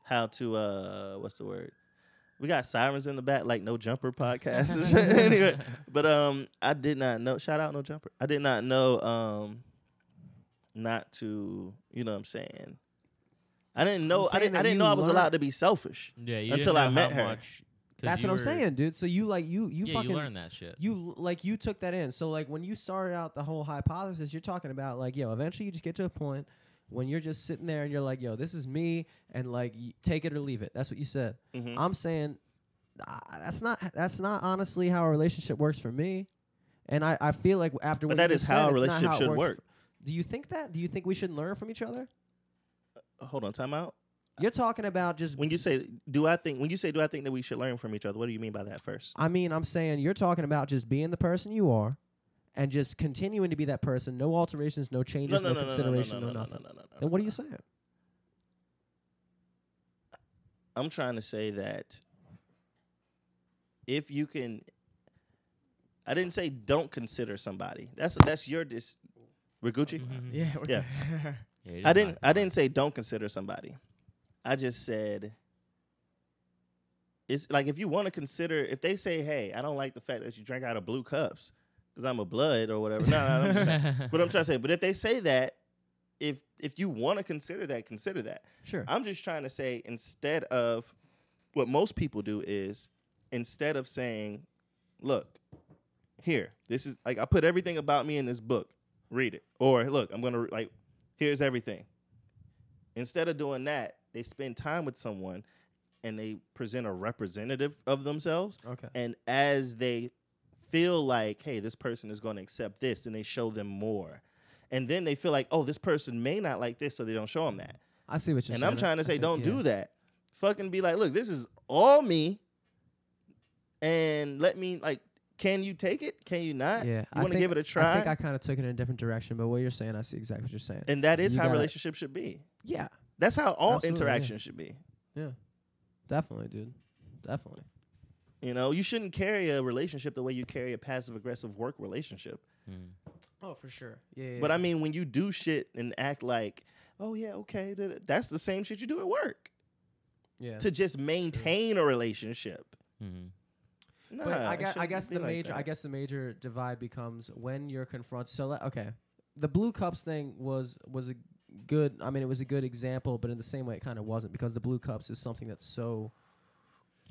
how to uh, what's the word? We got sirens in the back, like no jumper podcast. and shit. anyway, but um, I did not know. Shout out no jumper. I did not know um, not to. You know what I'm saying? I didn't know. I
saying
didn't. I
that
didn't
you
know I was
learn-
allowed to be selfish.
Yeah, you
Until
didn't know
I
how
met her.
much- 'cause
That's
you
what I'm
were-
saying, dude. So you like you you
yeah,
fucking
you learned that shit.
you like you took that in. So like when you started out the whole hypothesis, you're talking about like yo, eventually you just get to a point when you're just sitting there and you're like yo, this is me, and like y- take it or leave it. That's what you said.
Mhm.
I'm saying uh, that's not that's not honestly how a relationship works for me, and I I feel like after
But
what
that
you
is
just said,
how a
it's not
relationship
how it
should
works
work.
for- do you think that? Do you think we should learn from each other?
Hold on, time out.
You're talking about just
When you
s-
say, do I think? When you say, do I think that we should learn from each other? What do you mean by that first?
I mean, I'm saying you're talking about just being the person you are and just continuing to be that person. No alterations, no changes, no, consideration, no, nothing.
no, no, no,
Then what
no,
are
no.
you saying?
I'm trying to say that if you can, I didn't say don't consider somebody. That's that's your dis. Rigucci.
Yeah.
Yeah.
Yeah, you
I
just
didn't.
knocked
I
him
didn't say don't consider somebody. I just said it's like if you want to consider, if they say, "Hey, I don't like the fact that you drink out of blue cups because I'm a blood or whatever." No, no, no, I'm just saying-
out.
but I'm trying to say, but if they say that, if if you want to consider that, consider that.
Sure.
I'm just trying to say instead of what most people do is instead of saying, look, here, this is like I put everything about me in this book. Read it. Or look, I'm going to like here's everything. Instead of doing that, they spend time with someone and they present a representative of themselves
okay.
and as they feel like hey this person is going to accept this and they show them more and then they feel like oh this person may not like this so they don't show them that
I see what you're
and
saying.
I'm trying to say, don't do
that.
that. Fucking be like, look, this is all me, and let me like, can you take it? Can you not?
Yeah.
you want to give it a
I
try.
think I kind of took it in a different direction, but what you're saying, I see exactly what you're saying.
and that is
you
how
gotta-
relationships should be.
yeah.
That's how all
Absolutely, yeah.
interactions should be.
Yeah. Definitely, dude. Definitely.
You know, you shouldn't carry a relationship the way you carry a passive aggressive work relationship.
Mm.
Oh, for sure. Yeah.
But I mean, when you do shit and act like, oh yeah, okay, da- da- that's the same shit you do at work
yeah.
to just maintain a relationship.
Uh,
Mhm.
No,
But I guess I guess the major I guess the major divide becomes when you're confronted. So let, okay, the blue cups thing was was a good. I mean, it was a good example, but in the same way, it kind of wasn't because the blue cups is something that's so.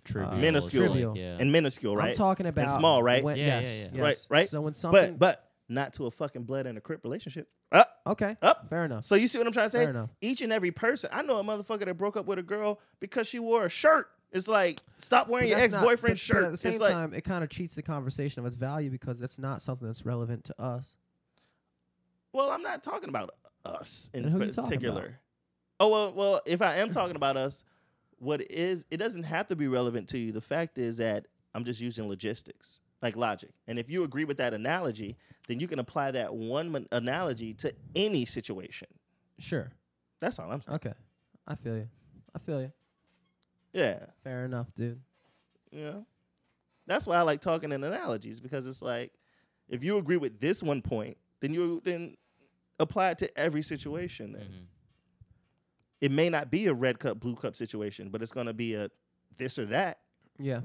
Trivial.
Uh,
Minuscule.
It's like,
Trivial.
yeah.
and minuscule, right?
I'm talking about
small, right?
When,
Yeah, yeah,
yes,
yeah.
Right,
yes.
right.
So when something,
but but not to a fucking blood and a crip relationship. Uh,
okay,
Up.
fair enough.
so you see what I'm trying to say?
Fair enough.
Each and every person. I know a motherfucker that broke up with a girl because she wore a shirt. It's like stop
But
wearing your
that's
ex
not-
boyfriend's
but- but
shirt.
at the same
it's like
time, it kind of cheats the conversation of its value because that's not something that's relevant to us.
well, I'm not talking about us in
Then who you talking
particular. Oh well, well, if I am talking about us, what is it doesn't have to be relevant to you. The fact is that I'm just using logistics, like logic. And if you agree with that analogy, then you can apply that one mon- analogy to any situation.
Sure.
That's all I'm saying.
Okay. I feel you. I feel you.
Yeah.
Fair enough, dude.
You know? That's why I like talking in analogies because it's like if you agree with this one point, then you then apply it to every situation. Then
Mhm.
it may not be a red cup, blue cup situation, but it's going to be a this or that.
Yeah.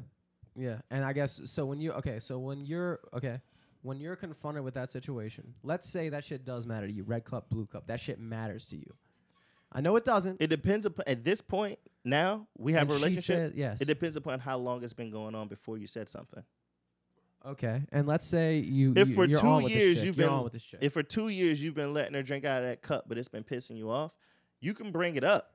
Yeah. And I guess so when you okay, so when you're okay, when you're confronted with that situation, let's say that shit does matter to you, red cup, blue cup. That shit matters to you. I know it doesn't.
It depends upon at this point now we have
And
a
she
relationship.
said- yes.
It depends upon how long it's been going on before you said something.
okay. And let's say you
If
you,
for
you're
two
on with this
years
chick,
you've
you're
been-
on with this chick.
If for two years you've been letting her drink out of that cup, but it's been pissing you off, you can bring it up.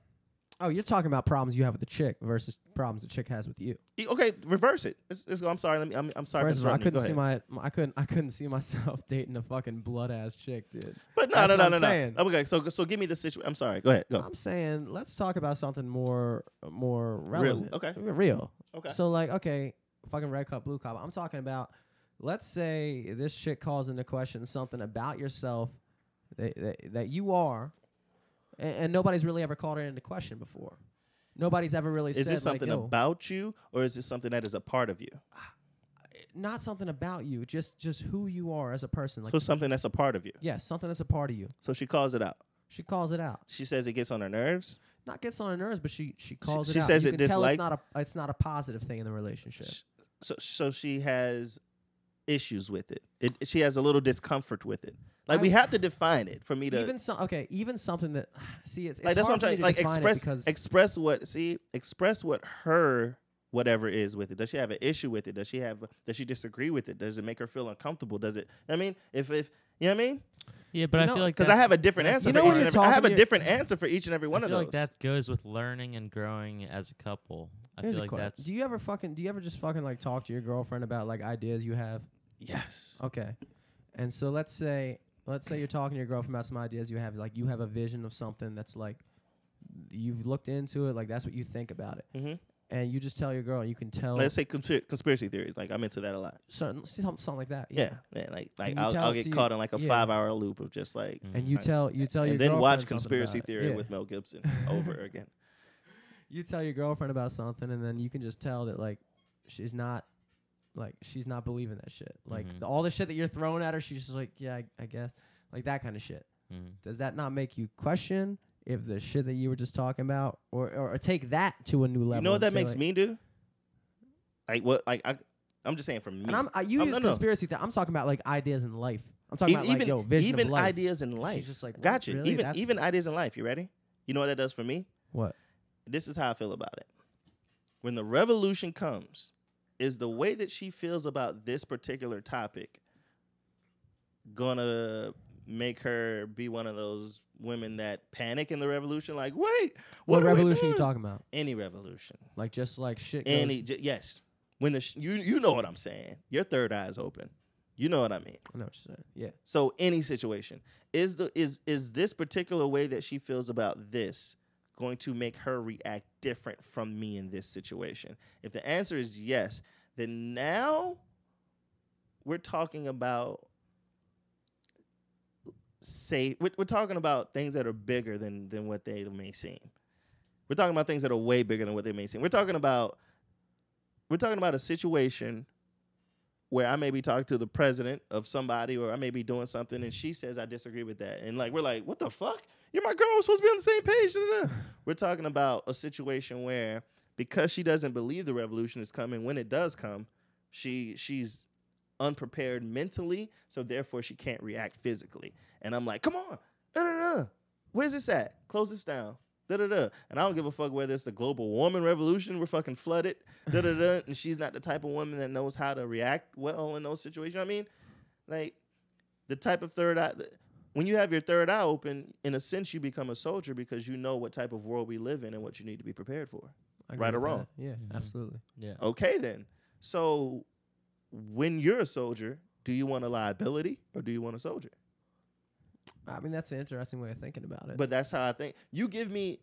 oh, you're talking about problems you have with the chick versus problems the chick has with you.
You- Okay, reverse it. It's, it's, I'm sorry. Let me, I'm, I'm sorry. for
First of all, I
interrupting
couldn't see
you. Go ahead.
my I couldn't I couldn't see myself dating a fucking blood ass chick, dude.
But no,
that's
no,
what
no,
I'm
no,
saying.
no. Okay, so so give me the situation. I'm sorry. Go ahead. Go.
I'm saying let's talk about something more more relevant.
okay.
Real.
Okay.
So like, okay, fucking red cup, blue cup. I'm talking about. Let's say this shit calls into question something about yourself that that, that you are, and, and nobody's really ever called it into question before. Nobody's ever really
Is
said
this something
like, Yo,
about you, or is this something that is a part of you?
not something about you, just just who you are as a person. Like,
So something that's a part of you.
yeah, something that's a part of you.
So she calls it out.
She calls it out.
She says it gets on her nerves.
Not gets on her nerves, but she she calls
she
it out.
says
you
it
can tell it's
dislikes-
not a it's not a positive thing in the relationship.
Sh- So so she has issues with it. it she has a little discomfort with it. Like we
I-
have to define it for me to
even so, okay, even something that see it's, it's
like that's what I'm
hard
trying
for me to
like
define it
express
because
express what see express what her whatever is with it does she have an issue with it does she have does she disagree with it does it make her feel uncomfortable does it I mean if if you know what I mean
Yeah, but
You
I
know,
feel like
because I have a
that's-
different
that's
answer
You
for
know
each
when
and
you're
every, I have a
talking, you're-
different answer for each and every one
I
of
feel
those
like that goes with learning and growing as a couple. I
here's
feel
a
like
question.
that's
Do you ever fucking do you ever just fucking like talk to your girlfriend about like ideas you have?
yes
Okay. And so let's say let's say you're talking to your girlfriend about some ideas you have, like you have a vision of something that's like you've looked into it, like that's what you think about it.
Mhm.
And you just tell your girl, and you can tell
let's say conspir- conspiracy theories like I'm into that a lot
certain something, something like that.
yeah, yeah like like
you
I'll,
tell
I'll
it
get
to
caught
you-
in like a
yeah.
five hour loop of just like
And you tell you tell
Mm-hmm.
your
and then
girlfriend
watch
something
conspiracy
about it.
theory
Yeah.
with Mel Gibson over again
you tell your girlfriend about something and then you can just tell that like she's not like she's not believing that shit like
Mhm.
the- all the shit that you're throwing at her she's just like yeah I, I guess like that kind of shit
Mhm.
does that not make you question if the shit that you were just talking about or or, or take that to a new level
You know what
and
that
say,
makes
like-
me do? Like what? Like I, I'm just saying for me.
and I'm, I, you
I'm-
use
no, no.
conspiracy theory. I'm talking about like ideas in life. I'm
E-
talking about like yo vision
even
of life.
ideas in life.
just like, what,
gotcha.
really?
Even
That's-
even ideas in life. You ready? You know what that does for me?
What?
This is how I feel about it. When the revolution comes, is the way that she feels about this particular topic gonna make her be one of those women that panic in the revolution? Like, wait, what,
What,
are we
revolution you
doing?
talking about?
Any revolution.
Like just like shit. Goes,
Any j- yes, when the sh- you you know what I'm saying. Your third eye is open. You know what I mean.
I know what you're saying. Yeah.
So any situation is the is is this particular way that she feels about this going to make her react different from me in this situation? If the answer is yes, then now we're talking about say we're, we're talking about things that are bigger than than what they may seem. We're talking about things that are way bigger than what they may seem. We're talking about we're talking about a situation where I may be talking to the president of somebody or I may be doing something and she says I disagree with that. And like we're like, what the fuck? You're my girl. We're supposed to be on the same page. da, da, da." We're talking about a situation where because she doesn't believe the revolution is coming, when it does come, she she's unprepared mentally, so therefore she can't react physically. And I'm like, come on, da, da, da. where's this at? Close this down. Da, da, da. And I don't give a fuck whether it's the global warming revolution, we're fucking flooded. Da, da, da. And she's not the type of woman that knows how to react well in those situations. You know what I mean, like the type of third eye. the- When you have your third eye open, in a sense, you become a soldier because you know what type of world we live in and what you need to be prepared for
I agree
Right or
with that.
wrong?
Yeah.
Mhm.
Absolutely.
yeah.
okay then so when you're a soldier do you want a liability or do you want a soldier
I mean that's an interesting way of thinking about it.
but that's how i think you give me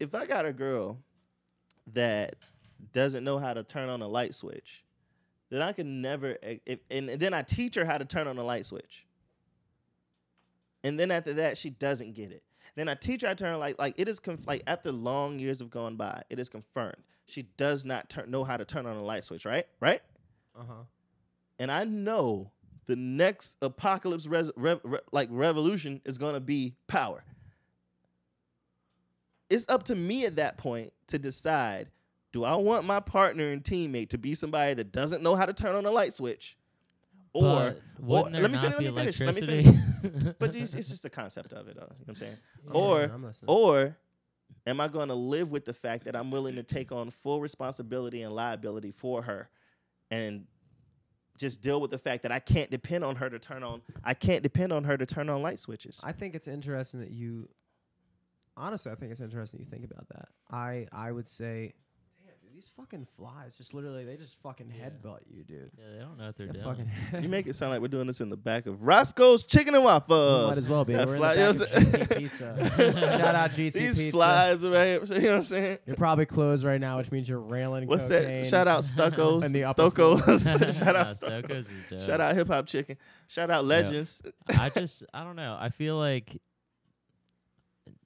if i got a girl that doesn't know how to turn on a light switch then i can never e, if, and then i teach her how to turn on a light switch and then after that she doesn't get it then i teach her how to turn like like it is conf- like after long years have gone by it is confirmed she does not turn know how to turn on a light switch right right
Uh huh.
and I know the next apocalypse res- rev- re- like revolution is going to be power. It's up to me at that point to decide do I want my partner and teammate to be somebody that doesn't know how to turn on a light switch? Or,
But
or
wouldn't there
let me
not
finish, let me
be
finish, let me
electricity?
finish. But it's, it's just the concept of it, though. You know what Oh, I'm saying? Or-
I'm listening.
Or am I going to live with the fact that I'm willing to take on full responsibility and liability for her and just deal with the fact that I can't depend on her to turn on I can't depend on her to turn on light switches.
I think it's interesting that you. Honestly, I think it's interesting you think about that. I I would say, damn, dude, these fucking flies just literally they just fucking
Yeah.
headbutt you, dude.
yeah, they don't know what they're
They
doing.
fucking.
you make it sound like we're doing this in the back of Roscoe's Chicken and Waffles.
Might as well be.
That
We're
fly-
in the back
you know
of
what I'm
GT
saying?
Pizza. Shout out GT
These
Pizza.
flies right here, you know what I'm saying?
You're probably closed right now, which means you're railing
What's
cocaine.
that? Shout out Stuckos.
And the upper
Stuckos. Shout out
Nah,
Stuckos.
Soko's is dope.
Shout out Hip Hop Chicken. Shout out Legends.
I just I don't know. I feel like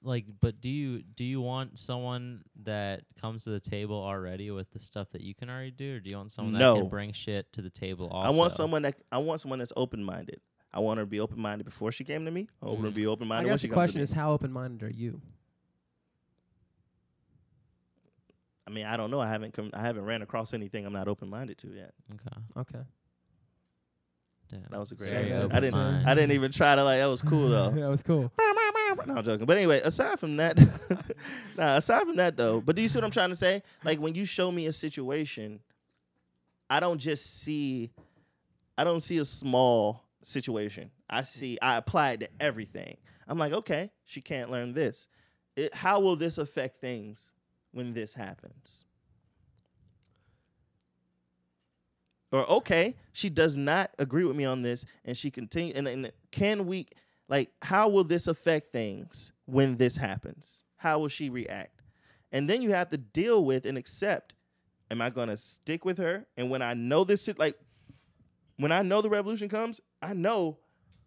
like but do you do you want someone that comes to the table already with the stuff that you can already do or do you want someone that
No.
can bring shit to the table
I
also?
want someone that I want someone that's open minded. I want her to be open minded before she came to me. I want her to
Mm.
be open
I
minded when
guess
she
the
comes to
question
me.
is, how open-minded are you?
I mean, I don't know. I haven't come. I haven't ran across anything I'm not open minded to yet.
Okay.
Okay.
Damn.
That was a great
Say
answer.
that
I didn't.
was
I didn't even try to like. That was cool though.
that was cool.
no, I'm joking. But anyway, aside from that, nah. Aside from that though, but do you see what I'm trying to say? Like when you show me a situation, I don't just see. I don't see a small situation. I see. I apply it to everything. I'm like, okay, she can't learn this. It, how will this affect things when this happens? Or okay, she does not agree with me on this, and she continue. And, and can we like how will this affect things when this happens? How will she react? And then you have to deal with and accept. Am I going to stick with her? And when I know this, sit- like when I know the revolution comes, I know,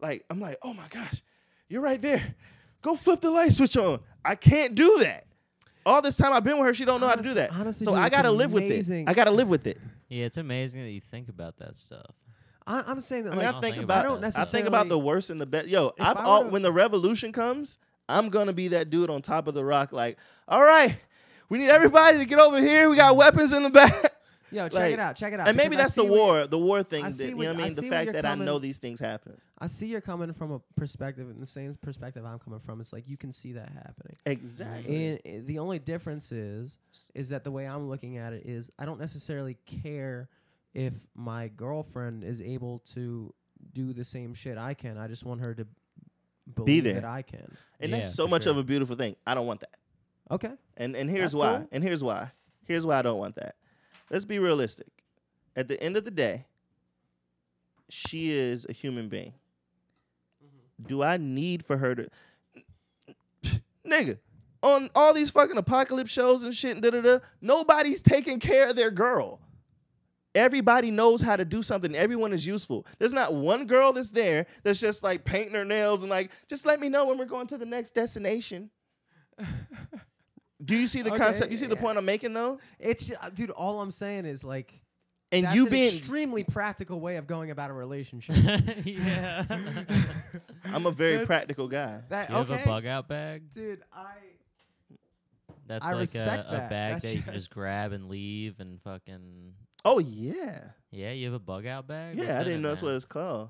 like, I'm like, oh my gosh, you're right there. Go flip the light switch on. I can't do that. All this time I've been with her, she don't know how to do
Honestly-
that.
honestly,
so
dude,
I
it's
gotta live with it.
amazing.
I gotta live with it.
Yeah, it's amazing that you think about that stuff.
I, I'm saying that
I mean,
like
I
don't
think
think
about
about
I,
I don't that.
think about
necessarily-
the worst and the best. Yo,
If
I've
I
all,
would've-
when the revolution comes, I'm gonna be that dude on top of the rock. Like, all right, we need everybody to get over here. We got weapons in the back.
yo, check
like-
it out, check it out.
And maybe
because I
that's
see
the
where you-
war, the war thing.
I
That,
see
you know
where-
what I
I
mean?
see
The
where
fact
you're
that I know
coming-
these things happen.
I see you're coming from a perspective, and the same perspective I'm coming from. It's like you can see that happening.
Exactly.
And uh, the only difference is, is that the way I'm looking at it is I don't necessarily care if my girlfriend is able to do the same shit I can. I just want her to believe
there.
that I can.
And
Yeah,
that's so
for
much of
sure.
a beautiful thing. I don't want that.
Okay.
And and here's
That's
why.
cool.
And here's why. Here's why I don't want that. Let's be realistic. At the end of the day, she is a human being.
Mm-hmm.
Do I need for her to nigga on all these fucking apocalypse shows and shit and da da da? Nobody's taking care of their girl. Everybody knows how to do something. Everyone is useful. There's not one girl that's there that's just like painting her nails and like, just let me know when we're going to the next destination. do you see the
Okay,
concept? You see the
yeah.
point I'm making though?
It's ju- uh, dude. All I'm saying is like
And
that's
you
an
being,
extremely practical way of going about a relationship.
yeah.
I'm a very
That's-
practical guy.
that
you have
okay,
a bug out bag?
dude. I
That's
I
like
respect
a, a
that.
bag
That's
that you can
just-
just grab and leave and fucking
Oh yeah,
Yeah, you have a bug out bag?
yeah.
What's
I
in
didn't
it,
know that's
man?
what it's called.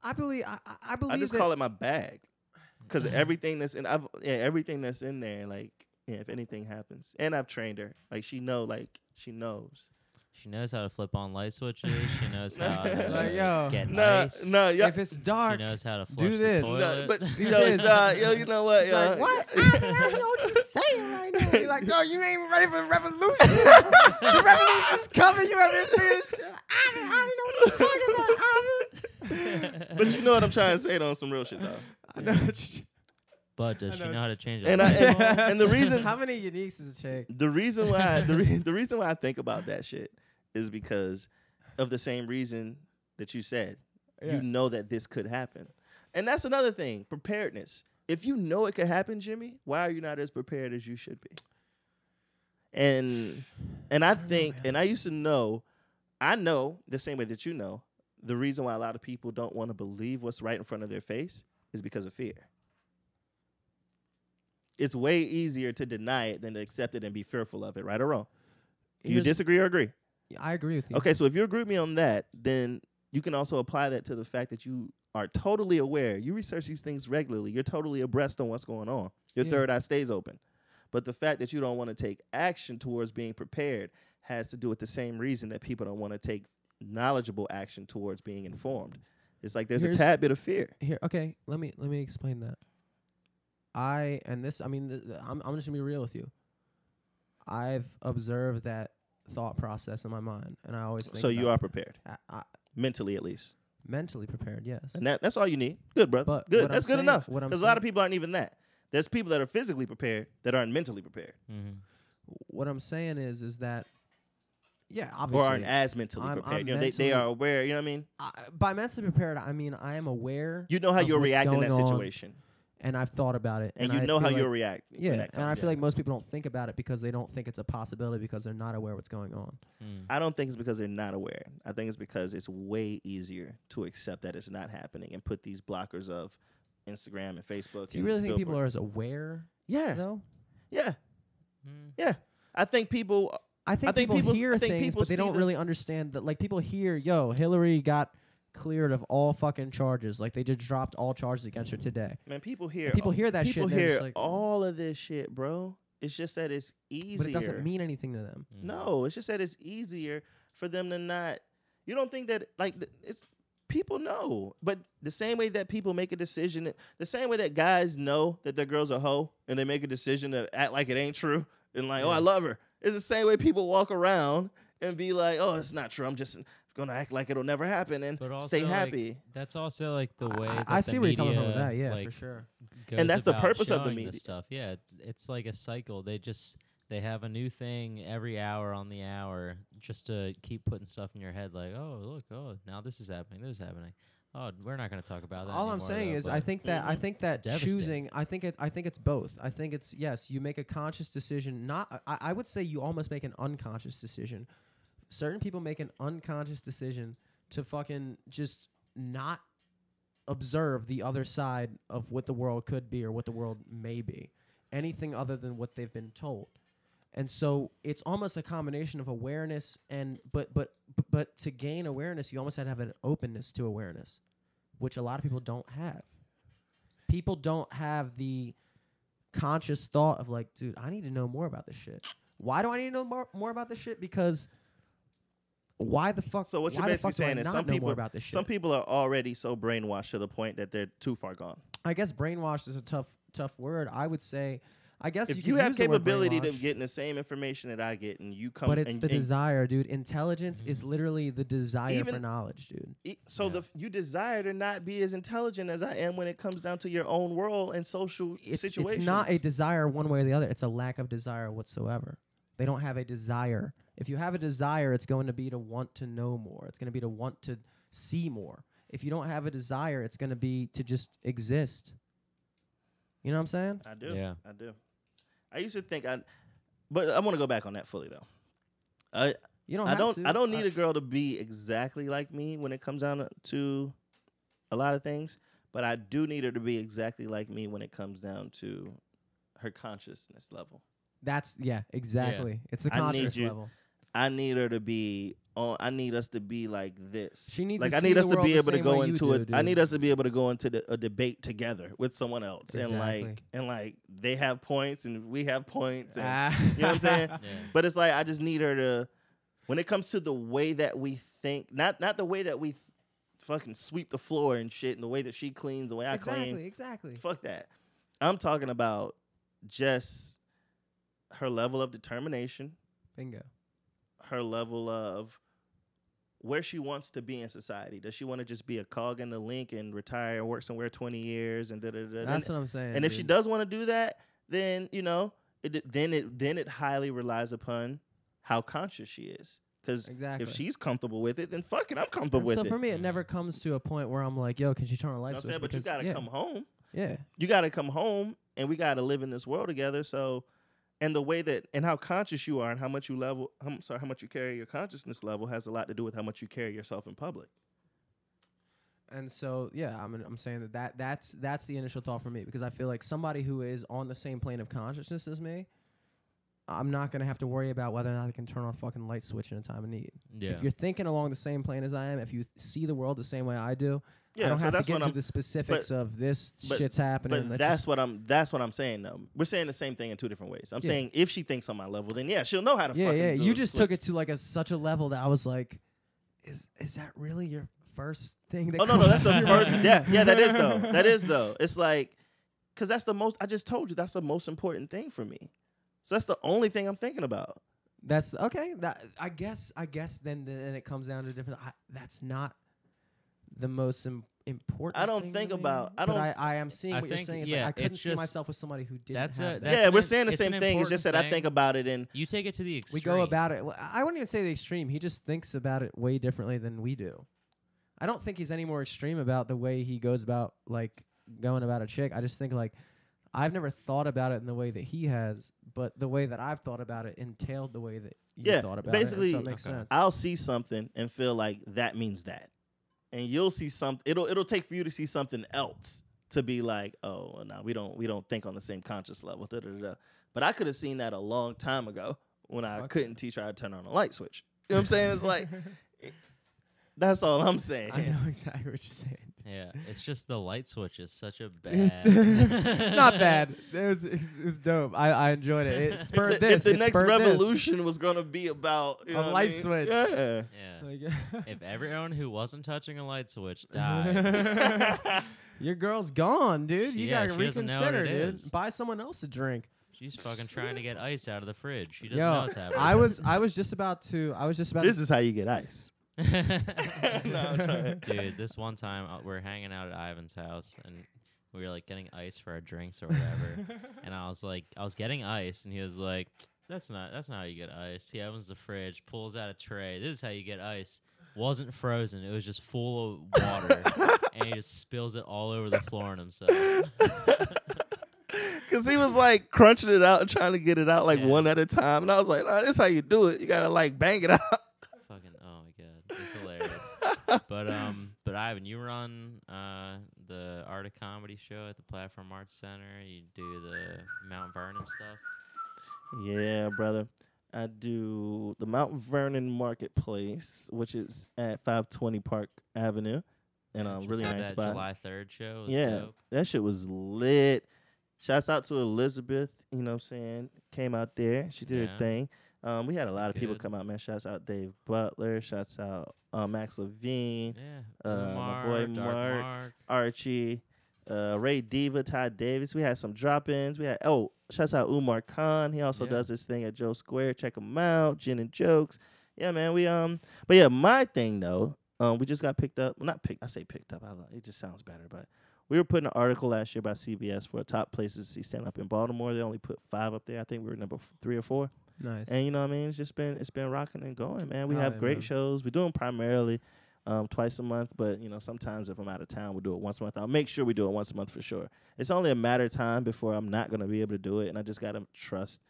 I believe I, I- I believe
I just
that
call it my bag because everything that's in I've yeah everything that's in there like yeah if anything happens and I've trained her like she know like she knows
She knows how to flip on light switches. She knows how to
Like,
yo.
get
no
ice.
no yeah
if it's dark,
She knows how to flush
do this.
the
No,
no,
toilet.
but
But
you know,
Yes.
nah, yo, you know what
It's
yo,
like, what? I don't even know what you're saying right now. You're like, no, you ain't ready for the revolution. the revolution's coming. You haven't finished. I don't, I don't know what you're talking about. I,
but you know what I'm trying to say though, on some real shit though
don't, I know. what you-
does she know how to change it?
and I and, and the reason
How many uniques does it take?
the reason why the, re- the reason why I think about that shit is because of the same reason that you said you
Yeah.
know that this could happen. And that's another thing preparedness. If you know it could happen, Jimmy, why are you not as prepared as you should be? And and I think, and I used to know I know the same way that you know the reason why a lot of people don't want to believe what's right in front of their face is because of fear. It's way easier to deny it than to accept it and be fearful of it, right or wrong. you
Here's-
disagree or agree?
I agree with you.
Okay, so if you agree with me on that, then you can also apply that to the fact that you are totally aware. You research these things regularly. You're totally abreast on what's going on. Your
Yeah.
third eye stays open. But the fact that you don't want to take action towards being prepared has to do with the same reason that people don't want to take knowledgeable action towards being informed. It's like there's
Here's-
a tad bit of fear.
here okay let me let me explain that i and this i mean th- th- I'm, I'm just gonna be real with you i've observed that thought process in my mind and i always think
So you are
about-
prepared,
I, I,
mentally at least.
mentally prepared yes
And that, that's all you need. Good, brother.
But
good.
what I'm
That's good
saying-
enough.
what I'm
Because a lot of
saying-
people aren't even that. There's people that are physically prepared that aren't mentally prepared
Mm-hmm.
what i'm saying is is that yeah
or
obviously
aren't as mentally
I'm-
prepared.
I'm
you know, they, they
mentally-
are aware. You know what I mean?
I, by mentally prepared i mean i am aware
You know how
of
you'll
what's
react in that
going on,
situation,
and i've thought about it
and,
I
you know how
feel
you'll
like,
react. when
yeah
that
and i
comes.
feel like most people don't think about it because they don't think it's a possibility because they're not aware what's going on
I don't think it's because they're not aware. I think it's because it's way easier to accept that it's not happening and put these blockers of Instagram and Facebook.
do you really think people are as aware
Yeah,
though
yeah,
Mm.
yeah. I think people.
I think,
I think
people,
people s-
hear
I think
things,
people
but they
see
don't
the-
really understand that. Like people hear, "Yo, Hillary got cleared of all fucking charges. Like they just dropped all charges against her today."
Man, people hear.
people hear that shit
People
and they're just
hear
like- "Oh."
all of this shit, bro. It's just that it's easier.
But it doesn't mean anything to them.
No, it's just that it's easier for them to not. You don't think that like th- it's people know, but the same way that people make a decision, the same way that guys know that their girl's a hoe and they make a decision to act like it ain't true and like, oh, I love her. It's the same way people walk around and be like, oh, it's not true. I'm just gonna act like it'll never happen and
But also,
stay
like,
happy.
that's also like the way.
I-
that
I, I
the
see where you're coming from with
media,
that. Yeah,
like,
for sure.
And
goes
that's the
about
purpose of the
showing this
media.
stuff. Yeah, it- it's like a cycle. They just they have a new thing every hour on the hour just to keep putting stuff in your head. Like, oh look, oh now this is happening, this is happening. Oh, we're not going to talk about that.
All I'm
anymore,
saying
though,
is, I
but-
think that I think that
devastating.
choosing, I think it, I think it's both. I think it's yes, you make a conscious decision. Not, I, I would say you almost make an unconscious decision. Certain people make an unconscious decision to fucking just not observe the other side of what the world could be or what the world may be, anything other than what they've been told. And so it's almost a combination of awareness and but but but to gain awareness, you almost had to have an openness to awareness which a lot of people don't have. People don't have the conscious thought of like, dude, I need to know more about this shit. Why do I need to know more, more about this shit? Because why the fuck?
So what you're
why the
basically
fuck do I
saying is
not
some
know
people
more about this shit.
some people are already so brainwashed to the point that they're too far gone.
I guess brainwashed is a tough tough word. I would say, I guess
if
you,
you
could
have
use the word
capability to
brainwash,
get the same information that I get and you come
but it's
and,
the
and
desire, dude. Intelligence is literally the desire for
Even-
knowledge, dude.
E- So
Yeah.
the f- you desire to not be as intelligent as I am when it comes down to your own world and social
it's,
situations.
it's not a desire one way or the other. It's a lack of desire whatsoever. They don't have a desire. If you have a desire, it's going to be to want to know more. It's going to be to want to see more. If you don't have a desire, it's going to be to just exist. You know what I'm saying?
I do.
Yeah.
I do. I used to think I, but I want to go back on that fully though. I
You don't.
I
have
don't
to. Uh,
I don't need a girl to be exactly like me when it comes down to a lot of things, but I do need her to be exactly like me when it comes down to her consciousness level.
That's yeah, exactly. It's the
I need
conscious
you-
level.
I need her to be on. I need us to be like this.
She needs
like
to
I
see
need
the
us to
world
be
the
able to
same
go
way you
into
do,
it. I
dude.
need us to be able to go into the, a debate together with someone else, and like
Exactly.
and like they have points and we have points, and,
Ah.
you know what I'm saying?
Yeah.
But it's like I just need her to. When it comes to the way that we think, not not the way that we fucking sweep the floor and shit, and the way that she cleans, the way I clean,
exactly. Exactly.
Fuck that. I'm talking about just her level of determination
Bingo.
her level of where she wants to be in society. Does she want to just be a cog in the link and retire and work somewhere 20 years and da da da?
That's
and,
what I'm saying.
and if she
dude.
does want to do that, then you know, it, then it then it highly relies upon how conscious she is. Because
Exactly.
if she's comfortable with it, then fuck it, I'm
And
comfortable with
so
it.
for
You
me, it never comes to a point where I'm like, "Yo, can she turn her
know
light
what I'm
switch?"
saying? But you
Because-
gotta
yeah,
come home.
Yeah.
You gotta come home, and we gotta live in this world together. So and the way that and how conscious you are and how much you level I'm sorry how much you carry your consciousness level has a lot to do with how much you carry yourself in public.
and so yeah i'm, I'm saying that, that that's that's the initial thought for me because i feel like somebody who is on the same plane of consciousness as me i'm not going to have to worry about whether or not i can turn on fucking light switch in a time of need
Yeah.
if you're thinking along the same plane as i am if you see the world the same way i do i don't have to get
what
into
I'm-
the specifics of this
but-
shit's happening
But
let's
that's,
just-
what I'm. That's what I'm saying. Though we're saying the same thing in two different ways. I'm
Yeah.
saying if she thinks on my level, then yeah, she'll know how to.
yeah
fucking
yeah
do
you
a
just
switch.
took it to like a such a level that i was like is is that really your first thing that
Oh no, no, that's
comes
the
to your
first.
mind?
Yeah, yeah, that is though. That is though. It's like, cause that's the most. I just told you that's the most important thing for me. So that's the only thing I'm thinking about.
That's okay. That I guess. I guess then then it comes down to different. I, that's not the most im- important.
I don't
thing to
think
me,
about- I
but
don't-
I, I am seeing
I
what you're
think,
saying. It's
yeah,
like I
it's
couldn't see
just-
myself with somebody who didn't
that's
have
a-
that.
that's-
yeah,
an
we're
im-
saying the
it's an
same thing. It's just that
important
I think
thing.
about it and
You take it to the extreme.
we go about it. well, I wouldn't even say the extreme. He just thinks about it way differently than we do. I don't think he's any more extreme about the way he goes about like going about a chick. I just think like I've never thought about it in the way that he has, but the way that I've thought about it entailed the way that you
Yeah,
thought about it. and so
basically-
it makes
Okay.
sense.
I'll see something and feel like that means that, and you'll see something. It'll it'll take for you to see something else to be like, oh, well, no, we don't we don't think on the same conscious level. Da, da, da, da. But I could have seen that a long time ago when I
Fuck
couldn't teach her how to turn on a light switch. You know what I'm saying? It's like that's all I'm saying.
I know exactly what you're saying.
Yeah, it's just the light switch is such a bad.
It's not bad. It was, it was dope. I, I enjoyed it. It
If
spurred
the,
this.
if the
it
next
spurred this.
revolution was gonna be about you
A
know what I
light
mean?
switch.
Yeah.
Yeah.
Like,
If everyone who wasn't touching a light switch died,
Your girl's gone, dude. You
Yeah,
gotta
she doesn't know what
reconsider,
it
dude.
is.
Buy someone else a drink.
she's fucking trying to get ice out of the fridge. She doesn't know
Yo,
what's happening.
I was I was just about to I was just about
this
to,
is how you get ice. No, I'm trying.
Dude, this one time uh, we're hanging out at Ivan's house and we were like getting ice for our drinks or whatever. and I was like, I was getting ice, and he was like, "That's not that's not how you get ice." He opens the fridge, pulls out a tray. This is how you get ice. Wasn't frozen. It was just full of water, and he just spills it all over the floor on himself.
Cause he was like crunching it out and trying to get it out like
Yeah.
one at a time, and I was like, "Nah, this how you do it. You gotta like bang it out."
Fucking oh my god, it's hilarious. but um, but Ivan, you run uh the art of comedy show at the Platform Arts Center. You do the Mount Vernon stuff.
Yeah, brother. I do the Mount Vernon Marketplace, which is at 520 Park Avenue, and
Yeah,
a
just
really
had
nice
that
spot.
July third show. Was
yeah,
dope.
that shit was lit. Shouts out to Elizabeth. You know what I'm saying? Came out there. She did
Yeah.
her thing. Um, we had a lot of people
Good.
come out, man. Shouts out Dave Butler. Shouts out uh, Max Levine.
Yeah,
Uh, my
Lamar,
boy
Dark
Mark.
Mark.
Archie, uh, Ray Diva, Ty Davis. We had some drop ins. We had oh, shouts out Umar Khan. He also
Yeah.
does this thing at Joe Square. Check him out. Gin and jokes. Yeah, man. We um, but yeah, my thing though, um, we just got picked up. Well, not picked. I say picked up. I, li- it just sounds better, but. We were putting an article last year by CBS for top places to see stand up in Baltimore. They only put five up there. I think we were number f- three or four.
nice.
And you know what I mean? It's just been it's been rocking and going, man. We
Oh,
have
yeah,
great
man.
shows. We do them primarily um, twice a month, but you know sometimes if I'm out of town, we'll do it once a month. I'll make sure we do it once a month for sure. It's only a matter of time before I'm not gonna be able to do it, and I just gotta trust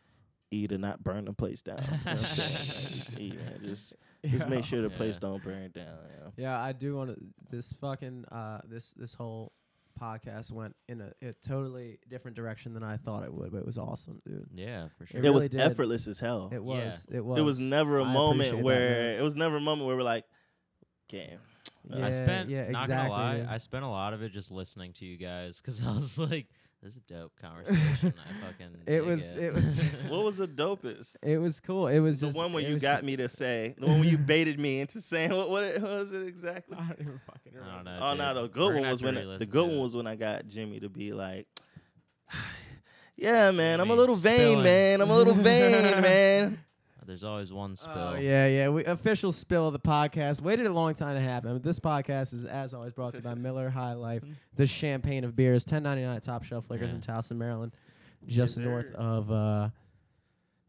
E to not burn the place down. You know what I'm saying? E, man, just just make sure the place
Yeah.
don't burn down. You know?
Yeah, I do want to. This fucking uh, this this whole podcast went in a, a totally different direction than I thought it would, but it was awesome, dude.
Yeah, for
It
It,
sure.
really
was
did.
effortless as hell.
It was. It was.
It was never a
I appreciate
moment
that,
where
man.
it was never a moment where we're like, "Damn,
yeah,
I spent
yeah,
not
exactly.
gonna lie,
dude.
I spent a lot of it just listening to you guys because I was like, "This is a dope conversation." I fucking.
It
dig
was- it was-
what was the dopest?"
it was cool. It was
The
just
one where
it
you
was
got
just-
me to say, the one where you baited me into saying, what what, it- what was it exactly?
I don't even fucking
I don't
remember.
know.
Oh
dude.
no, the
We're
good
gonna
one
have
was
to
when the
re-listen
good
to
one
it.
was when I got Jimmy to be like, yeah, man, I'm a
Jimmy,
little vain,
spilling.
man. I'm a little vain, man.
There's always one spill.
Oh yeah, yeah. We official spill of the podcast. Waited a long time to happen. But this podcast is, as always, brought to you by Miller High Life,
Mm-hmm.
the champagne of beers. Ten ninety nine at Top Shelf Liquors
Yeah.
in Towson, Maryland, just north of uh,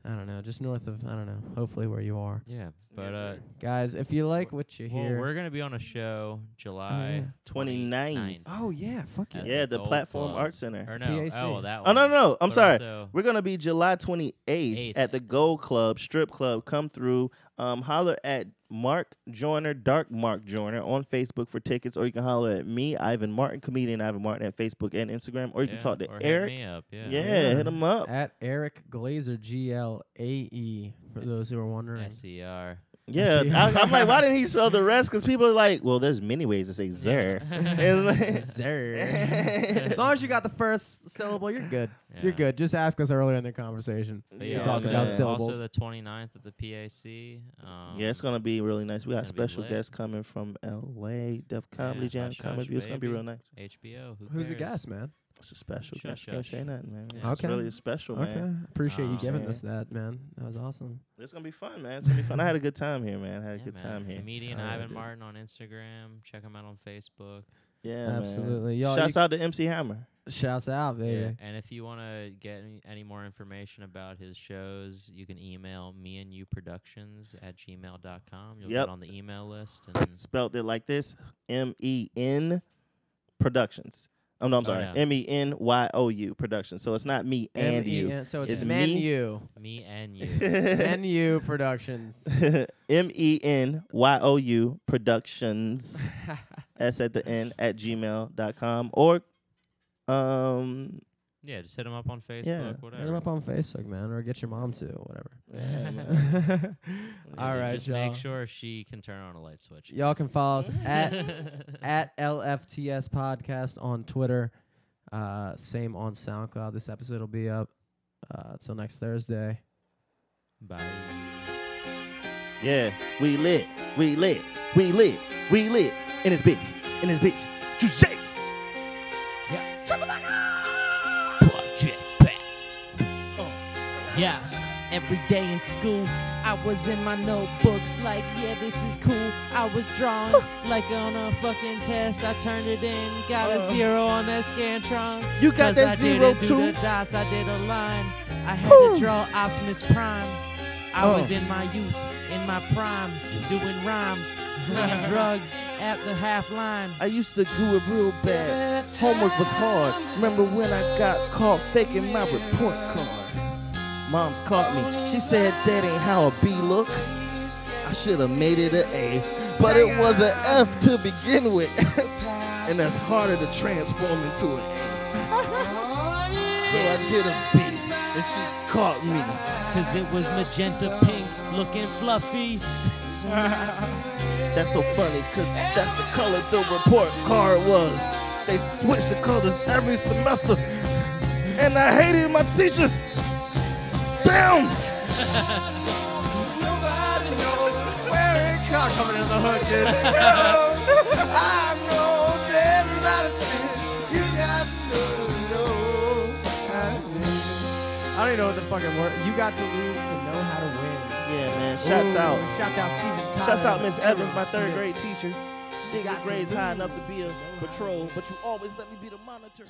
I don't know, just north of I don't know. Hopefully where you are,
Yeah, but uh,
guys. If you like what you
well,
hear,
we're gonna be on a show July
yeah.
29th.
29th.
oh yeah, fuck
at
yeah.
Yeah, the
Gold
Platform
Club.
Arts Center.
Or no,
PAC.
oh well, that
Oh,
one.
no, no, no, I'm
But
sorry.
also-
We're gonna be July 28th
Eighth.
at the Gold Club Strip Club. Come through. Um, holler at Mark Joyner, Dark Mark Joyner, on Facebook for tickets, or you can holler at me, Ivan Martin, comedian Ivan Martin, at Facebook and Instagram, or you
yeah,
can talk to
or hit
Eric.
me up,
Yeah,
yeah.
hit him up.
At Eric Glazer G L A E for those who are wondering.
S-E-R.
Yeah,
see.
I, am like, why didn't he spell the rest? Because people are like, well, there's many ways to say zer. It's like-
Zer. as long as you got the first syllable, you're good. You're
Yeah.
good. Just ask us earlier in the conversation.
But
Yeah,
yeah,
we talked
also,
about
man.
syllables.
Also the 29th at the PAC. Um,
yeah, it's gonna be really nice. We got
It's gonna be
special
lit.
guests coming from L.A. Def Comedy
Yeah,
Jam,
hush,
Comedy
hush,
View. It's gonna be
baby.
real nice.
HBO. Who
Who's the
cares?
guest, man?
It's a special
Shush,
guest. Can't
hush.
say nothing, man.
Yeah.
It's
Okay.
really special, man.
Okay. Appreciate you
Um,
giving
Yeah.
us that, man. That was awesome.
It's gonna be fun, man. It's gonna be fun. I had a good time here, man. I had a
Yeah,
good
man.
time here.
Comedian
Oh,
Ivan
dude.
Martin on Instagram. Check him out on Facebook.
Yeah, man.
Absolutely. Y'all,
Shouts
you-
out to MC Hammer.
Shouts out,
Yeah.
baby.
And if you want to get any, any more information about his shows, you can email me and you productions at gmail.com. You'll
Yep.
get on the email list. And
Spelt it like this: M E N Productions. Oh no, I'm
Oh,
sorry.
yeah.
M E N Y O U Productions. So it's not me and you.
M-E-N- So it's,
It's me.
menu.
me and
E
you.
menu Productions.
M E N Y O U Productions. S at the end at gmail.com or um
yeah, just hit him up on Facebook,
Yeah,
Hit 'em
whatever.
up on Facebook, man, or get your mom to, whatever.
yeah, man.
All
And
right,
Just
y'all.
make sure she can turn on a light switch.
Y'all
'cause-
can follow us at at LFTS Podcast on Twitter. Uh, same on SoundCloud. This episode will be up uh, till next Thursday.
Bye.
Yeah, we lit, we lit, we lit, we lit in this bitch, in this bitch. Juice J.
Yeah. Project back.
Yeah. Every day in school, I was in my notebooks like, yeah, this is cool. I was drawing like on a fucking test. I turned it in, got a zero on that Scantron.
You got
'Cause
that
I
zero
didn't do
too?
the dots, I did a line. I had
Whew.
to draw Optimus Prime. I
Uh.
was in my youth, in my prime, doing rhymes, slinging drugs at the half line.
I used to do it real bad. Homework was hard. Remember when I got caught faking my report card? Mom's caught me. She said that ain't how a B look. I should have made it a A, but it was an F to begin with, and that's harder to transform into an A. So I did a B, and she caught me.
Cause it was magenta pink, looking fluffy.
That's so funny, cause that's the colors the report card was. They switched the colors every semester, and I hated my teacher. Damn!
I don't even know what the fucking word. You got to lose to know how to win.
Yeah, man. Shouts
Ooh,
out.
Shouts out Steven Tyler.
Shouts out Miss Evans, my third
Smith.
grade teacher. Didn't
got
get
to
grades high
lose.
enough to be a patrol, but you always let me be the monitor.